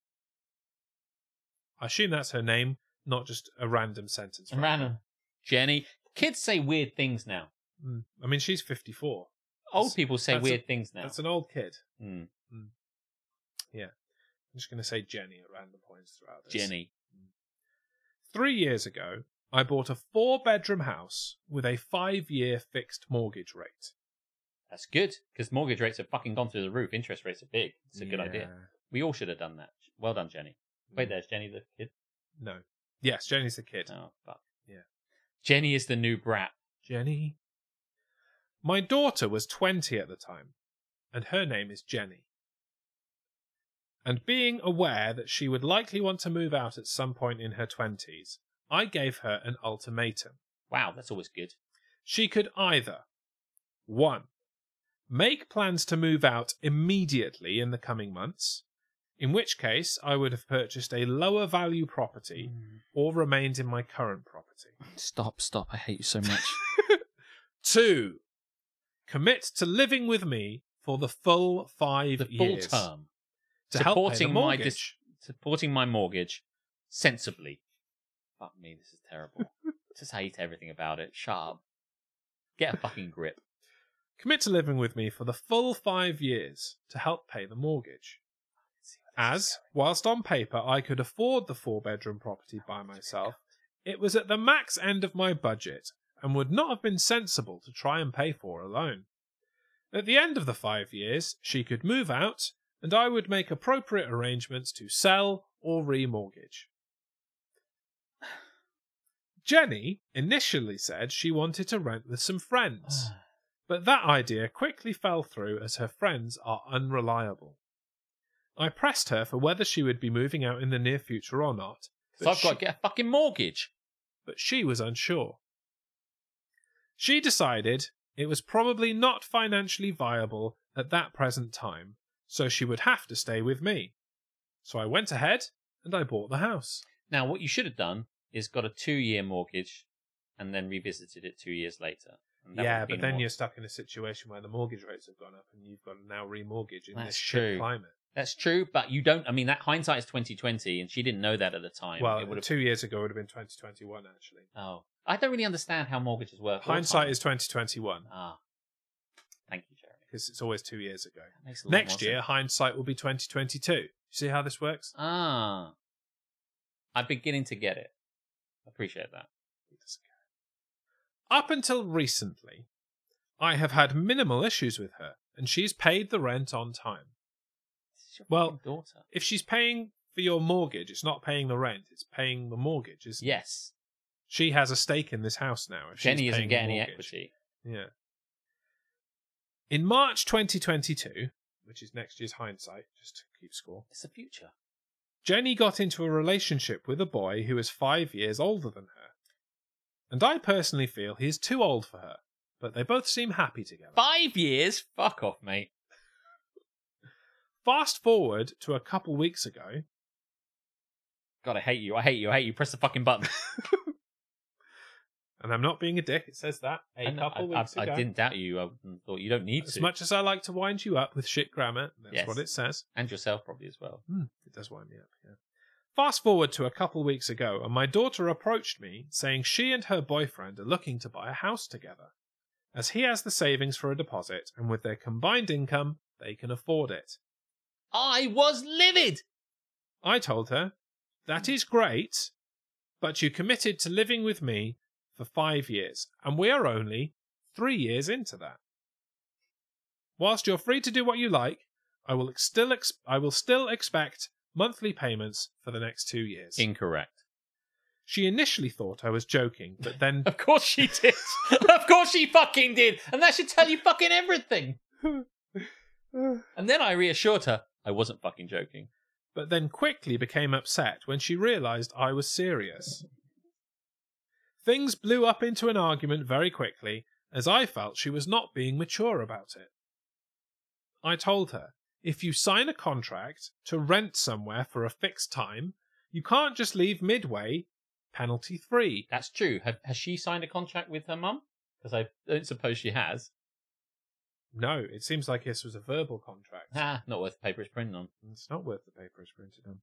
I assume that's her name, not just a random sentence. And random. Jenny. Kids say weird things now. Mm. I mean, she's 54. Old That's- people say that's a- weird things now. That's an old kid. Mm. I'm just going to say Jenny at random points throughout this. Jenny. Three years ago, I bought a four bedroom house with a five year fixed mortgage rate. That's good because mortgage rates have fucking gone through the roof. Interest rates are big. It's a good idea. We all should have done that. Well done, Jenny. Mm. Wait, there's Jenny the kid. No. Yes, Jenny's the kid. Oh fuck. Yeah. Jenny is the new brat. Jenny. My daughter was 20 at the time, and her name is Jenny. And being aware that she would likely want to move out at some point in her 20s, I gave her an ultimatum. Wow, that's always good. She could either 1. Make plans to move out immediately in the coming months, in which case I would have purchased a lower value property Hmm. or remained in my current property. Stop, stop. I hate you so much. Two, commit to living with me for the full five The full years term, to help pay the supporting my dis- mortgage. supporting my mortgage sensibly. Fuck me, this is terrible. Just hate everything about it. Sharp. Get a fucking grip. Commit to living with me for the full five years to help pay the mortgage. As, whilst on paper I could afford the four bedroom property by myself, it was at the max end of my budget and would not have been sensible to try and pay for alone. At the end of the five years, she could move out and I would make appropriate arrangements to sell or remortgage. Jenny initially said she wanted to rent with some friends, but that idea quickly fell through as her friends are unreliable. I pressed her for whether she would be moving out in the near future or not, So but I've got to get a fucking mortgage. but she was unsure. She decided it was probably not financially viable at that present time, so she would have to stay with me. So I went ahead and I bought the house. Now, what you should have done is got a two-year mortgage, and then revisited it two years later. And that would yeah, have been but a then mort- you're stuck in a situation where the mortgage rates have gone up and you've got to now remortgage in That's this shit true. climate. That's true, but you don't. I mean, that hindsight is twenty twenty, and she didn't know that at the time. well, it would have. two years ago it would have been 2021 actually. Oh, I don't really understand how mortgages work. all the Hindsight time. is 2021 Ah, thank you, Jeremy. because it's always two years ago. That makes a lot more Next sense. year, hindsight will be 2022. See how this works? Ah, I'm beginning to get it. Appreciate that. Up until recently, I have had minimal issues with her, and she's paid the rent on time. This is your Well, fucking daughter. If she's paying for your mortgage, it's not paying the rent, it's paying the mortgage, isn't it? Yes, She has a stake in this house now. If Jenny she's isn't paying the getting any mortgage. equity. Yeah. In March 2022, which is next year's hindsight, just to keep score, It's the future. Jenny got into a relationship with a boy who is five years older than her. And I personally feel he is too old for her, but they both seem happy together. Five years? Fuck off, mate. Fast forward to a couple weeks ago, God, I hate you. I hate you. I hate you. Press the fucking button. and I'm not being a dick, it says that a I know, couple I, I- weeks I ago. didn't doubt you. I thought you don't need As to. much as I like to wind you up with shit grammar, that's Yes. what it says. And yourself, probably, as well. Hmm, it does wind me up, yeah. Fast forward to a couple weeks ago, and my daughter approached me saying she and her boyfriend are looking to buy a house together, as he has the savings for a deposit, and with their combined income, they can afford it. I was livid. I told her, That is great, but you committed to living with me for five years, and we are only three years into that. Whilst you're free to do what you like, I will ex- still ex- I will still expect monthly payments for the next two years. Incorrect. she initially thought I was joking, but then Of course she did. of course she fucking did. And that should tell you fucking everything. and then I reassured her I wasn't fucking joking. but then quickly became upset when she realized I was serious. Things blew up into an argument very quickly, as I felt she was not being mature about it. I told her, if you sign a contract to rent somewhere for a fixed time, you can't just leave midway, penalty three. That's true. Have, has she signed a contract with her mum? Because I don't suppose she has. No, it seems like this was a verbal contract. Ah, not worth the paper it's printed on. It's not worth the paper it's printed on.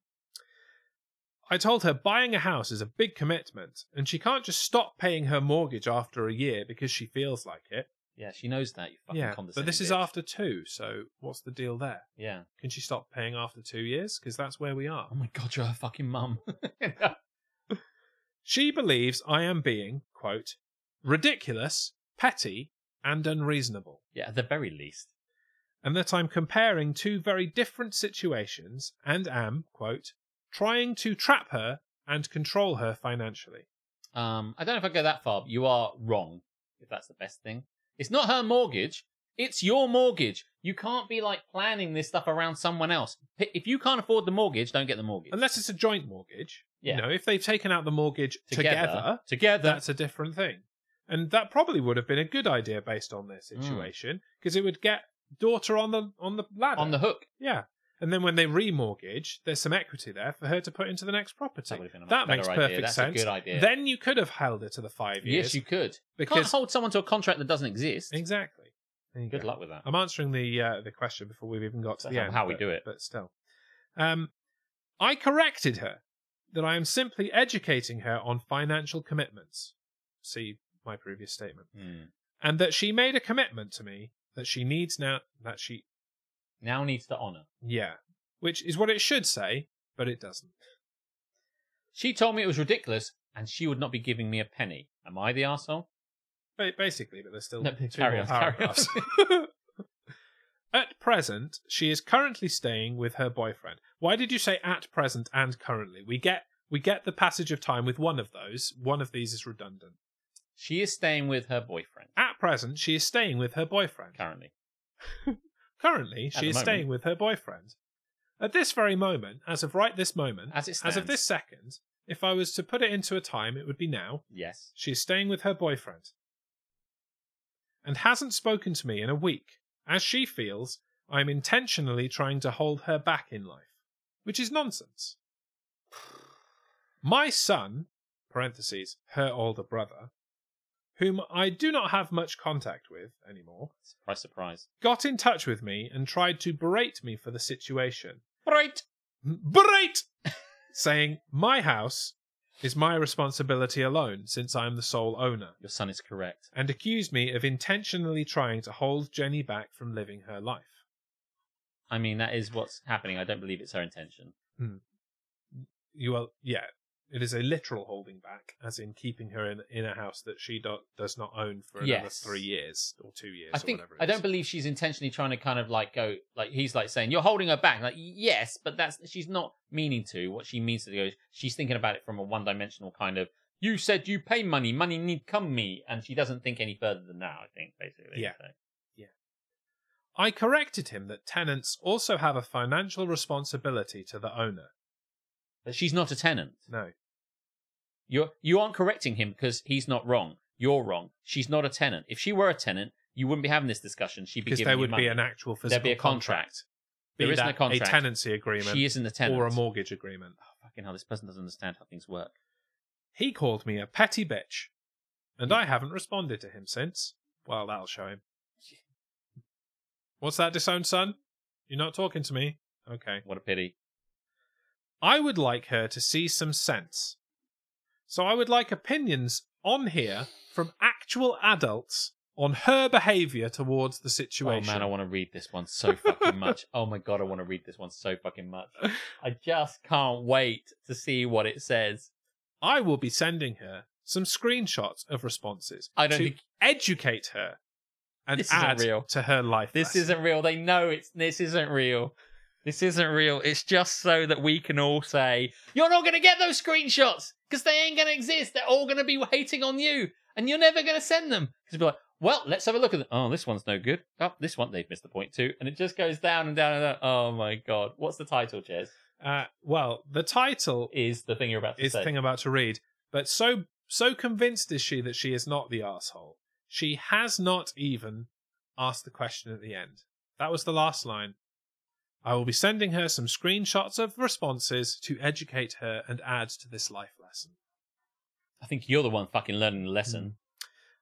I told her buying a house is a big commitment, and she can't just stop paying her mortgage after a year because she feels like it. Yeah, she knows that. You fucking yeah, condescending but this is bitch. after two, so what's the deal there? Yeah. Can she stop paying after two years? Because that's where we are. Oh my god, you're her fucking mum. She believes I am being, quote, ridiculous, petty, and unreasonable. yeah, at the very least. and that I'm comparing two very different situations and am, quote, trying to trap her and control her financially. Um, I don't know if I go that far. But you are wrong. if that's the best thing. It's not her mortgage. It's your mortgage. You can't be like planning this stuff around someone else. P- If you can't afford the mortgage, don't get the mortgage. Unless it's a joint mortgage. Yeah. You know, if they've taken out the mortgage together, together, together. that's a different thing. And that probably would have been a good idea based on Mm. their situation because it would get daughter on the on the ladder. on the hook. yeah. And then when they remortgage, there's some equity there for her to put into the next property. That would've been a much That better makes idea. perfect That's a sense. good idea. Then you could have held it to the five years. Yes, you could. Because can't Because- hold someone to a contract that doesn't exist. Exactly. There you Good go. luck with that. I'm answering the uh, the question before we've even got to That's the how- end. how we but- do it. but still, um, I corrected her that I am simply educating her on financial commitments. See my previous statement, Hmm. and that she made a commitment to me that she needs now that she Now needs to honour. yeah, which is what it should say, but it doesn't. She told me it was ridiculous and she would not be giving me a penny. Am I the asshole? Ba- Basically, but there's still No, two carry more on, carry on. paragraphs. at present, she is currently staying with her boyfriend. Why did you say at present and currently? We get we get the passage of time with one of those. One of these is redundant. She is staying with her boyfriend At present, she is staying with her boyfriend. currently. Currently, the she is moment. staying with her boyfriend. At this very moment, as of right this moment, As it as of stands. this second, if I was to put it into a time, it would be now. Yes. She is staying with her boyfriend and hasn't spoken to me in a week, as she feels I'm intentionally trying to hold her back in life, which is nonsense. My son, parentheses, her older brother, whom I do not have much contact with anymore, Surprise, surprise. got in touch with me and tried to berate me for the situation. Right. Berate! saying, My house is my responsibility alone since I'm the sole owner Your son is correct. and accused me of intentionally trying to hold Jenny back from living her life. I mean, that is what's happening. I don't believe it's her intention. You are, yeah, it is a literal holding back, as in keeping her in, in a house that she do, does not own for another Yes. three years or two years I or think whatever. it I don't is. believe she's intentionally trying to kind of like go like he's like saying you're holding her back. Like yes, but that's she's not meaning to. What she means to go, is she's thinking about it from a one-dimensional kind of. You said you pay money. Money need come me, and she doesn't think any further than that. I think basically. Yeah. So, I corrected him that tenants also have a financial responsibility to the owner. But she's not a tenant. No. You're you aren't correcting him because he's not wrong. You're wrong. She's not a tenant. If she were a tenant, you wouldn't be having this discussion. She'd be because giving there you would money. be an actual physical There'd be a contract. Be There isn't that a contract. tenancy agreement, She isn't a tenant. or a mortgage agreement. Fucking hell, this person doesn't understand how things work. He called me a petty bitch, and I haven't responded to him since. Well, that'll show him. What's that, disowned son? You're not talking to me. Okay. What a pity. I would like her to see some sense. So I would like opinions on here from actual adults on her behaviour towards the situation. Oh man, I want to read this one so fucking much. Oh my god, I want to read this one so fucking much. I just can't wait to see what it says. I will be sending her some screenshots of responses I don't to think- educate her and This isn't add real. to her life. This lesson. isn't real. They know it's this isn't real. This isn't real. It's just so that we can all say you're not going to get those screenshots because they ain't going to exist. They're all going to be hating on you, and you're never going to send them because be like, well, let's have a look at them. Oh, this one's no good. Oh, this one they've missed the point too, and it just goes down and down and down. Oh my god, what's the title, Jez? Uh, well, the title Is the thing you're about to is say? the thing I'm about to read, but so so convinced is she that she is not the asshole. She has not even asked the question at the end. That was the last line. I will be sending her some screenshots of responses to educate her and add to this life lesson. I think you're the one fucking learning the Hmm. lesson.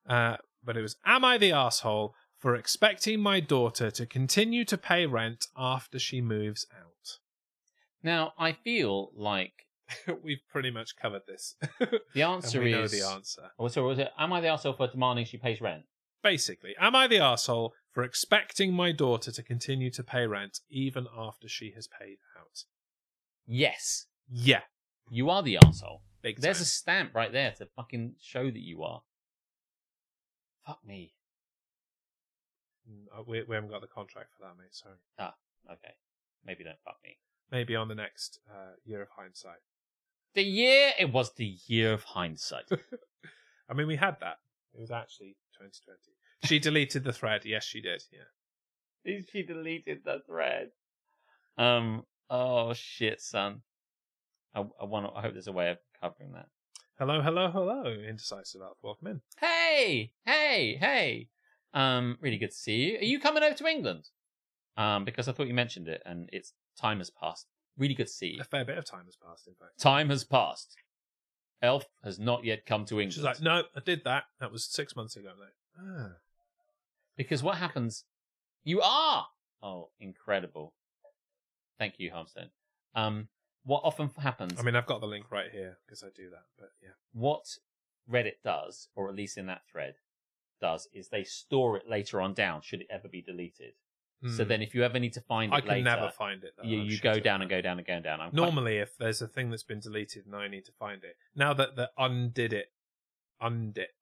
Uh, but it was, Am I the asshole for expecting my daughter to continue to pay rent after she moves out? Now, I feel like We've pretty much covered this. the And answer we know is. the answer. Oh, sorry, was it? Am I the asshole for demanding she pays rent? Basically, am I the asshole for expecting my daughter to continue to pay rent even after she has paid out? Yes, Yeah, you are the asshole. big There's time. a stamp right there to fucking show that you are. Fuck me. Mm, uh, we, we haven't got the contract for that, mate. Sorry. Okay, maybe don't fuck me. Maybe on the next uh, year of hindsight. The year it was the year of hindsight. I mean, we had that. It was actually 2020. She deleted the thread. Yes, she did. Yeah. She deleted the thread. Um. Oh shit, son. I, I want. I hope there's a way of covering that. Hello, hello, hello, indecisive elf. Welcome in. Hey, hey, hey. Um. Really good to see you. Are you coming over to England? Um. Because I thought you mentioned it, and it's time has passed. Really good to see you. A fair bit of time has passed, in fact. Time has passed. Elf has not yet come to England. She's like, no, I did that. That was six months ago, though. Ah. Because what happens? You are. Oh, incredible. Thank you, Harmstone. Um, what often happens? I mean, I've got the link right here because I do that, but yeah. what Reddit does, or at least in that thread, does is they store it later on down. Should it ever be deleted? So Hmm. then, if you ever need to find it I can later, never find it. Though. you, I'm you shit go at down that. and go down and go down. I'm quite- Normally, if there's a thing that's been deleted and I need to find it, now that the undid it, undit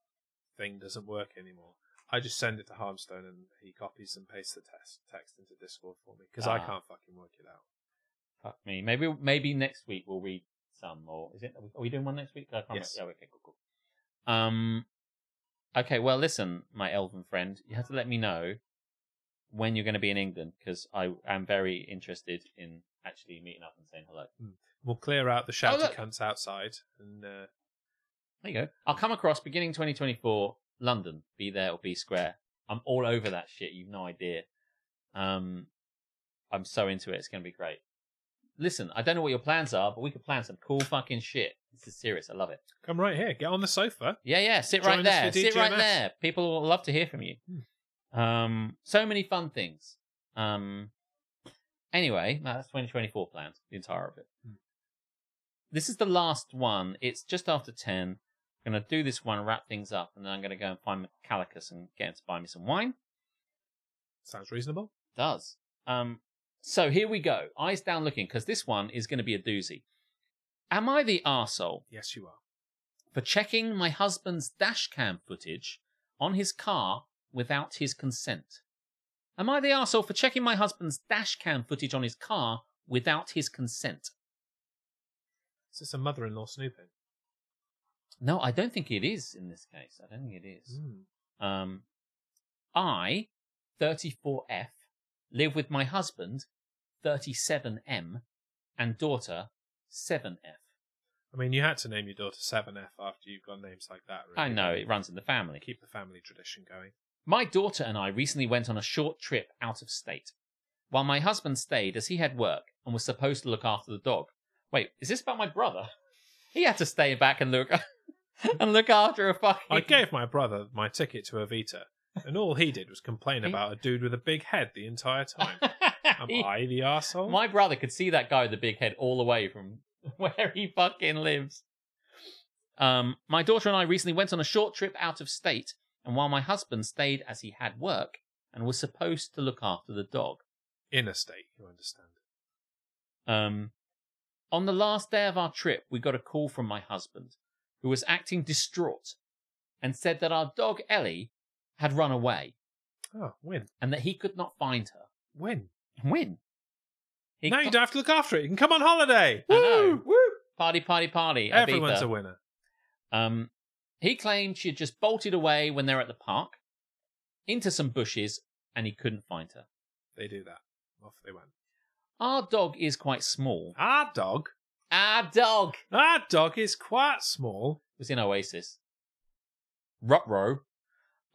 thing doesn't work anymore, I just send it to Harmstone and he copies and pastes the text, text into Discord for me because I Ah. can't fucking work it out. fuck me. Maybe maybe next week we'll read some. Or is it? Are we, are we doing one next week? I can't Yes. remember. Yeah, okay, cool, cool. Um. Okay. Well, listen, my elven friend, you have to let me know when you're going to be in England because I am very interested in actually meeting up and saying hello. We'll clear out the shouty Oh, look. cunts outside and uh, There you go. I'll come across beginning 2024, London. Be there or be square. I'm all over that shit. You've no idea. Um, I'm so into it. It's going to be great. Listen, I don't know what your plans are, but we could plan some cool fucking shit. This is serious. I love it. come right here. Get on the sofa. Yeah, yeah. Sit Join right us there. for Sit right DGMS. there. People will love to hear from you. Hmm. Um, so many fun things. Um, anyway, no, that's 2024 planned, the entire of it. Hmm. This is the last one. It's just after 10. I'm going to do this one, wrap things up, and then I'm going to go and find Calicus and get him to buy me some wine. Sounds reasonable. Does. Um, so here we go. Eyes down looking, because this one is going to be a doozy. Am I the arsehole Yes, you are. for checking my husband's dashcam footage on his car without his consent. Am I the arsehole for checking my husband's dashcam footage on his car without his consent? Is this a mother-in-law snooping? No, I don't think it is in this case. I don't think it is. Mm. Um, I, 34F, live with my husband, 37M, and daughter, 7F. I mean, you had to name your daughter Seven F after you've got names like that. I Really. know it runs in the family. Keep the family tradition going. My daughter and I recently went on a short trip out of state, while my husband stayed as he had work and was supposed to look after the dog. Wait, is this about my brother? He had to stay back and look and look after a fucking. I gave my brother my ticket to Evita, and all he did was complain He- about a dude with a big head the entire time. Am He- I the asshole? My brother could see that guy with the big head all the way from where he fucking lives. Um, my daughter and I recently went on a short trip out of state, and while my husband stayed as he had work and was supposed to look after the dog. Inner state, you understand. Um, on the last day of our trip, we got a call from my husband, who was acting distraught and said that our dog Ellie had run away Oh, win. and that he could not find her. Win. Win. He now you co- don't have to look after it. You can come on holiday. I know. Woo! Woo! Party, party, party. Everyone's Ibiza. a winner. Um, he claimed she had just bolted away when they were at the park into some bushes and he couldn't find her. They do that. Off they went. Our dog is quite small. Our dog. Our dog Our dog is quite small. was in Oasis. Rutro.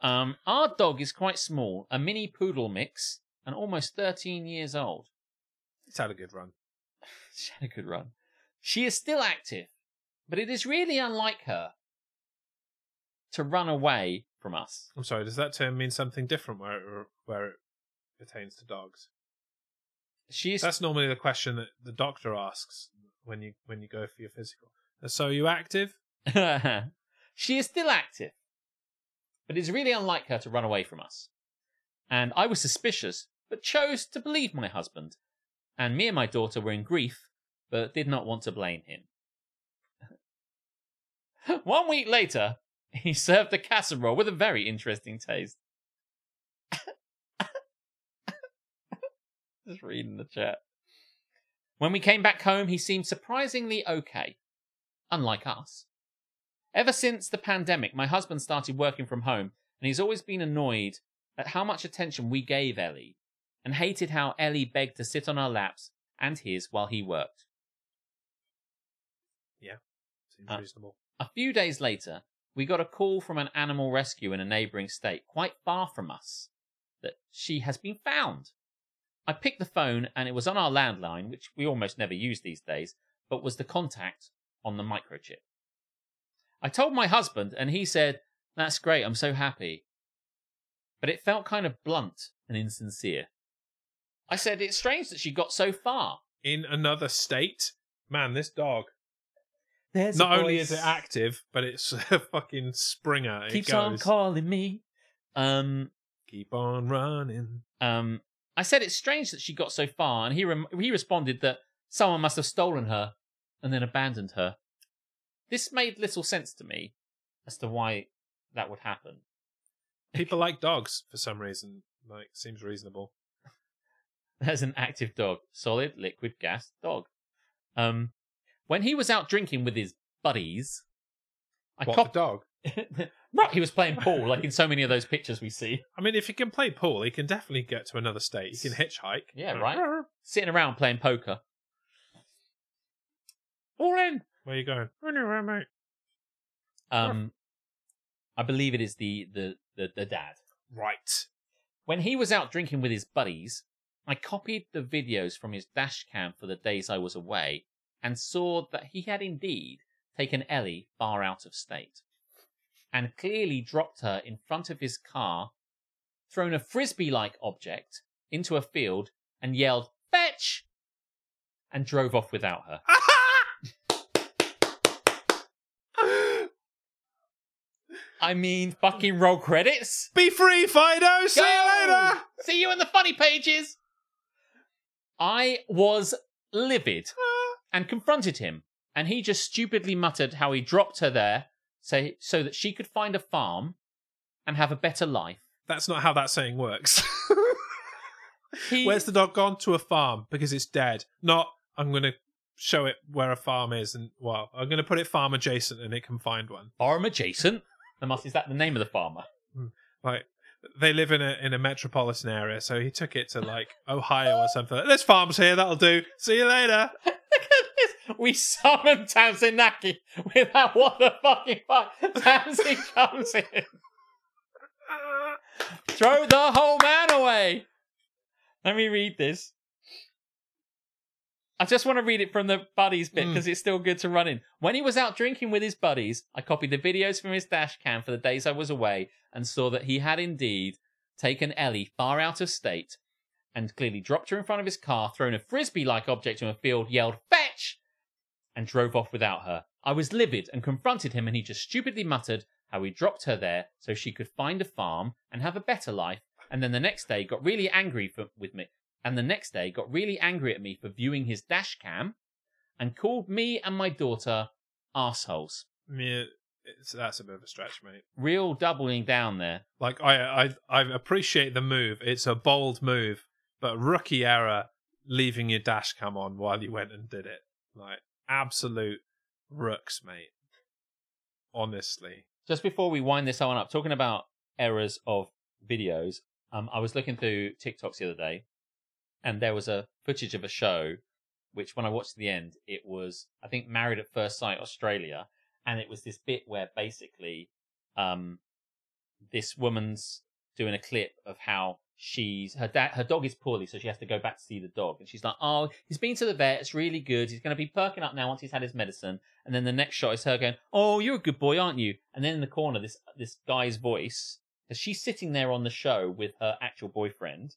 Um, our dog is quite small, a mini poodle mix, and almost 13 years old. It's had a good run. She had a good run. She is still active, but it is really unlike her to run away from us. I'm sorry. Does that term mean something different where it, where it pertains to dogs? She is That's normally the question that the doctor asks when you when you go for your physical. Uh, So are you active? she is still active, but it's really unlike her to run away from us. And I was suspicious, but chose to believe my husband. And me and my daughter were in grief, but did not want to blame him. One week later, he served a casserole with a very interesting taste. Just reading the chat. When we came back home, he seemed surprisingly okay, unlike us. Ever since the pandemic, my husband started working from home, and he's always been annoyed at how much attention we gave Ellie and hated how Ellie begged to sit on our laps and his while he worked. Seems Uh, reasonable. A few days later, we got a call from an animal rescue in a neighboring state, quite far from us, that she has been found. I picked the phone and it was on our landline, which we almost never use these days, but was the contact on the microchip. I told my husband and he said, That's great, I'm so happy. But it felt kind of blunt and insincere. I said, It's strange that she got so far. In another state, man, this dog. There's Not only is it active, but it's a fucking springer. keeps it on goes. calling me. Um, Keep on running. Um, I said it's strange that she got so far, and he rem- he responded that someone must have stolen her and then abandoned her. This made little sense to me as to why that would happen. People like dogs for some reason. Like seems reasonable. There's an active dog, solid liquid gas dog. Um, when he was out drinking with his buddies, I what copped. the dog? he was playing pool, like in so many of those pictures we see. I mean, if he can play pool, he can definitely get to another state. He can hitchhike. Yeah, right. Sitting around playing poker. All in. Where you going? Anywhere, mate. Um, I believe it is the, the the the dad. Right. When he was out drinking with his buddies, I copied the videos from his dash cam for the days I was away and saw that he had indeed taken Ellie far out of state and clearly dropped her in front of his car, thrown a frisbee like object into a field and yelled, Fetch! and drove off without her. I mean, fucking roll credits. Be free, Fido. See you Go! later. See you in the funny pages. I was livid Ah. and confronted him, and he just stupidly muttered how he dropped her there so, so that she could find a farm and have a better life. That's not how that saying works. He, Where's the dog gone? To a farm because it's dead. Not. I'm gonna show it where a farm is, and well, I'm gonna put it farm adjacent, and it can find one. farm adjacent? The must, is that the name of the farmer? Like they live in a in a metropolitan area, so he took it to like Ohio or something. There's farms here. That'll do. See you later. Look at this. We summon Tamsinaki without what the fucking fuck. Tamsin comes in. Throw the whole man away. Let me read this. I just want to read it from the buddies bit because it's still good to run in. When he was out drinking with his buddies, I copied the videos from his dash cam for the days I was away and saw that he had indeed taken Ellie far out of state and clearly dropped her in front of his car, thrown a frisbee like object in a field, yelled, Fetch! and drove off without her. I was livid and confronted him, and he just stupidly muttered how he dropped her there so she could find a farm and have a better life. And then the next day got really angry for, with me. And the next day got really angry at me for viewing his dash cam and called me and my daughter assholes. Yeah, it's, that's a bit of a stretch, mate. Real doubling down there. Like I, I, I appreciate the move. It's a bold move, but rookie error leaving your dash cam on while you went and did it. Like absolute rooks, mate. Honestly, just before we wind this one up, talking about errors of videos, um, I was looking through TikToks the other day, and there was a footage of a show, which when I watched the end, it was I think Married at First Sight Australia, and it was this bit where basically, um, this woman's doing a clip of how she's her dad her dog is poorly, so she has to go back to see the dog, and she's like, oh, he's been to the vet, it's really good, he's going to be perking up now once he's had his medicine, and then the next shot is her going, "Oh, you're a good boy, aren't you?" And then in the corner, this this guy's voice, because she's sitting there on the show with her actual boyfriend,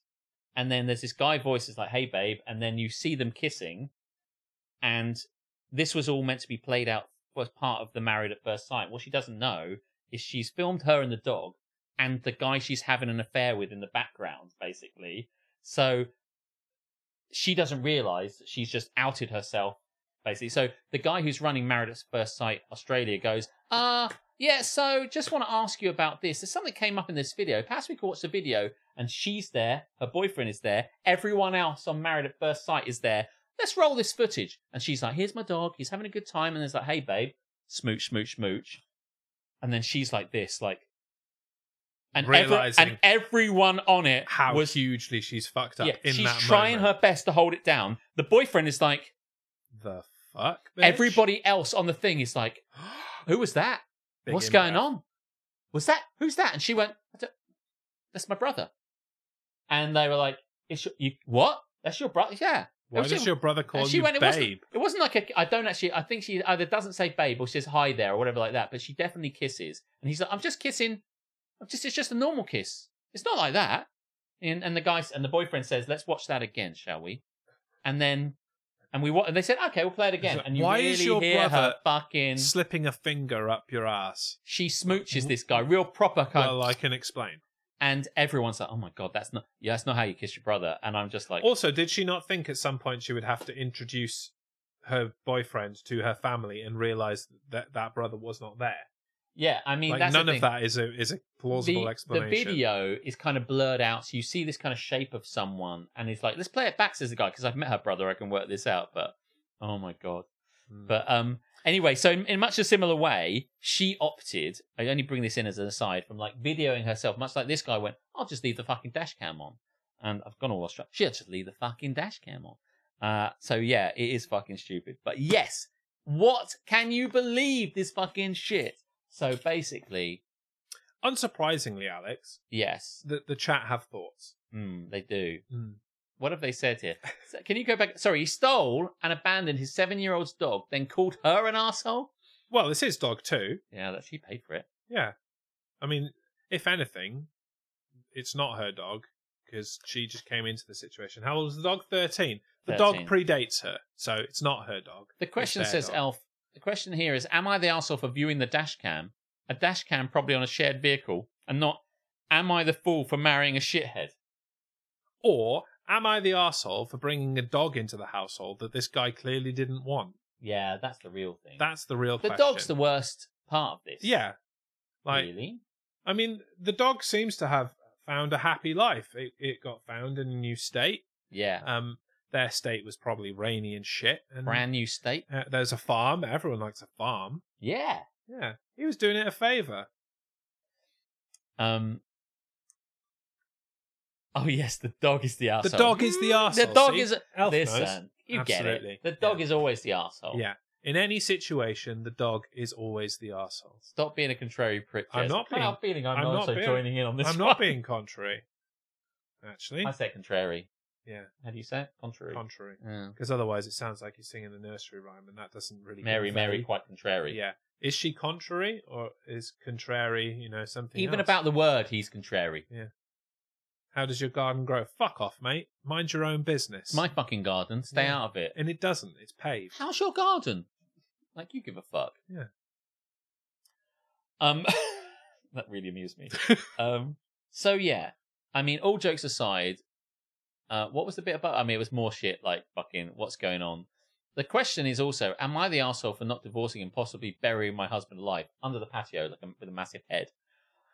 and then there's this guy voice is like, "Hey, babe," and then you see them kissing, and this was all meant to be played out was part of the married at first sight. What she doesn't know is she's filmed her and the dog, and the guy she's having an affair with in the background, basically. So she doesn't realize that she's just outed herself basically. So the guy who's running Married at First Sight Australia goes, uh, yeah, so just want to ask you about this. There's something that came up in this video. Perhaps we could watch the video. And she's there, her boyfriend is there, everyone else on Married at First Sight is there. Let's roll this footage. And she's like, here's my dog, he's having a good time. And there's like, hey, babe, smooch, smooch, smooch. and then she's like this, like, and every- Realising- and everyone on it How was hugely she's fucked up yeah, in she's that trying moment. her best to hold it down. The boyfriend is like, The fuck? bitch? everybody else on the thing is like, who was that? Big What's in going breath. on? Was that who's that? And she went, I don't- "That's my brother." And they were like, "It's your, you what? That's your brother? Yeah." Why was does it- your brother call and she you went, "It wasn't, babe? it wasn't like a, I don't actually. I think she either doesn't say babe or she says hi there or whatever like that. But she definitely kisses, and he's like, "I'm just kissing. I'm just it's just a normal kiss. It's not like that." And and the guy s- and the boyfriend says, "Let's watch that again, shall we?" And then. And we wa- and they said, okay, we'll play it again. So And you why really is your hear her brother fucking. Slipping a finger up your ass. she smooches this guy, real proper kind. Well, I can explain. and everyone's like, "Oh my god, that's not yeah, that's not how you kiss your brother." And I'm just like, Also, did she not think at some point she would have to introduce her boyfriend to her family and realize that that brother was not there? "Yeah, I mean, like that's the none of thing. that is a is a plausible the, explanation. The video is kind of blurred out, so you see this kind of shape of someone, and it's like, "Let's play it back," says the guy, because I've met her brother, I can work this out. But oh my god, Mm. But um, anyway, so in, in much a similar way, she opted. I only bring this in as an aside from like videoing herself, much like this guy went. I'll just leave the fucking dash cam on, and I've gone all Australia. She'll just leave the fucking dash cam on. Uh, so yeah, it is fucking stupid. But yes, what can you believe this fucking shit? So basically, unsurprisingly, Alex, yes, the the chat have thoughts. mm, they do. Mm. What have they said here? So Can you go back? Sorry, he stole and abandoned his seven-year-old's dog, then called her an asshole. Well, this is dog too. Yeah, that she paid for it. Yeah, I mean, if anything, it's not her dog because she just came into the situation. How old was the dog? Thirteen. The dog 13. predates her, so it's not her dog. The It's question their says, dog. Elf. The question here is, am I the arsehole for viewing the dash cam? A dash cam probably on a shared vehicle, and not, am I the fool for marrying a shithead? Or am I the asshole for bringing a dog into the household that this guy clearly didn't want? Yeah, that's the real thing. That's the real the question. dog's the worst part of this. yeah. Like really. I mean, the dog seems to have found a happy life. It it got found in a new state. Yeah, Um, their state was probably rainy and shit. And brand new state. uh, there's a farm. Everyone likes a farm. Yeah. Yeah, he was doing it a favor. Um. Oh yes, the dog is the arsehole. The dog is the Mm, arsehole. The dog See? is Elf knows. listen. You get Absolutely. it. The dog is always the arsehole. Yeah, in any situation, the dog is always the arsehole. Stop being a contrary prick. I'm Jez. not I can't help feeling I'm, I'm not also being- joining in on this. I'm not one. being contrary. Actually, I say contrary. yeah, How do you say it? Contrary. contrary. Yeah. Because otherwise, it sounds like you're singing a nursery rhyme, and that doesn't really. Mary, convey- Mary, quite contrary. Yeah. Is she contrary or is contrary, you know, something Even else? about the word, he's contrary. how does your garden grow? Fuck off, mate. Mind your own business. It's my fucking garden. Stay Yeah. out of it. And it doesn't. It's paved. How's your garden? Like you give a fuck. Yeah. Um, that really amused me. um, so yeah, I mean, all jokes aside, uh, what was the bit about? I mean, it was more shit like fucking what's going on. The question is also, am I the arsehole for not divorcing and possibly burying my husband alive under the patio like a, with a massive head?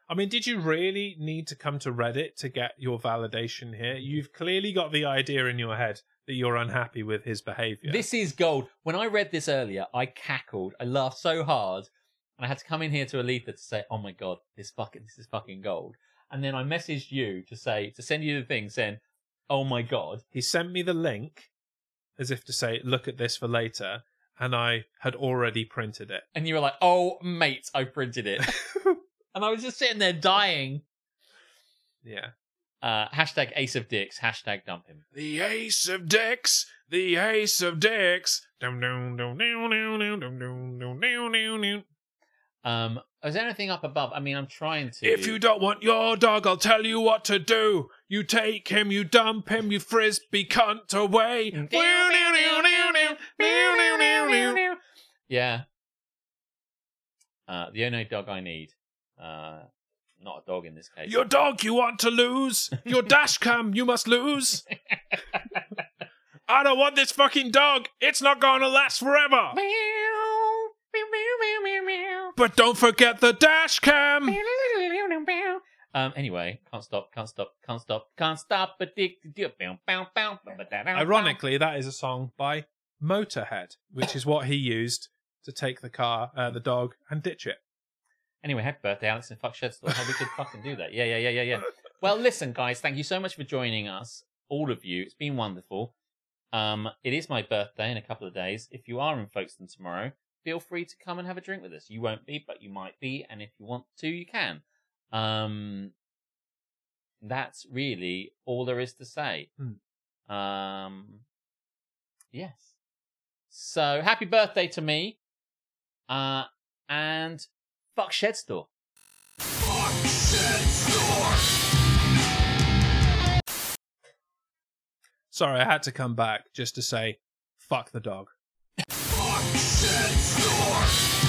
I mean, did you really need to come to Reddit to get your validation here? You've clearly got the idea in your head that you're unhappy with his behavior. This is gold. When I read this earlier, I cackled. I laughed so hard, and I had to come in here to Aletha to say, "Oh my god, this fucking this is fucking gold." And then I messaged you to say to send you the thing saying, "Oh my god, He sent me the link as if to say, look at this for later. And I had already printed it. and you were like, "Oh, mate, I printed it," and I was just sitting there dying. Yeah. Uh, hashtag Ace of Dicks. Hashtag Dump Him. The Ace of Dicks, the Ace of Dicks. Dum dum dum dum dum dum dum dum dum dum dum dum. Um, is there anything up above? I mean, I'm trying to. If you don't want your dog, I'll tell you what to do. You take him, you dump him, you frisbee cunt away. Meow, meow, meow, meow, meow, meow, meow, meow, meow. Yeah. Uh, the only dog I need. Uh, not a dog in this case. Your dog you want to lose. Your dash cam you must lose. I don't want this fucking dog. It's not gonna last forever. But don't forget the dash cam. Um. Anyway, can't stop, can't stop, can't stop, can't stop. Addicted. to- bow, bow, bow, bow, bow, bow, bow. Ironically, that is a song by Motorhead, which is what he used to take the car, uh, the dog, and ditch it. Anyway, happy birthday, Alex and fuck Shedstall. How we could fucking do that. Yeah, yeah, yeah, yeah, yeah. Well, listen, guys, thank you so much for joining us, all of you. It's been wonderful. Um, it is my birthday in a couple of days. If you are in Folkestone tomorrow, feel free to come and have a drink with us. You won't be, but you might be, and if you want to, you can. Um, that's really all there is to say. Um, yes. So happy birthday to me. Uh, and fuck Shed Store. Sorry, I had to come back just to say, fuck the dog. Fuck shit store.